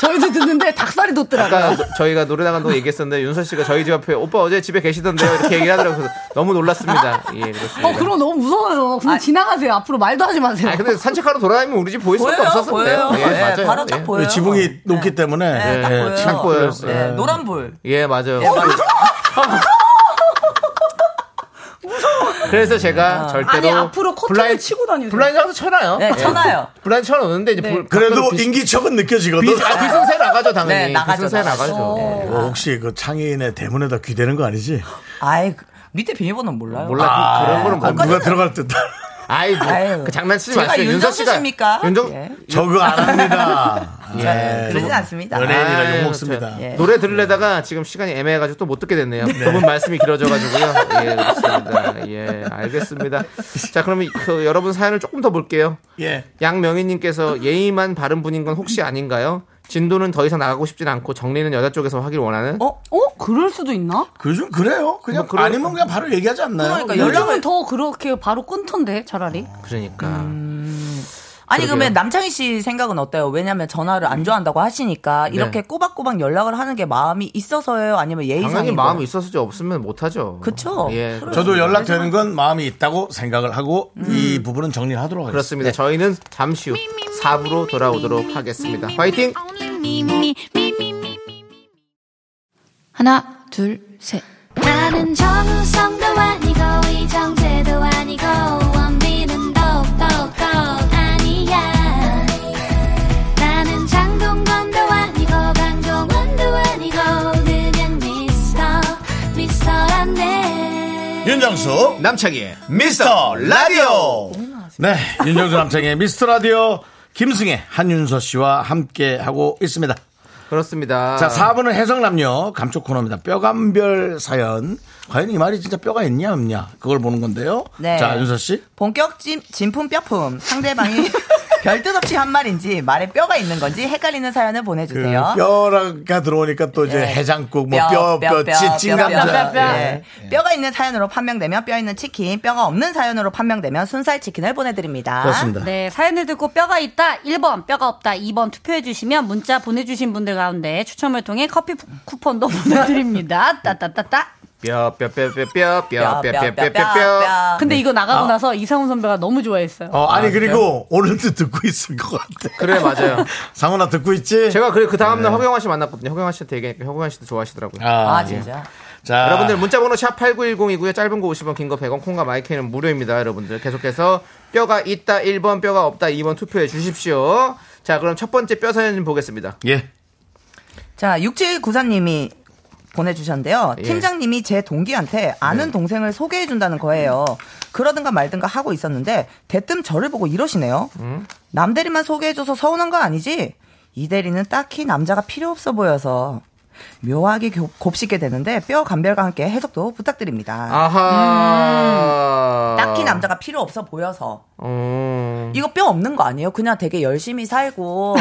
Speaker 11: 저희도 듣는데 닭살이 돋더라고요.
Speaker 4: 아까 노- 저희가 노래 나간다고 얘기했었는데 윤서 씨가 저희 집 앞에 오빠 어제 집에 계시던데요 이렇게 얘기를 하더라고요. 그래서 너무 놀랐습니다. 예, 그렇습니다.
Speaker 11: 어, 그럼 너무 무서워요. 그냥 지나가세요. 앞으로 말도 하지 마세요.
Speaker 4: 아 근데 산책하러 돌아다니면 우리 집 보일 수밖에
Speaker 11: 보여요,
Speaker 4: 없었었는데요.
Speaker 11: 보여요.
Speaker 4: 예,
Speaker 11: 네,
Speaker 4: 맞아요.
Speaker 11: 바로 딱
Speaker 4: 예.
Speaker 11: 보여요.
Speaker 9: 어,
Speaker 3: 지붕이 높기 때문에
Speaker 4: 네, 딱 보여요.
Speaker 3: 참
Speaker 4: 딱 보여요.
Speaker 3: 보였어요.
Speaker 4: 네,
Speaker 13: 노란 볼.
Speaker 4: 예, 맞아요.
Speaker 13: 어, 무서워.
Speaker 4: 그래서 제가 절대로
Speaker 11: 아니, 앞으로 커튼을 치고 다니세요.
Speaker 4: 블라인드 항상 쳐놔요. 예.
Speaker 13: 네, 쳐놔요.
Speaker 4: 블라인드 쳐놓는데 이제
Speaker 11: 네.
Speaker 4: 불-
Speaker 3: 그래도
Speaker 4: 가끔 비-
Speaker 3: 인기척은 느껴지거든.
Speaker 4: 비- 아, 비선세 나가죠 당연히.
Speaker 13: 네, 나가죠,
Speaker 4: 비선세
Speaker 13: 나가죠. 네.
Speaker 4: 나가죠.
Speaker 3: 어, 혹시 그 창의인의 대문에다 귀대는 거 아니지?
Speaker 13: 아예 그, 밑에 비밀번호는 몰라요.
Speaker 4: 몰라 그- 그런 거는
Speaker 3: 아,
Speaker 4: 몰라.
Speaker 3: 누가 들어갈 듯.
Speaker 4: 아이 뭐, 그 장난치지
Speaker 13: 제가
Speaker 4: 마세요. 윤서
Speaker 13: 윤정수
Speaker 4: 씨가
Speaker 13: 씨입니까?
Speaker 4: 윤정
Speaker 13: 예.
Speaker 3: 저거 안 합니다. 아,
Speaker 4: 예.
Speaker 13: 그러진 않습니다.
Speaker 3: 연예인이라
Speaker 4: 아유, 그렇죠.
Speaker 3: 욕먹습니다.
Speaker 4: 저-
Speaker 13: 예.
Speaker 4: 노래 들으려다가 지금 시간이 애매해가지고 또 못 듣게 됐네요. 두분 말씀이 길어져가지고요. 예, 그렇습니다. 예, 알겠습니다. 자, 그러면 그 여러분 사연을 조금 더 볼게요.
Speaker 3: 예.
Speaker 4: 양명희님께서 예의만 바른 분인 건 혹시 아닌가요? 진도는 더 이상 나가고 싶진 않고 정리는 여자 쪽에서 하길 원하는.
Speaker 11: 어? 어? 그럴 수도 있나?
Speaker 3: 요즘 그래요? 그냥
Speaker 4: 그래요?
Speaker 3: 아니면 그냥 바로 얘기하지 않나요?
Speaker 11: 그러니까 요즘은 더 그렇게 바로 끊던데 차라리.
Speaker 4: 그러니까.
Speaker 13: 음, 아니 그러면
Speaker 4: 그러게요.
Speaker 13: 남창희 씨 생각은 어때요? 왜냐면 전화를 안 좋아한다고 하시니까
Speaker 4: 네.
Speaker 13: 이렇게 꼬박꼬박 연락을 하는 게 마음이 있어서예요? 아니면 예의상
Speaker 4: 당연히 마음이 있어서지 없으면 못하죠.
Speaker 13: 그쵸?
Speaker 4: 예.
Speaker 3: 저도 연락되는 건 마음이 있다고 생각을 하고 이 부분은 정리하도록 를
Speaker 4: 그렇습니다.
Speaker 3: 하겠습니다.
Speaker 13: 네.
Speaker 4: 저희는 잠시 후 4부로 돌아오도록 하겠습니다. 화이팅!
Speaker 14: 하나, 둘, 셋.
Speaker 7: 나는 정우성도 아니고 이정재도 아니고 원빈은 더욱더 아니야 나는 장동건도 아니고 강동원도 아니고 그냥 미스터 미스터란데
Speaker 3: 윤정수 남창희의 미스터 라디오 네 윤정수 남창희의 미스터 라디오 김승혜 한윤서 씨와 함께 하고 있습니다
Speaker 4: 그렇습니다
Speaker 3: 자 4분은 해성남녀 감촉 코너입니다 뼈감별 사연 과연 이 말이 진짜 뼈가 있냐 없냐 그걸 보는 건데요
Speaker 9: 네.
Speaker 3: 자 윤서 씨
Speaker 9: 본격 찜, 진품 뼈품 상대방이 별뜻 없이 한 말인지 말에 뼈가 있는 건지 헷갈리는 사연을
Speaker 3: 그
Speaker 9: 보내주세요.
Speaker 3: 뼈가 들어오니까 또 이제
Speaker 9: 예.
Speaker 3: 해장국 뭐 뭐뼈뼈찜찜감자
Speaker 9: 예. 뼈가 있는 사연으로 판명되면 뼈 있는 치킨, 뼈가 없는 사연으로 판명되면 순살 치킨을 보내드립니다.
Speaker 3: 그렇습니다.
Speaker 10: 네, 사연을 듣고 뼈가 있다 1번, 뼈가 없다 2번 투표해 주시면 문자 보내 주신 분들 가운데 추첨을 통해 커피 쿠- 쿠폰도 보내 드립니다. 따따따따.
Speaker 4: 뼈, 뼈, 뼈, 뼈, 뼈, 뼈, 뼈, 뼈, 뼈, 뼈, 뼈.
Speaker 11: 근데 이거 나가고
Speaker 4: 어?
Speaker 11: 나서 이상훈 선배가 너무 좋아했어요.
Speaker 3: 어, 아니
Speaker 4: 아,
Speaker 3: 그리고 오늘도 듣고 있을 것 같아
Speaker 4: 그래, 맞아요.
Speaker 3: 상훈아 듣고 있지
Speaker 4: 제가 그래 그 다음날
Speaker 3: 네.
Speaker 4: 허경환 씨 만났거든요. 허경환 씨한테 얘기하니까 허경환 씨도 좋아하시더라고요.
Speaker 3: 아,
Speaker 13: 아, 진짜.
Speaker 3: 자
Speaker 4: 여러분들 문자번호 샵 8910이고요. 짧은 거 50원, 긴 거 100원, 콩과 마이크는 무료입니다. 여러분들 계속해서 뼈가 있다 1번, 뼈가 없다 2번 투표해 주십시오. 자, 그럼 첫 번째 뼈 사연 좀 보겠습니다.
Speaker 3: 예.
Speaker 9: 자, 6794님이 보내주셨는데요.
Speaker 4: 예.
Speaker 9: 팀장님이 제 동기한테 아는 동생을 소개해준다는 거예요. 그러든가 말든가 하고 있었는데 대뜸 저를 보고 이러시네요. 남대리만 소개해줘서 서운한 거 아니지? 이 대리는 딱히 남자가 필요 없어 보여서 묘하게 교- 곱씹게 되는데 뼈 감별과 함께 해석도 부탁드립니다.
Speaker 4: 아. 아하.
Speaker 9: 음, 딱히 남자가 필요 없어 보여서
Speaker 4: 어.
Speaker 9: 이거 뼈 없는 거 아니에요? 그냥 되게 열심히 살고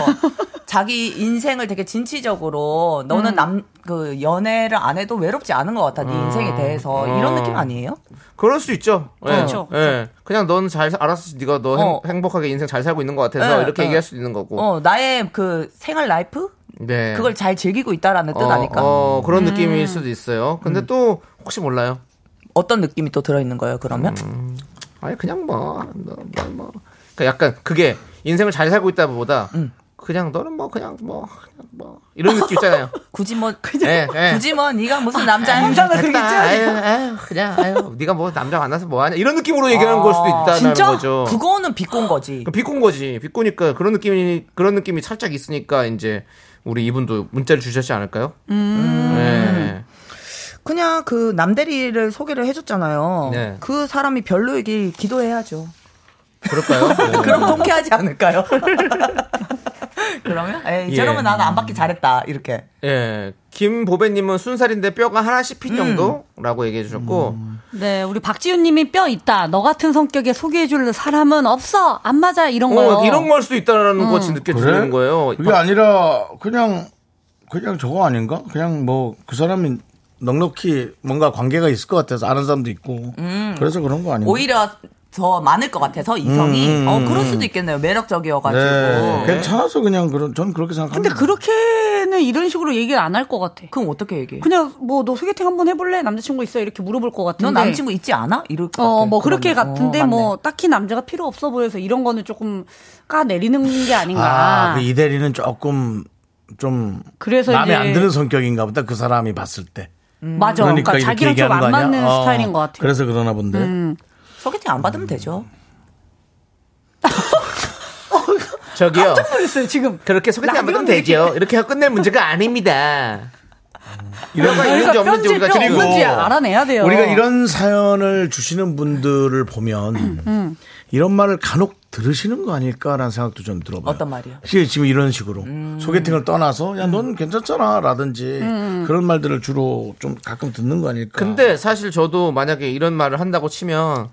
Speaker 9: 자기 인생을 되게 진취적으로 너는
Speaker 13: 음.
Speaker 9: 남 그 연애를 안 해도 외롭지 않은 것 같아 네
Speaker 4: 음.
Speaker 9: 인생에 대해서 이런
Speaker 4: 어.
Speaker 9: 느낌 아니에요?
Speaker 4: 그럴 수 있죠. 예.
Speaker 9: 그렇죠.
Speaker 4: 예. 그냥 넌 잘 알았어. 네가 너 행-
Speaker 9: 어.
Speaker 4: 행복하게 인생 잘 살고 있는 것 같아서
Speaker 9: 예,
Speaker 4: 이렇게
Speaker 9: 예.
Speaker 4: 얘기할 수도 있는 거고.
Speaker 9: 어 나의 그 생활 라이프
Speaker 4: 뭐. 네.
Speaker 9: 그걸 잘 즐기고 있다라는 뜻
Speaker 4: 어,
Speaker 9: 아닐까? 음.
Speaker 4: 어, 그런 느낌일 수도 있어요. 근데 또 혹시 몰라요.
Speaker 9: 어떤 느낌이 또 들어있는 거예요? 그러면
Speaker 4: 음. 아니 그냥 뭐, 너, 뭐, 뭐. 그러니까 약간 그게 인생을 잘 살고 있다보다 그냥 너는 뭐 그냥 뭐, 그냥 뭐 이런 느낌 있잖아요.
Speaker 9: 굳이 뭐
Speaker 4: 예, 예.
Speaker 9: 굳이 뭐 네가 무슨 남자
Speaker 4: 아, 남자가 그렇게 아유, 그냥 아유 네가 뭐 남자 만나서 뭐 하냐 이런 느낌으로 얘기하는 걸 수도 있다라는
Speaker 9: 아, 진짜?
Speaker 4: 거죠. 아,
Speaker 9: 그거는 비꼰 거지.
Speaker 4: 그럼 비꼰 거지. 비꼬니까 그런 느낌이 그런 느낌이 살짝 있으니까 이제 우리 이분도 문자를 주셨지 않을까요?
Speaker 9: 음.
Speaker 4: 네.
Speaker 9: 그냥 그 남대리를 소개를 해줬잖아요.
Speaker 4: 네.
Speaker 9: 그 사람이 별로이길 기도해야죠.
Speaker 4: 그럴까요?
Speaker 9: 그럼 통쾌하지 않을까요? 그러면 에이,
Speaker 4: 예.
Speaker 9: 저러면 나는 안 받기 잘했다 이렇게.
Speaker 4: 예. 김보배님은 순살인데 뼈가 하나씩 핀
Speaker 9: 음.
Speaker 4: 정도라고 얘기해 주셨고
Speaker 10: 네, 우리 박지윤 님이 뼈 있다. 너 같은 성격에 소개해 줄 사람은 없어. 안 맞아. 이런 거요.
Speaker 4: 어, 이런 걸 수도 있다라는 것 같이 느껴지는
Speaker 3: 그래?
Speaker 4: 거예요.
Speaker 3: 그게 아니라 그냥 그냥 저거 아닌가? 그냥 뭐 그 사람이
Speaker 11: 음.
Speaker 3: 넉넉히 뭔가 관계가 있을 것 같아서 아는 사람도 있고 그래서 그런 거 아닌가?
Speaker 9: 오히려 더 많을 것 같아서 이성이
Speaker 3: 음, 음,
Speaker 9: 어 그럴
Speaker 3: 음.
Speaker 9: 수도 있겠네요 매력적이어가지고
Speaker 3: 네.
Speaker 11: 뭐.
Speaker 3: 괜찮아서 그냥 그런 전 그렇게 생각합니다.
Speaker 11: 그렇게는 이런 식으로 얘기를 안 할 것 같아.
Speaker 9: 그럼 어떻게 얘기해?
Speaker 11: 그냥 뭐 너 소개팅 한번 해볼래? 남자친구 있어? 이렇게 물어볼 것 같은데.
Speaker 9: 넌 남친구 있지 않아? 이럴 것
Speaker 11: 어,
Speaker 9: 같아.
Speaker 11: 뭐 그렇게
Speaker 9: 그러면.
Speaker 11: 같은데
Speaker 9: 어, 맞네.
Speaker 11: 뭐 딱히 남자가 필요 없어 보여서 이런 거는 조금 까 내리는 게 아닌가.
Speaker 3: 아, 그 이대리는 조금 좀
Speaker 11: 그래서
Speaker 3: 마음에
Speaker 11: 이제-
Speaker 3: 안 드는 성격인가 보다 그 사람이 봤을 때.
Speaker 11: 맞아. 그러니까
Speaker 3: 이렇게
Speaker 11: 자기랑 좀
Speaker 3: 얘기하는
Speaker 11: 안
Speaker 3: 거 아니야? 어.
Speaker 11: 맞는 스타일인 것 같아요. 음.
Speaker 3: 그래서 그러나 본데.
Speaker 9: 소개팅 안 받으면 되죠.
Speaker 4: 저기요.
Speaker 11: 깜짝 놀랐어요 지금.
Speaker 4: 그렇게 소개팅 안 받으면 되죠. 이렇게 하고 끝낼 문제가 아닙니다. 이런 거
Speaker 11: 그러니까
Speaker 4: 있는지 없는지
Speaker 11: 편집
Speaker 4: 우리가
Speaker 11: 뼈
Speaker 4: 지금
Speaker 11: 없는지 알아내야 돼요.
Speaker 3: 우리가 이런 사연을 주시는 분들을 보면
Speaker 11: 음.
Speaker 3: 이런 말을 간혹 들으시는 거 아닐까라는 생각도 좀 들어봐요.
Speaker 9: 어떤 말이요?
Speaker 3: 혹시 지금 이런 식으로
Speaker 11: 음.
Speaker 3: 소개팅을 떠나서 야 넌 괜찮잖아 라든지
Speaker 4: 음.
Speaker 3: 그런 말들을 주로 좀 가끔 듣는 거 아닐까.
Speaker 4: 근데 사실 저도 만약에 이런 말을 한다고 치면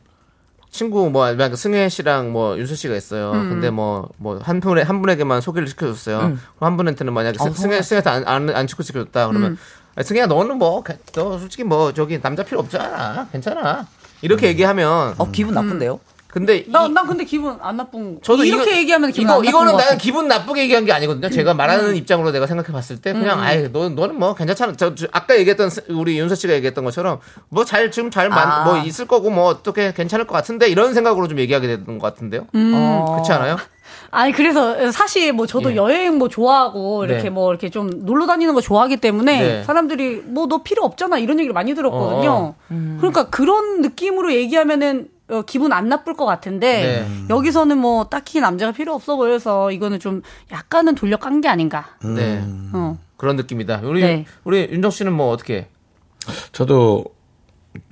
Speaker 4: 친구 뭐 만약에 승혜 씨랑 뭐 윤수 씨가 있어요.
Speaker 3: 음.
Speaker 4: 근데 뭐 뭐 한 분에 한 분에게만 소개를 시켜줬어요.
Speaker 3: 음.
Speaker 4: 그럼 한 분한테는 만약에
Speaker 3: 어,
Speaker 4: 승혜 승혜한테 안안 안 시켜 시켜줬다 그러면
Speaker 3: 음.
Speaker 4: 아, 승혜야 너는 뭐 너 솔직히 뭐 저기 남자 필요 없잖아 괜찮아 이렇게 얘기하면
Speaker 9: 어 기분 나쁜데요?
Speaker 4: 근데
Speaker 11: 난, 난 근데 기분 안 나쁜.
Speaker 4: 저도
Speaker 11: 이렇게
Speaker 4: 이거-
Speaker 11: 얘기하면 기분
Speaker 4: 이거
Speaker 11: 안 나쁜
Speaker 4: 이거는
Speaker 11: 것
Speaker 4: 나는
Speaker 11: 같아.
Speaker 4: 기분 나쁘게 얘기한 게 아니거든요. 제가 말하는 입장으로 내가 생각해 봤을 때 그냥
Speaker 11: 음.
Speaker 4: 아예 너 너는 뭐 괜찮잖아. 저, 저 아까 얘기했던 스- 우리 윤서 씨가 얘기했던 것처럼 뭐 잘 지금 잘
Speaker 9: 아.
Speaker 4: 뭐 있을 거고 뭐 어떻게 괜찮을 것 같은데 이런 생각으로 좀 얘기하게 되는 것 같은데요. 어,
Speaker 11: 음.
Speaker 4: 그렇지 않아요?
Speaker 11: 아니 그래서 사실 뭐 저도 여행 뭐 좋아하고 이렇게
Speaker 4: 예. 네.
Speaker 11: 뭐 이렇게 좀 놀러 다니는 거 좋아하기 때문에
Speaker 4: 네.
Speaker 11: 사람들이 뭐 너 필요 없잖아 이런 얘기를 많이 들었거든요.
Speaker 4: 어.
Speaker 11: 그러니까 그런 느낌으로 얘기하면은 어, 기분 안 나쁠 것 같은데
Speaker 4: 네. 음.
Speaker 11: 여기서는 뭐 딱히 남자가 필요 없어 보여서 이거는 좀 약간은 돌려 깐 게 아닌가.
Speaker 4: 네
Speaker 11: 어.
Speaker 4: 그런 느낌이다. 우리
Speaker 11: 네.
Speaker 4: 우리 윤정 씨는 뭐 어떻게?
Speaker 3: 저도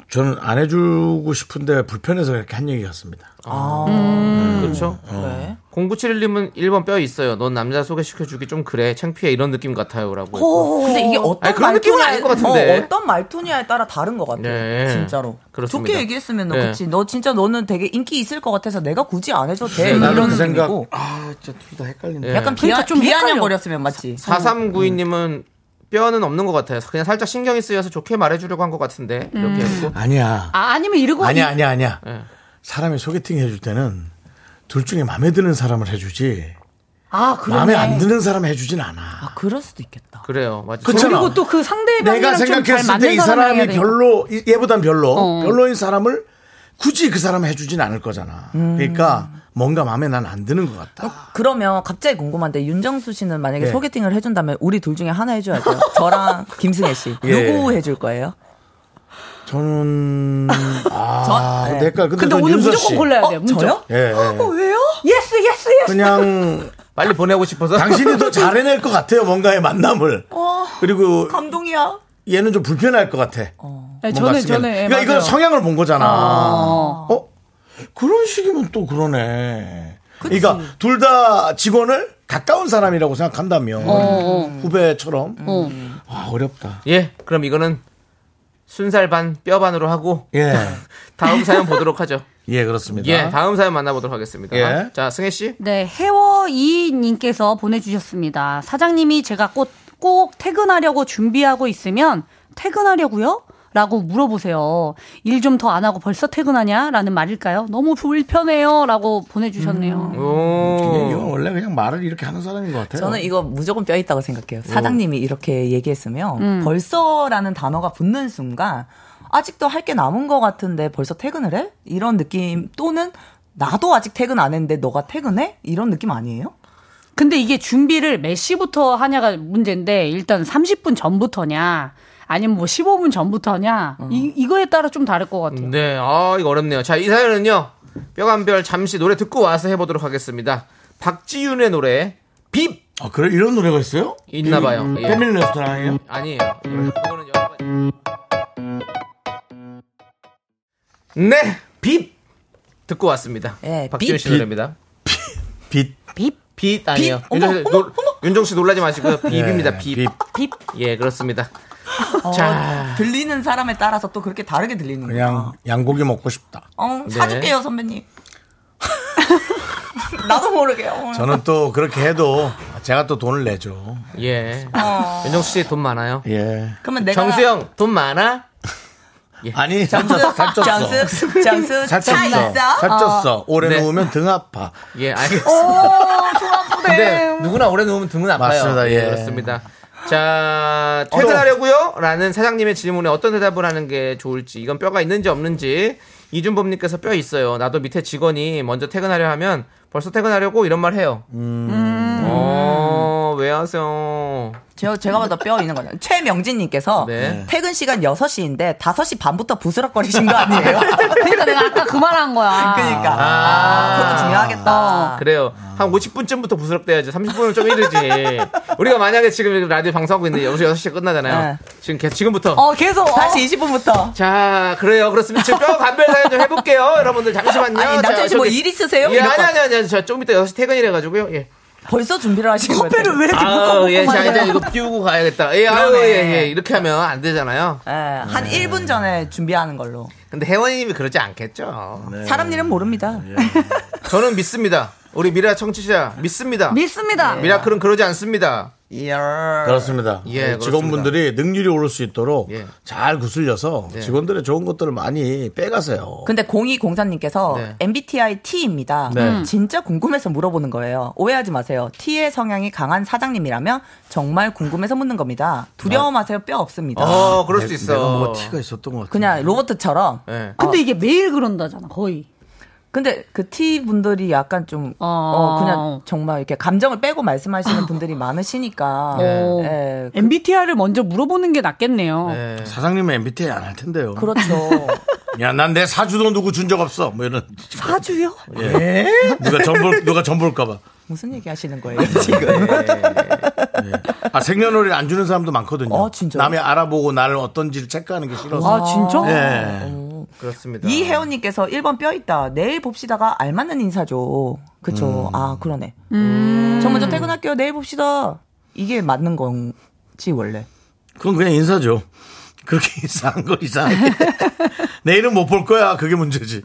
Speaker 3: 저는 안 해주고 싶은데 불편해서 그렇게 한 얘기 같습니다.
Speaker 11: 어.
Speaker 4: 아,
Speaker 11: 음.
Speaker 4: 그렇죠.
Speaker 9: 어.
Speaker 3: 네.
Speaker 4: 0971님은 1번 뼈 있어요. 넌 남자 소개시켜주기 좀 그래. 창피해. 이런 느낌 같아요라고.
Speaker 9: 오. 근데 이게 어떤
Speaker 4: 아니, 그런 느낌은
Speaker 9: 말투냐에-
Speaker 4: 아닐 것 같은데.
Speaker 9: 어, 떤 말투냐에 따라 다른 것 같아요.
Speaker 4: 네.
Speaker 9: 진짜로.
Speaker 4: 그렇습니다.
Speaker 9: 좋게 얘기했으면 은
Speaker 4: 네.
Speaker 9: 그치. 너 진짜 너는 되게 인기 있을 것 같아서 내가 굳이 안 해도 돼.
Speaker 4: 네, 나는
Speaker 9: 이런
Speaker 4: 그 생각-
Speaker 9: 느낌이고.
Speaker 3: 아, 저둘다 헷갈린다.
Speaker 4: 예.
Speaker 9: 약간 비아,
Speaker 4: 그러니까 좀 헷갈려.
Speaker 9: 비아냥거렸으면 맞지.
Speaker 3: 음.
Speaker 4: 4392님은 뼈는 없는 것 같아요. 그냥 살짝 신경이 쓰여서 좋게 말해주려고 한 것 같은데 이렇게
Speaker 3: 음.
Speaker 4: 했고.
Speaker 3: 아니야.
Speaker 11: 아 아니면 이러고 예.
Speaker 3: 아니야, 아니야, 아니야. 사람이 소개팅 해줄 때는 둘 중에 마음에 드는 사람을 해주지.
Speaker 11: 아 그러네.
Speaker 3: 마음에 안 드는 사람 해주진 않아.
Speaker 9: 아 그럴 수도 있겠다.
Speaker 4: 그래요, 맞아요.
Speaker 3: 그렇잖아.
Speaker 11: 그리고 또 그 상대방이랑
Speaker 3: 내가
Speaker 11: 좀 잘
Speaker 3: 생각했을 때
Speaker 11: 맞는
Speaker 3: 이
Speaker 11: 사람이랑 해야
Speaker 3: 사람이
Speaker 11: 되니까.
Speaker 3: 별로 이- 얘보단 별로
Speaker 11: 어.
Speaker 3: 별로인 사람을 굳이 그 사람 해주진 않을 거잖아.
Speaker 11: 음.
Speaker 3: 그러니까 뭔가 마음에 난 안 드는 것 같다.
Speaker 9: 그러면 갑자기 궁금한데 윤정수 씨는 만약에
Speaker 3: 네.
Speaker 9: 소개팅을 해준다면 우리 둘 중에 하나 해줘야 돼요. 저랑 김승혜 씨.
Speaker 3: 예.
Speaker 9: 누구 해줄 거예요?
Speaker 3: 저는 아,
Speaker 9: 저-
Speaker 11: 네.
Speaker 3: 내 거. 근데,
Speaker 9: 근데
Speaker 3: 전
Speaker 9: 오늘
Speaker 3: 윤서
Speaker 9: 무조건
Speaker 3: 씨.
Speaker 9: 골라야 돼요, 무조건. 어, 저요?
Speaker 3: 예, 예.
Speaker 11: 어, 왜요? 예스 예스 예스.
Speaker 3: 그냥
Speaker 4: 빨리 보내고 싶어서
Speaker 3: 당신이 더 잘 해낼 것 같아요. 뭔가의 만남을.
Speaker 9: 어,
Speaker 3: 그리고
Speaker 9: 감동이야.
Speaker 3: 얘는 좀 불편할 것 같아.
Speaker 11: 네,
Speaker 3: 뭔가
Speaker 11: 저는
Speaker 3: 쓰면.
Speaker 11: 저는 예,
Speaker 3: 그러니까 이건
Speaker 11: 맞아요.
Speaker 3: 성향을 본 거잖아.
Speaker 11: 아.
Speaker 3: 어 그런 식이면 또 그러네. 그러니까 둘 다 직원을 가까운 사람이라고 생각한다면
Speaker 4: 어, 어.
Speaker 3: 후배처럼
Speaker 11: 어.
Speaker 3: 아, 어렵다.
Speaker 4: 예, 그럼 이거는 순살 반, 뼈 반으로 하고
Speaker 3: 예,
Speaker 4: 다음 사연 보도록 하죠.
Speaker 3: 예 그렇습니다.
Speaker 4: 예, 다음 사연 만나보도록 하겠습니다.
Speaker 3: 예.
Speaker 4: 자, 승혜 씨.
Speaker 11: 네, 해워 이님께서 보내주셨습니다. 사장님이 제가 꼭, 꼭 퇴근하려고 준비하고 있으면 퇴근하려고요? 라고 물어보세요. 일 좀 더 안 하고 벌써 퇴근하냐? 라는 말일까요? 너무 불편해요. 라고 보내주셨네요.
Speaker 3: 음, 그냥 이건 어, 원래 그냥 말을 이렇게 하는 사람인 것 같아요.
Speaker 9: 저는 이거 무조건 뼈 있다고 생각해요. 사장님이 이렇게 얘기했으면
Speaker 11: 음.
Speaker 9: 벌써라는 단어가 붙는 순간 아직도 할 게 남은 것 같은데 벌써 퇴근을 해? 이런 느낌 또는 나도 아직 퇴근 안 했는데 너가 퇴근해? 이런 느낌 아니에요?
Speaker 11: 근데 이게 준비를 몇 시부터 하냐가 문제인데, 일단 30분 전부터냐, 아니면 뭐 15분 전부터냐, 이, 이거에 따라 좀 다를 것 같아요.
Speaker 4: 네, 아 이거 어렵네요. 자, 이 사연은요. 뼈간별 잠시 노래 듣고 와서 해보도록 하겠습니다. 박지윤의 노래 빕
Speaker 3: 아 그래 이런 노래가 있어요?
Speaker 4: 있나봐요.
Speaker 3: 음, 패밀리 레스토랑이에요?
Speaker 4: 아니에요. 이거는 여러 가지. 네, 빕 듣고 왔습니다.
Speaker 9: 예,
Speaker 4: 박지윤
Speaker 9: 빕.
Speaker 4: 씨 노래입니다.
Speaker 3: 빛.
Speaker 9: 빕?
Speaker 4: 빛 아니에요.
Speaker 9: 빕? 어머, 네,
Speaker 4: 윤정 씨, 놀- 윤정 씨 놀라지 마시고요. 빕입니다. 빕.
Speaker 9: 빕.
Speaker 4: 예, 그렇습니다.
Speaker 9: 어,
Speaker 4: 자.
Speaker 9: 들리는 사람에 따라서 또 그렇게 다르게 들리는 거예요.
Speaker 3: 그냥 양고기 먹고 싶다.
Speaker 9: 어,
Speaker 3: 네.
Speaker 9: 사줄게요, 선배님. 나도 모르게. 요
Speaker 3: 저는 또 그렇게 해도 제가 또 돈을 내죠.
Speaker 4: 예. 윤정수 씨 돈 많아요.
Speaker 3: 예.
Speaker 9: 그러면 어. 내가-
Speaker 4: 정수영 돈 많아?
Speaker 3: 아니
Speaker 9: 잠수,
Speaker 3: 살쪘어.
Speaker 9: 잠수, 잠수, 차 있어?
Speaker 3: 살쪘어. 살쪘어. 오래
Speaker 4: 네.
Speaker 3: 누우면 등 아파.
Speaker 4: 예, 알겠습니다. 근데 누구나 오래 누우면 등은 아파요.
Speaker 3: 맞습니다, 예.
Speaker 4: 그렇습니다. 자, 퇴근하려고요? 라는 사장님의 질문에 어떤 대답을 하는 게 좋을지, 이건 뼈가 있는지 없는지, 이준범님께서 뼈 있어요. 나도 밑에 직원이 먼저 퇴근하려 하면 벌써 퇴근하려고 이런 말 해요. 어, 왜 하세요?
Speaker 9: 제가, 제가 봐도 뼈 있는 거죠. 최명진님께서
Speaker 4: 네.
Speaker 9: 퇴근 시간 6시인데 5시 반부터 부스럭거리신 거 아니에요?
Speaker 11: 그러니까 내가 아까 그 말 한 거야.
Speaker 9: 그러니까.
Speaker 4: 그것도
Speaker 9: 중요하겠다.
Speaker 4: 그래요. 한 50분쯤부터 부스럭대야지. 30분을 좀 이르지. 우리가 만약에 지금 라디오 방송하고 있는데 6시, 6시에 끝나잖아요.
Speaker 9: 네.
Speaker 4: 지금, 계- 지금부터.
Speaker 9: 어, 계속. 다시 20분부터.
Speaker 4: 자, 그래요. 그렇습니다. 지금 뼈 간별 사연 좀 해볼게요. 여러분들, 잠시만요.
Speaker 9: 아니, 남자
Speaker 4: 자,
Speaker 9: 씨뭐
Speaker 4: 저기-
Speaker 9: 일 있으세요?
Speaker 4: 예,
Speaker 9: 이런
Speaker 4: 아니,
Speaker 9: 거.
Speaker 4: 아니, 아니. 아니. 저 조금 이따 6시 퇴근이라가지고요. 예.
Speaker 9: 벌써 준비를 하시는 거예요? 커피를 왜
Speaker 4: 아, 예, 자, 이제 이거 비우고 가야겠다. 예, 아유,
Speaker 9: 그러네.
Speaker 4: 예, 예. 이렇게 하면 안 되잖아요.
Speaker 9: 예, 한 1분 전에 준비하는 걸로.
Speaker 4: 근데 혜원이님이 그러지 않겠죠.
Speaker 3: 네.
Speaker 9: 사람 일은 모릅니다.
Speaker 4: 저는 믿습니다. 우리 미라 청취자 믿습니다.
Speaker 11: 믿습니다.
Speaker 4: 미라클은 그러지 않습니다.
Speaker 3: 그렇습니다.
Speaker 4: 예,
Speaker 3: 직원분들이 능률이 오를 수 있도록 잘 구슬려서 직원들의 좋은 것들을 많이 빼가세요.
Speaker 9: 근데 0204님께서
Speaker 3: 어. 네.
Speaker 9: MBTI T입니다.
Speaker 3: 네. 음.
Speaker 9: 진짜 궁금해서 물어보는 거예요. 오해하지 마세요. T의 성향이 강한 사장님이라면 정말 궁금해서 묻는 겁니다. 두려워 마세요. 뼈 없습니다.
Speaker 4: 어, 그럴 수 있어.
Speaker 3: 아,
Speaker 4: 예,
Speaker 3: 내가 뭐가 티가 있었던 것 같아.
Speaker 9: 그냥 로봇처럼.
Speaker 3: 네.
Speaker 11: 근데 이게 매일 그런다잖아, 거의.
Speaker 9: 근데 그 T 분들이 약간 좀, 어, 그냥 정말 이렇게 감정을 빼고 말씀하시는 분들이 많으시니까.
Speaker 3: 네.
Speaker 11: 어,
Speaker 9: 예,
Speaker 11: MBTI를 먼저 물어보는 게 낫겠네요.
Speaker 4: 예,
Speaker 3: 사장님은 MBTI 안 할 텐데요.
Speaker 9: 그렇죠.
Speaker 3: 야, 난 내 사주도 누구 준 적 없어. 뭐 이런.
Speaker 9: 사주요?
Speaker 3: 예. 누가 전볼 누가 전볼까봐.
Speaker 9: 무슨 얘기 하시는 거예요, 지금?
Speaker 3: 아 생년월일 안 주는 사람도 많거든요. 남이 알아보고 나를 어떤지를 체크하는 게 싫어서.
Speaker 9: 아, 진짜?
Speaker 11: 네.
Speaker 3: 예.
Speaker 4: 그렇습니다.
Speaker 9: 이혜원님께서 1번 뼈 있다. 내일 봅시다가 알맞는 인사죠. 그쵸.
Speaker 4: 음.
Speaker 9: 아, 그러네. 저 먼저 퇴근할게요. 내일 봅시다. 이게 맞는 건지, 원래.
Speaker 3: 그건 그냥 인사죠. 그렇게 이상한 거 이상해. 내일은 못 볼 거야. 그게 문제지.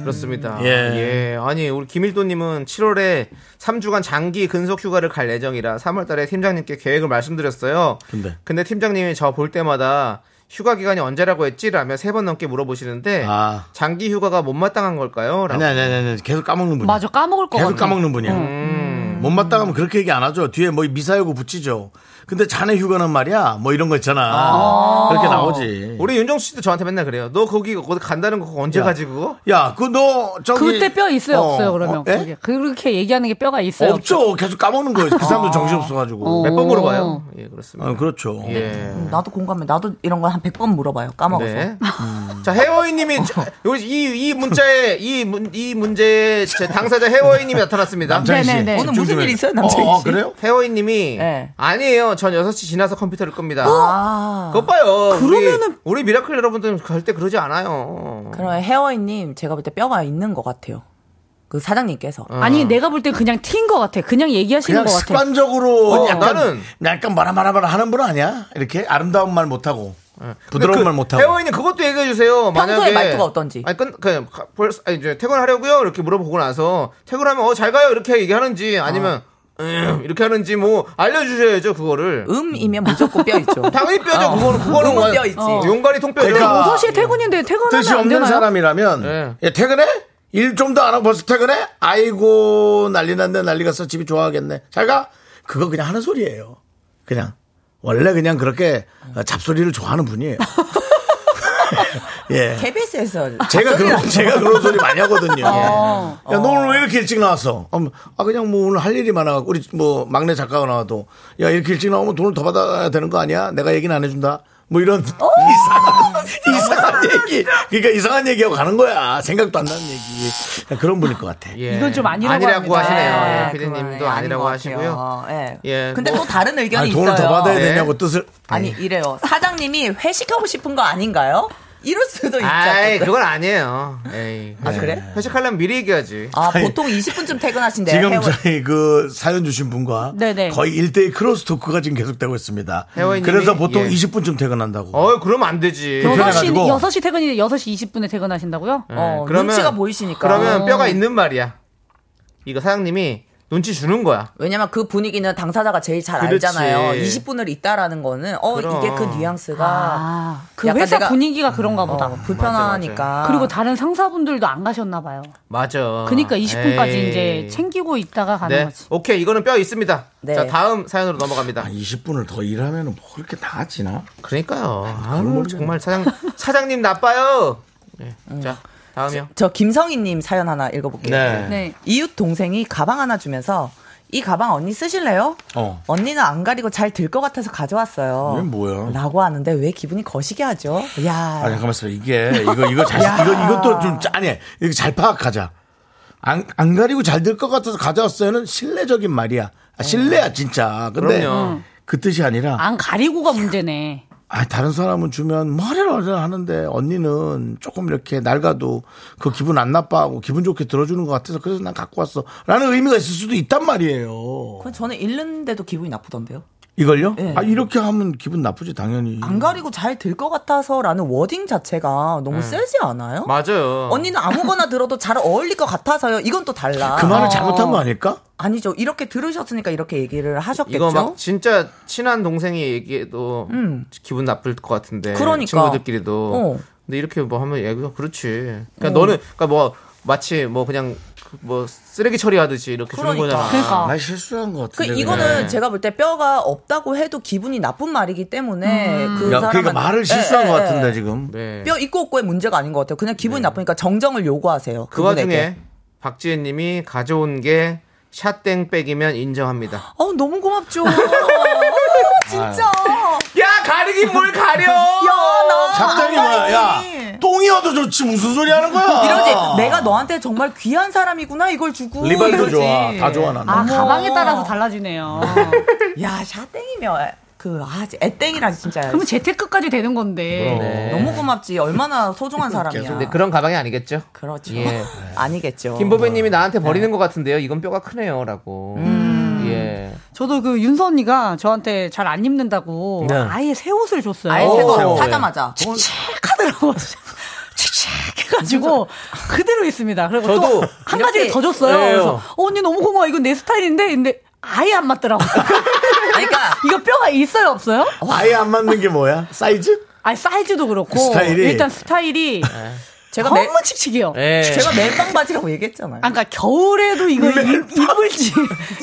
Speaker 4: 그렇습니다.
Speaker 3: 예.
Speaker 4: 예. 아니, 우리 김일도님은 7월에 3주간 장기 근속 휴가를 갈 예정이라 3월달에 팀장님께 계획을 말씀드렸어요.
Speaker 3: 근데
Speaker 4: 근데 팀장님이 저 볼 때마다 휴가 기간이 언제라고 했지라며 세 번 넘게
Speaker 9: 네.
Speaker 4: 물어보시는데
Speaker 3: 아.
Speaker 4: 장기 휴가가 못마땅한 걸까요? 라고.
Speaker 3: 아니 아니 아니, 아니. 계속 까먹는 분이야.
Speaker 11: 맞아, 음. 까먹을 거
Speaker 3: 계속
Speaker 11: 같아.
Speaker 3: 까먹는 분이야. 못마땅하면 그렇게 얘기 안 하죠. 뒤에 뭐 미사여구 붙이죠. 근데 자네 휴가는 말이야. 뭐 이런 거 있잖아. 그렇게 나오지.
Speaker 4: 우리 윤정수 씨도 저한테 맨날 그래요. 너 거기 거기 간다는 거 그거 언제
Speaker 3: 야.
Speaker 4: 가지고?
Speaker 3: 야, 그너 저기
Speaker 11: 그때 뼈 있어요,
Speaker 3: 어,
Speaker 11: 없어요, 그러면?
Speaker 3: 어, 예?
Speaker 11: 그게. 그렇게 얘기하는 게 뼈가 있어요. 아.
Speaker 3: 없죠. 계속 까먹는 거예요. 그 사람도 정신 없어가지고
Speaker 4: 몇 번 물어봐요? 예, 그렇습니다. 예.
Speaker 3: 아, 그렇죠.
Speaker 11: 네.
Speaker 4: 음.
Speaker 9: 나도 공감해. 나도 이런 걸 한 100번 물어봐요. 까먹어서.
Speaker 4: 네. 자, 해워이님이 저- 여기 이, 이 문자에 이, 문, 이 문제의 제 당사자 해워이님이 나타났습니다.
Speaker 9: 남창희 씨, 네네네. 오늘 무슨 일 있어요, 남창희 씨?
Speaker 4: 해워이님이
Speaker 9: 네.
Speaker 4: 아니에요. 전 6시 지나서 컴퓨터를 끕니다.
Speaker 9: 아.
Speaker 4: 그것 봐요. 어? 그러면은 우리, 우리 미라클 여러분들은 갈 때 그러지 않아요.
Speaker 9: 그럼 헤어이님, 제가 볼 때 뼈가 있는 것 같아요. 그 사장님께서.
Speaker 4: 어.
Speaker 11: 아니, 내가 볼 때 그냥 튄 거 같아. 그냥 얘기하시는
Speaker 3: 그냥
Speaker 11: 거 같아.
Speaker 3: 습관적으로
Speaker 11: 어.
Speaker 3: 약간
Speaker 4: 나는-
Speaker 3: 약간 말아 말아 말아 하는 분 아니야? 이렇게 아름다운 말 못하고 부드러운 말 못하고
Speaker 4: 해워이님 그 그것도 얘기해 주세요.
Speaker 9: 평소에
Speaker 4: 만약에
Speaker 9: 말투가 어떤지.
Speaker 4: 아니 끈 그냥 가- 벌써 아니, 이제 퇴근하려고요 이렇게 물어보고 나서 퇴근하면 어 잘 가요 이렇게 얘기하는지 아니면 음, 이렇게 하는지 뭐 알려주셔야죠 그거를.
Speaker 9: 음이면 무조건 뼈 있죠.
Speaker 4: 당연히 뼈죠.
Speaker 9: 어.
Speaker 4: 그거는 그거는
Speaker 9: 음은
Speaker 4: 완-
Speaker 9: 뼈 있지.
Speaker 4: 어. 용가리 통뼈죠.
Speaker 11: 근데
Speaker 3: 그러니까
Speaker 11: 5시에 퇴근인데 퇴근하면
Speaker 3: 뜻이
Speaker 11: 안
Speaker 3: 없는
Speaker 11: 되나요?
Speaker 3: 사람이라면 예, 퇴근해? 일 좀 더 안 하고 벌써 퇴근해? 아이고 난리 났네 난리 갔어 집이 좋아하겠네 잘 가? 그거 그냥 하는 소리예요 그냥 원래 그냥 그렇게 잡소리를 좋아하는 분이에요 예.
Speaker 9: KBS에서.
Speaker 3: 제가 그런 제가 그런 소리 많이 하거든요.
Speaker 9: 어.
Speaker 3: 야, 너 오늘 왜 이렇게 일찍 나왔어? 그럼, 아 그냥 뭐 오늘 할 일이 많아갖고 우리 뭐 막내 작가가 나와도 야 이렇게 일찍 나오면 돈을 더 받아야 되는 거 아니야? 내가 얘기는 안 해준다. 뭐
Speaker 9: 어.
Speaker 3: 이런 이상한 이상한 얘기. 그러니까 이상한 얘기하고 가는 거야. 생각도 안 나는 얘기. 그냥 그런 분일 것 같아.
Speaker 9: 이건 좀 아니라고
Speaker 4: 예. 아니라고
Speaker 9: 합니다.
Speaker 4: 하시네요.
Speaker 9: 네,
Speaker 4: 예, 피디님도
Speaker 9: 그건 아닌 것
Speaker 4: 아니라고
Speaker 9: 같아요.
Speaker 4: 하시고요.
Speaker 9: 예.
Speaker 4: 예,
Speaker 9: 근데
Speaker 4: 뭐-
Speaker 9: 또 다른 의견이
Speaker 3: 아니, 돈을
Speaker 9: 있어요.
Speaker 3: 더 받아야
Speaker 4: 네.
Speaker 3: 되냐고 뜻을.
Speaker 9: 아니 이래요. 사장님이 회식하고 싶은 거 아닌가요? 이럴 수도 있죠.
Speaker 4: 아이
Speaker 9: 어쨌든.
Speaker 4: 그건 아니에요. 에이. 네.
Speaker 9: 아, 그래?
Speaker 4: 회식하려면 미리 얘기하지.
Speaker 9: 아 보통 20분쯤 퇴근하신대요.
Speaker 3: 지금
Speaker 9: 네, 해월.
Speaker 3: 저희 그 사연 주신 분과
Speaker 9: 네네. 음.
Speaker 3: 거의 1대1 크로스 토크가 지금 계속되고 있습니다.
Speaker 4: 회원님이-
Speaker 3: 그래서 보통
Speaker 4: 예.
Speaker 3: 20분쯤 퇴근한다고.
Speaker 4: 어, 그러면 안 되지.
Speaker 11: 6시, 6시 퇴근인데 6시 20분에
Speaker 9: 어,
Speaker 4: 네.
Speaker 11: 퇴근하신다고요? 어.
Speaker 4: 예, 그러면- 그러면 뼈가 있는 말이야. 이거 사장님이 눈치 주는 거야.
Speaker 15: 왜냐면 그 분위기는 당사자가 제일 잘
Speaker 4: 그렇지.
Speaker 15: 알잖아요. 20분을 있다라는 거는 어
Speaker 4: 그럼.
Speaker 15: 이게 그 뉘앙스가
Speaker 11: 그
Speaker 15: 약간
Speaker 11: 회사
Speaker 15: 내가-
Speaker 11: 분위기가 그런가 보다.
Speaker 9: 어.
Speaker 15: 불편하니까. 맞아, 맞아.
Speaker 11: 그리고 다른 상사분들도 안 가셨나 봐요.
Speaker 4: 맞아.
Speaker 11: 그러니까 20분까지
Speaker 4: 에이.
Speaker 11: 이제 챙기고 있다가 가는
Speaker 4: 네.
Speaker 11: 거지.
Speaker 4: 오케이. 이거는 뼈 있습니다.
Speaker 11: 네.
Speaker 4: 자, 다음 사연으로 넘어갑니다.
Speaker 3: 아, 20분을 더 일하면 뭐 그렇게 나아지나?
Speaker 4: 그러니까요. 아유,
Speaker 3: 뭐.
Speaker 4: 정말 사장 사장님 나빠요. 네. 자, 다음이요.
Speaker 9: 저 김성희님 사연 하나 읽어볼게요.
Speaker 4: 네. 네.
Speaker 9: 이웃 동생이 가방 하나 주면서 이 가방 언니 쓰실래요?
Speaker 3: 어.
Speaker 9: 언니는 안 가리고 잘 들 것 같아서 가져왔어요.
Speaker 3: 이게 뭐야?
Speaker 9: 라고 하는데 왜 기분이 거시게 하죠? 야.
Speaker 3: 아 잠깐만 있어 이게 이거 이거 잘
Speaker 9: 야.
Speaker 3: 이거 이것도 좀 짠해 이거 잘 파악하자 안, 안 가리고 잘 될 것 같아서 가져왔어요는 신뢰적인 말이야 아, 신뢰야 진짜 근데
Speaker 11: 그럼요. 음.
Speaker 3: 그 뜻이 아니라
Speaker 11: 안 가리고가 문제네.
Speaker 3: 아, 다른 사람은 주면 머리를 하는데 언니는 조금 이렇게 낡아도 그 기분 안 나빠하고 기분 좋게 들어주는 것 같아서 그래서 난 갖고 왔어 라는 의미가 있을 수도 있단 말이에요
Speaker 9: 그건 저는 읽는데도 기분이 나쁘던데요.
Speaker 3: 이걸요?
Speaker 9: 네.
Speaker 3: 아 이렇게 하면 기분 나쁘지 당연히
Speaker 9: 안 가리고 잘 들 것 같아서라는 워딩 자체가 너무
Speaker 3: 음. 어.
Speaker 9: 세지 않아요?
Speaker 3: 맞아요.
Speaker 9: 언니는 아무거나 들어도 잘 어울릴 것 같아서요. 이건 또 달라.
Speaker 3: 그 말을 잘못한 거 아닐까?
Speaker 9: 아니죠. 이렇게 들으셨으니까 이렇게 얘기를 하셨겠죠.
Speaker 4: 이거 막 진짜 친한 동생이 얘기해도
Speaker 9: 음.
Speaker 4: 기분 나쁠 것 같은데
Speaker 9: 그러니까.
Speaker 4: 친구들끼리도
Speaker 9: 어.
Speaker 4: 근데 이렇게 뭐 하면 얘기가 그렇지 그러니까
Speaker 9: 어.
Speaker 4: 너는 그러니까 뭐 마치 뭐 그냥 그뭐 쓰레기 처리하듯이 이렇게 주는
Speaker 9: 그러니까.
Speaker 4: 거잖아
Speaker 9: 그러니까. 나
Speaker 3: 실수한 것
Speaker 9: 그 이거는
Speaker 3: 네.
Speaker 9: 제가 볼 때 뼈가 없다고 해도 기분이 나쁜 말이기 때문에 그 예,
Speaker 3: 야,
Speaker 9: 사람
Speaker 3: 그러니까 말을 실수한 것 같은데 지금
Speaker 4: 네.
Speaker 3: 네.
Speaker 9: 뼈 있고 없고의 문제가 아닌 것 같아요. 그냥 기분이 나쁘니까 정정을 요구하세요.
Speaker 4: 그 와중에 박지혜님이 가져온 게 샷땡백이면 인정합니다
Speaker 9: 어 너무 고맙죠.
Speaker 4: 진짜. 야 가리긴 뭘 가려
Speaker 3: 작당이 뭐야? 야, 똥이어도 좋지 무슨 소리 하는 거야?
Speaker 9: 아, 이러지. 내가 너한테 정말 귀한 사람이구나 이걸 주고.
Speaker 3: 리발도
Speaker 9: 이러지.
Speaker 3: 좋아. 다 좋아, 나는.
Speaker 11: 아,
Speaker 9: 어머.
Speaker 11: 가방에 따라서 달라지네요.
Speaker 9: 야 샤땡이면 그아 애땡이라 진짜.
Speaker 11: 그러면 재테크까지 되는 건데.
Speaker 4: 그러네.
Speaker 9: 너무 고맙지. 얼마나 소중한 사람이야.
Speaker 4: 근데 그런 가방이 아니겠죠
Speaker 9: 네, 그렇죠.
Speaker 4: 예.
Speaker 9: 아니겠죠.
Speaker 4: 김보배님이 나한테
Speaker 9: 네.
Speaker 4: 버리는 것 같은데요 이건 뼈가 크네요라고
Speaker 9: 음.
Speaker 4: 예
Speaker 11: 저도 그 윤서 언니가 저한테 잘 안 입는다고
Speaker 4: 네.
Speaker 11: 아예 새 옷을 줬어요.
Speaker 4: 아예 새 옷, 오. 사자마자.
Speaker 11: 칙칙하더라고요. 칙칙해가지고 그대로 있습니다. 그리고
Speaker 4: 저도
Speaker 11: 또 한 가지를
Speaker 15: 이렇게-
Speaker 11: 더 줬어요.
Speaker 15: 예.
Speaker 11: 그래서 어, 언니 너무 고마워. 이건 내 스타일인데, 근데 아예 안 맞더라고요. 그러니까 이거 뼈가 있어요 없어요?
Speaker 3: 아예 안 맞는 게 뭐야? 사이즈?
Speaker 11: 아니 사이즈도 그렇고
Speaker 3: 그 스타일이?
Speaker 11: 일단 스타일이
Speaker 9: 제가
Speaker 11: 너무
Speaker 9: 매-
Speaker 11: 칙칙해요.
Speaker 4: 네.
Speaker 9: 예. 제가 멜빵 바지라고 얘기했잖아요.
Speaker 11: 아, 그러니까 겨울에도 이거 입, 입을지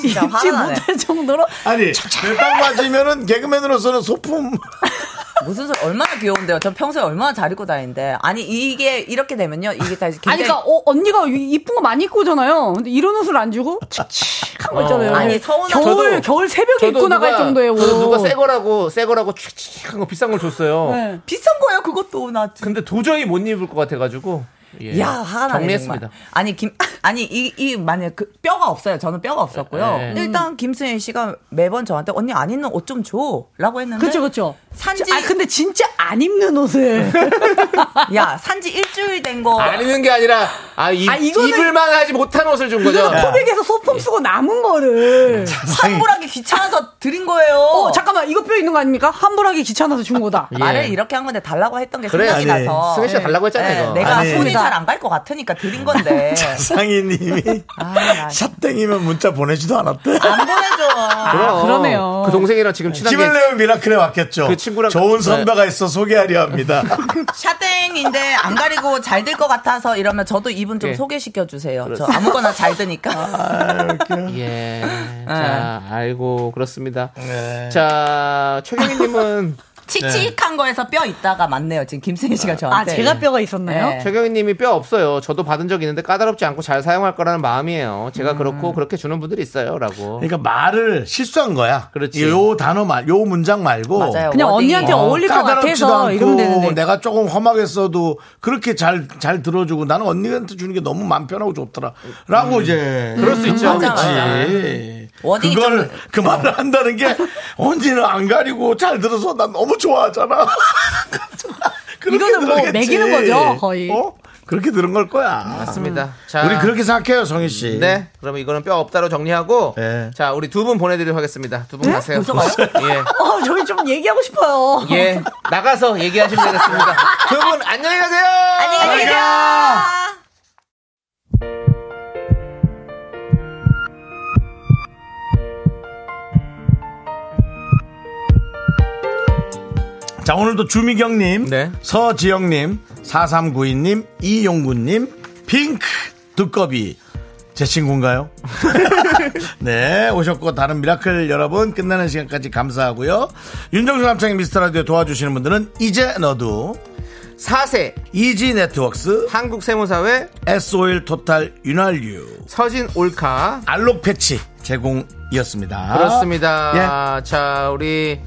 Speaker 9: 진짜 화가
Speaker 11: 입지
Speaker 9: 나네.
Speaker 11: 못할 정도로
Speaker 3: 아니 멜빵 맞으면은 개그맨으로서는 소품.
Speaker 9: 무슨 소리 얼마나 귀여운데요. 전 평소에 얼마나 잘 입고 다니는데 아니 이게 이렇게 되면요. 이게 다
Speaker 11: 아니
Speaker 9: 굉장히
Speaker 11: 그러니까 어, 언니가 이- 이쁜 거 많이 입고 오잖아요. 근데 이런 옷을 안 주고 칙칙한 거 있잖아요.
Speaker 4: 아니, 서운한-
Speaker 11: 겨울
Speaker 4: 저도-
Speaker 11: 겨울 새벽에
Speaker 4: 저도
Speaker 11: 입고 나갈
Speaker 4: 누가-
Speaker 11: 정도의 옷.
Speaker 4: 저도 누가 새 거라고 새 거라고 칙칙한 거 비싼 걸 줬어요.
Speaker 11: 네.
Speaker 9: 비싼 거예요. 그것도 나
Speaker 4: 근데 도저히 못 입을 것 같아가지고 예.
Speaker 9: 야, 화가 나네.
Speaker 4: 정리했습니다.
Speaker 9: 정말. 아니, 김, 아니, 이, 이, 만약에 그 뼈가 없어요. 저는 뼈가 없었고요.
Speaker 4: 네.
Speaker 9: 일단 김수현 씨가 매번 저한테 언니 안 입는 옷 좀 줘. 라고 했는데.
Speaker 3: 네.
Speaker 11: 그쵸 그쵸.
Speaker 9: 산지.
Speaker 11: 아 근데 진짜 안 입는 옷을.
Speaker 9: 야, 산지 일주일 된 거.
Speaker 4: 안 입는 게 아니라 아, 입,
Speaker 11: 어. 아, 이거는-
Speaker 4: 입을만 하지 못한 옷을 준 거죠.
Speaker 11: 이거는 코빅에서
Speaker 3: 예.
Speaker 11: 소품 쓰고 남은
Speaker 3: 네,
Speaker 11: 거를
Speaker 9: 환불하기 귀찮아서 드린 거예요.
Speaker 11: 어 잠깐만 이거 뼈 있는 거 아닙니까? 환불하기 귀찮아서 준 거다.
Speaker 4: 예.
Speaker 9: 말을 이렇게 한 건데 달라고 했던 게
Speaker 4: 그래,
Speaker 9: 생각이
Speaker 4: 아니,
Speaker 9: 나서. 예,
Speaker 4: 승혜 씨가 달라고 했잖아요, 이거.
Speaker 9: 내가
Speaker 3: 아니.
Speaker 9: 손이 잘 안 갈 것 같으니까 드린 건데.
Speaker 3: 상희님이 샷땡이면 문자 보내지도 않았대.
Speaker 9: 아, 안
Speaker 11: 아,
Speaker 9: 보내줘.
Speaker 4: 그럼.
Speaker 3: 그러네요.
Speaker 4: 그 동생이랑 지금 친한 게
Speaker 3: 힘을 내면 미라클에 왔겠죠.
Speaker 4: 그 친구랑
Speaker 3: 좋은
Speaker 4: 네.
Speaker 3: 선배가 있어 소개하려 합니다.
Speaker 9: 샤땡인데 안 가리고 잘 될 것 같아서 이러면 저도 이분 좀
Speaker 4: 예.
Speaker 9: 소개시켜 주세요. 저
Speaker 4: 그렇습니다.
Speaker 9: 아무거나 잘 드니까.
Speaker 4: 예.
Speaker 11: 네.
Speaker 4: 자, 아이고 그렇습니다. 자, 최경희님은
Speaker 9: 칙칙한 거에서 뼈 있다가 맞네요. 지금 김승희 씨가 저한테.
Speaker 4: 네.
Speaker 9: 네.
Speaker 4: 아, 제가
Speaker 11: 뼈가 있었나요?
Speaker 3: 네.
Speaker 4: 최경희님이 뼈 없어요. 저도 받은 적 있는데 까다롭지 않고 잘 사용할 거라는 마음이에요. 제가 그렇고 그렇게 주는 분들이 있어요라고.
Speaker 3: 그러니까 말을 실수한 거야.
Speaker 4: 그렇지.
Speaker 3: 요 단어 말, 요 문장 말고
Speaker 4: 맞아요. 그냥 워딩이. 언니한테 어울릴 것
Speaker 3: 까다롭지도
Speaker 4: 같아서
Speaker 3: 않고
Speaker 4: 이러면 되는데.
Speaker 3: 내가 조금 험하게 써도 그렇게 잘 잘 들어주고 나는 언니한테 주는 게 너무 마음 편하고 좋더라라고 이제
Speaker 4: 그럴 수 있죠.
Speaker 3: 하고
Speaker 4: 음. 맞아,
Speaker 3: 있지.
Speaker 4: 워딩이 어.
Speaker 3: 그걸 그 말을 한다는 게 언니는 안 가리고 잘 들어서 난 너무 좋아하잖아. 그렇게
Speaker 11: 이거는 뭐
Speaker 3: 들었겠지.
Speaker 11: 매기는 거죠, 거의.
Speaker 3: 어? 그렇게 들은 걸 거야.
Speaker 4: 맞습니다. 자.
Speaker 3: 우리 그렇게 생각해요, 성희 씨.
Speaker 4: 네. 그러면 이거는 뼈 없다로 정리하고 자, 우리 두 분 보내 드리도록 하겠습니다. 두 분
Speaker 11: 네?
Speaker 4: 가세요.
Speaker 11: 벌써 가요?
Speaker 4: 예.
Speaker 11: 어 저희 좀 얘기하고 싶어요.
Speaker 4: 예. 나가서 얘기하시면 되겠습니다. 두 분 안녕히 가세요.
Speaker 11: 안녕히
Speaker 4: 가세요.
Speaker 3: 자, 오늘도 주미경님,
Speaker 4: 네.
Speaker 3: 서지영님, 4392님, 이용구님, 핑크 두꺼비. 제 친구인가요? 네, 오셨고, 다른 미라클 여러분, 끝나는 시간까지 감사하고요. 윤정수 남창의 미스터라디오 도와주시는 분들은 이제 너도.
Speaker 4: 4세.
Speaker 3: 이지 네트웍스.
Speaker 4: 한국세무사회.
Speaker 3: S5일 토탈 윤활유.
Speaker 4: 서진 올카.
Speaker 3: 알록 패치 제공이었습니다. 예.
Speaker 4: 그렇습니다. 자, 우리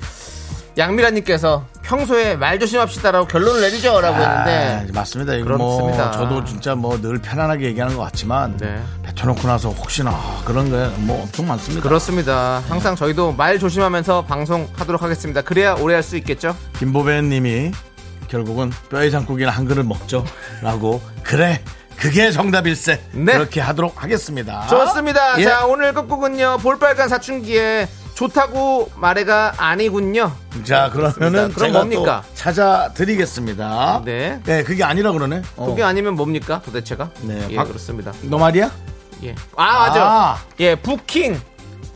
Speaker 4: 양미라님께서 평소에 말 조심합시다라고 결론을 내리죠라고 했는데
Speaker 3: 아, 맞습니다. 이거 뭐
Speaker 4: 그렇습니다. 네.
Speaker 3: 저도 진짜 뭐 늘 편안하게 얘기하는 것 같지만 뱉어놓고 나서 혹시나 그런 게 뭐 엄청 많습니다.
Speaker 4: 그렇습니다. 항상 저희도 말 조심하면서 방송하도록 하겠습니다. 그래야 오래 할 수 있겠죠?
Speaker 3: 김보배님이 결국은 뼈에 장국이나 한 그릇 먹죠라고 그래 그게 정답일세 그렇게 하도록 하겠습니다.
Speaker 4: 네. 좋습니다.
Speaker 3: 예.
Speaker 4: 자, 오늘 끝곡은요. 볼빨간 사춘기에 좋다고 말해가 아니군요.
Speaker 3: 자 그러면은
Speaker 4: 네, 그렇습니다. 그럼
Speaker 3: 제가
Speaker 4: 뭡니까?
Speaker 3: 또 찾아드리겠습니다.
Speaker 4: 네.
Speaker 3: 네 그게 아니라 그러네. 어.
Speaker 4: 그게 아니면 뭡니까? 도대체가?
Speaker 3: 네,
Speaker 4: 예,
Speaker 3: 박-
Speaker 4: 그렇습니다.
Speaker 3: 너 말이야?
Speaker 4: 예. 아, 맞아.
Speaker 3: 아.
Speaker 4: 예, 부킹.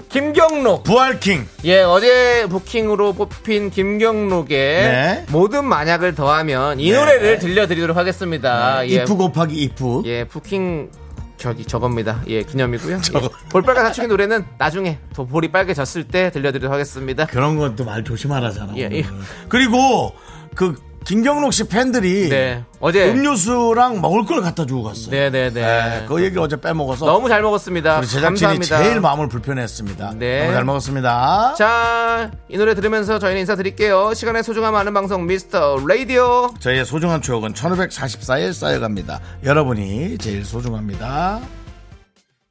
Speaker 4: 김경록.
Speaker 3: 부활킹.
Speaker 4: 예, 어제 부킹으로 뽑힌 김경록의
Speaker 3: 네.
Speaker 4: 모든 만약을 더하면 이
Speaker 3: 네.
Speaker 4: 노래를 들려드리도록 하겠습니다. 예.
Speaker 3: 이프 곱하기 이프.
Speaker 4: 예, 부킹 저기 저겁니다. 예, 기념이고요. 예. 볼빨간 사춘기 노래는 나중에 더 볼이 빨개졌을 때 들려드리도록 하겠습니다.
Speaker 3: 그런 건 또 말 조심하라잖아.
Speaker 4: 예, 예.
Speaker 3: 그리고 그 김경록 씨 팬들이
Speaker 4: 네. 어제-
Speaker 3: 예. 음료수랑 먹을 걸 갖다 주고 갔어요.
Speaker 4: 네, 네, 네.
Speaker 3: 그 얘기를 어제 빼먹어서
Speaker 4: 너무 잘 먹었습니다.
Speaker 3: 우리 제작진이
Speaker 4: 감사합니다.
Speaker 3: 제일 마음을 불편해했습니다.
Speaker 4: 네.
Speaker 3: 너무 잘 먹었습니다.
Speaker 4: 자, 이 노래 들으면서 저희는 인사드릴게요. 시간의 소중함 아는 방송 미스터 라디오.
Speaker 3: 저희의 소중한 추억은 1544일 쌓여갑니다. 여러분이 제일 소중합니다.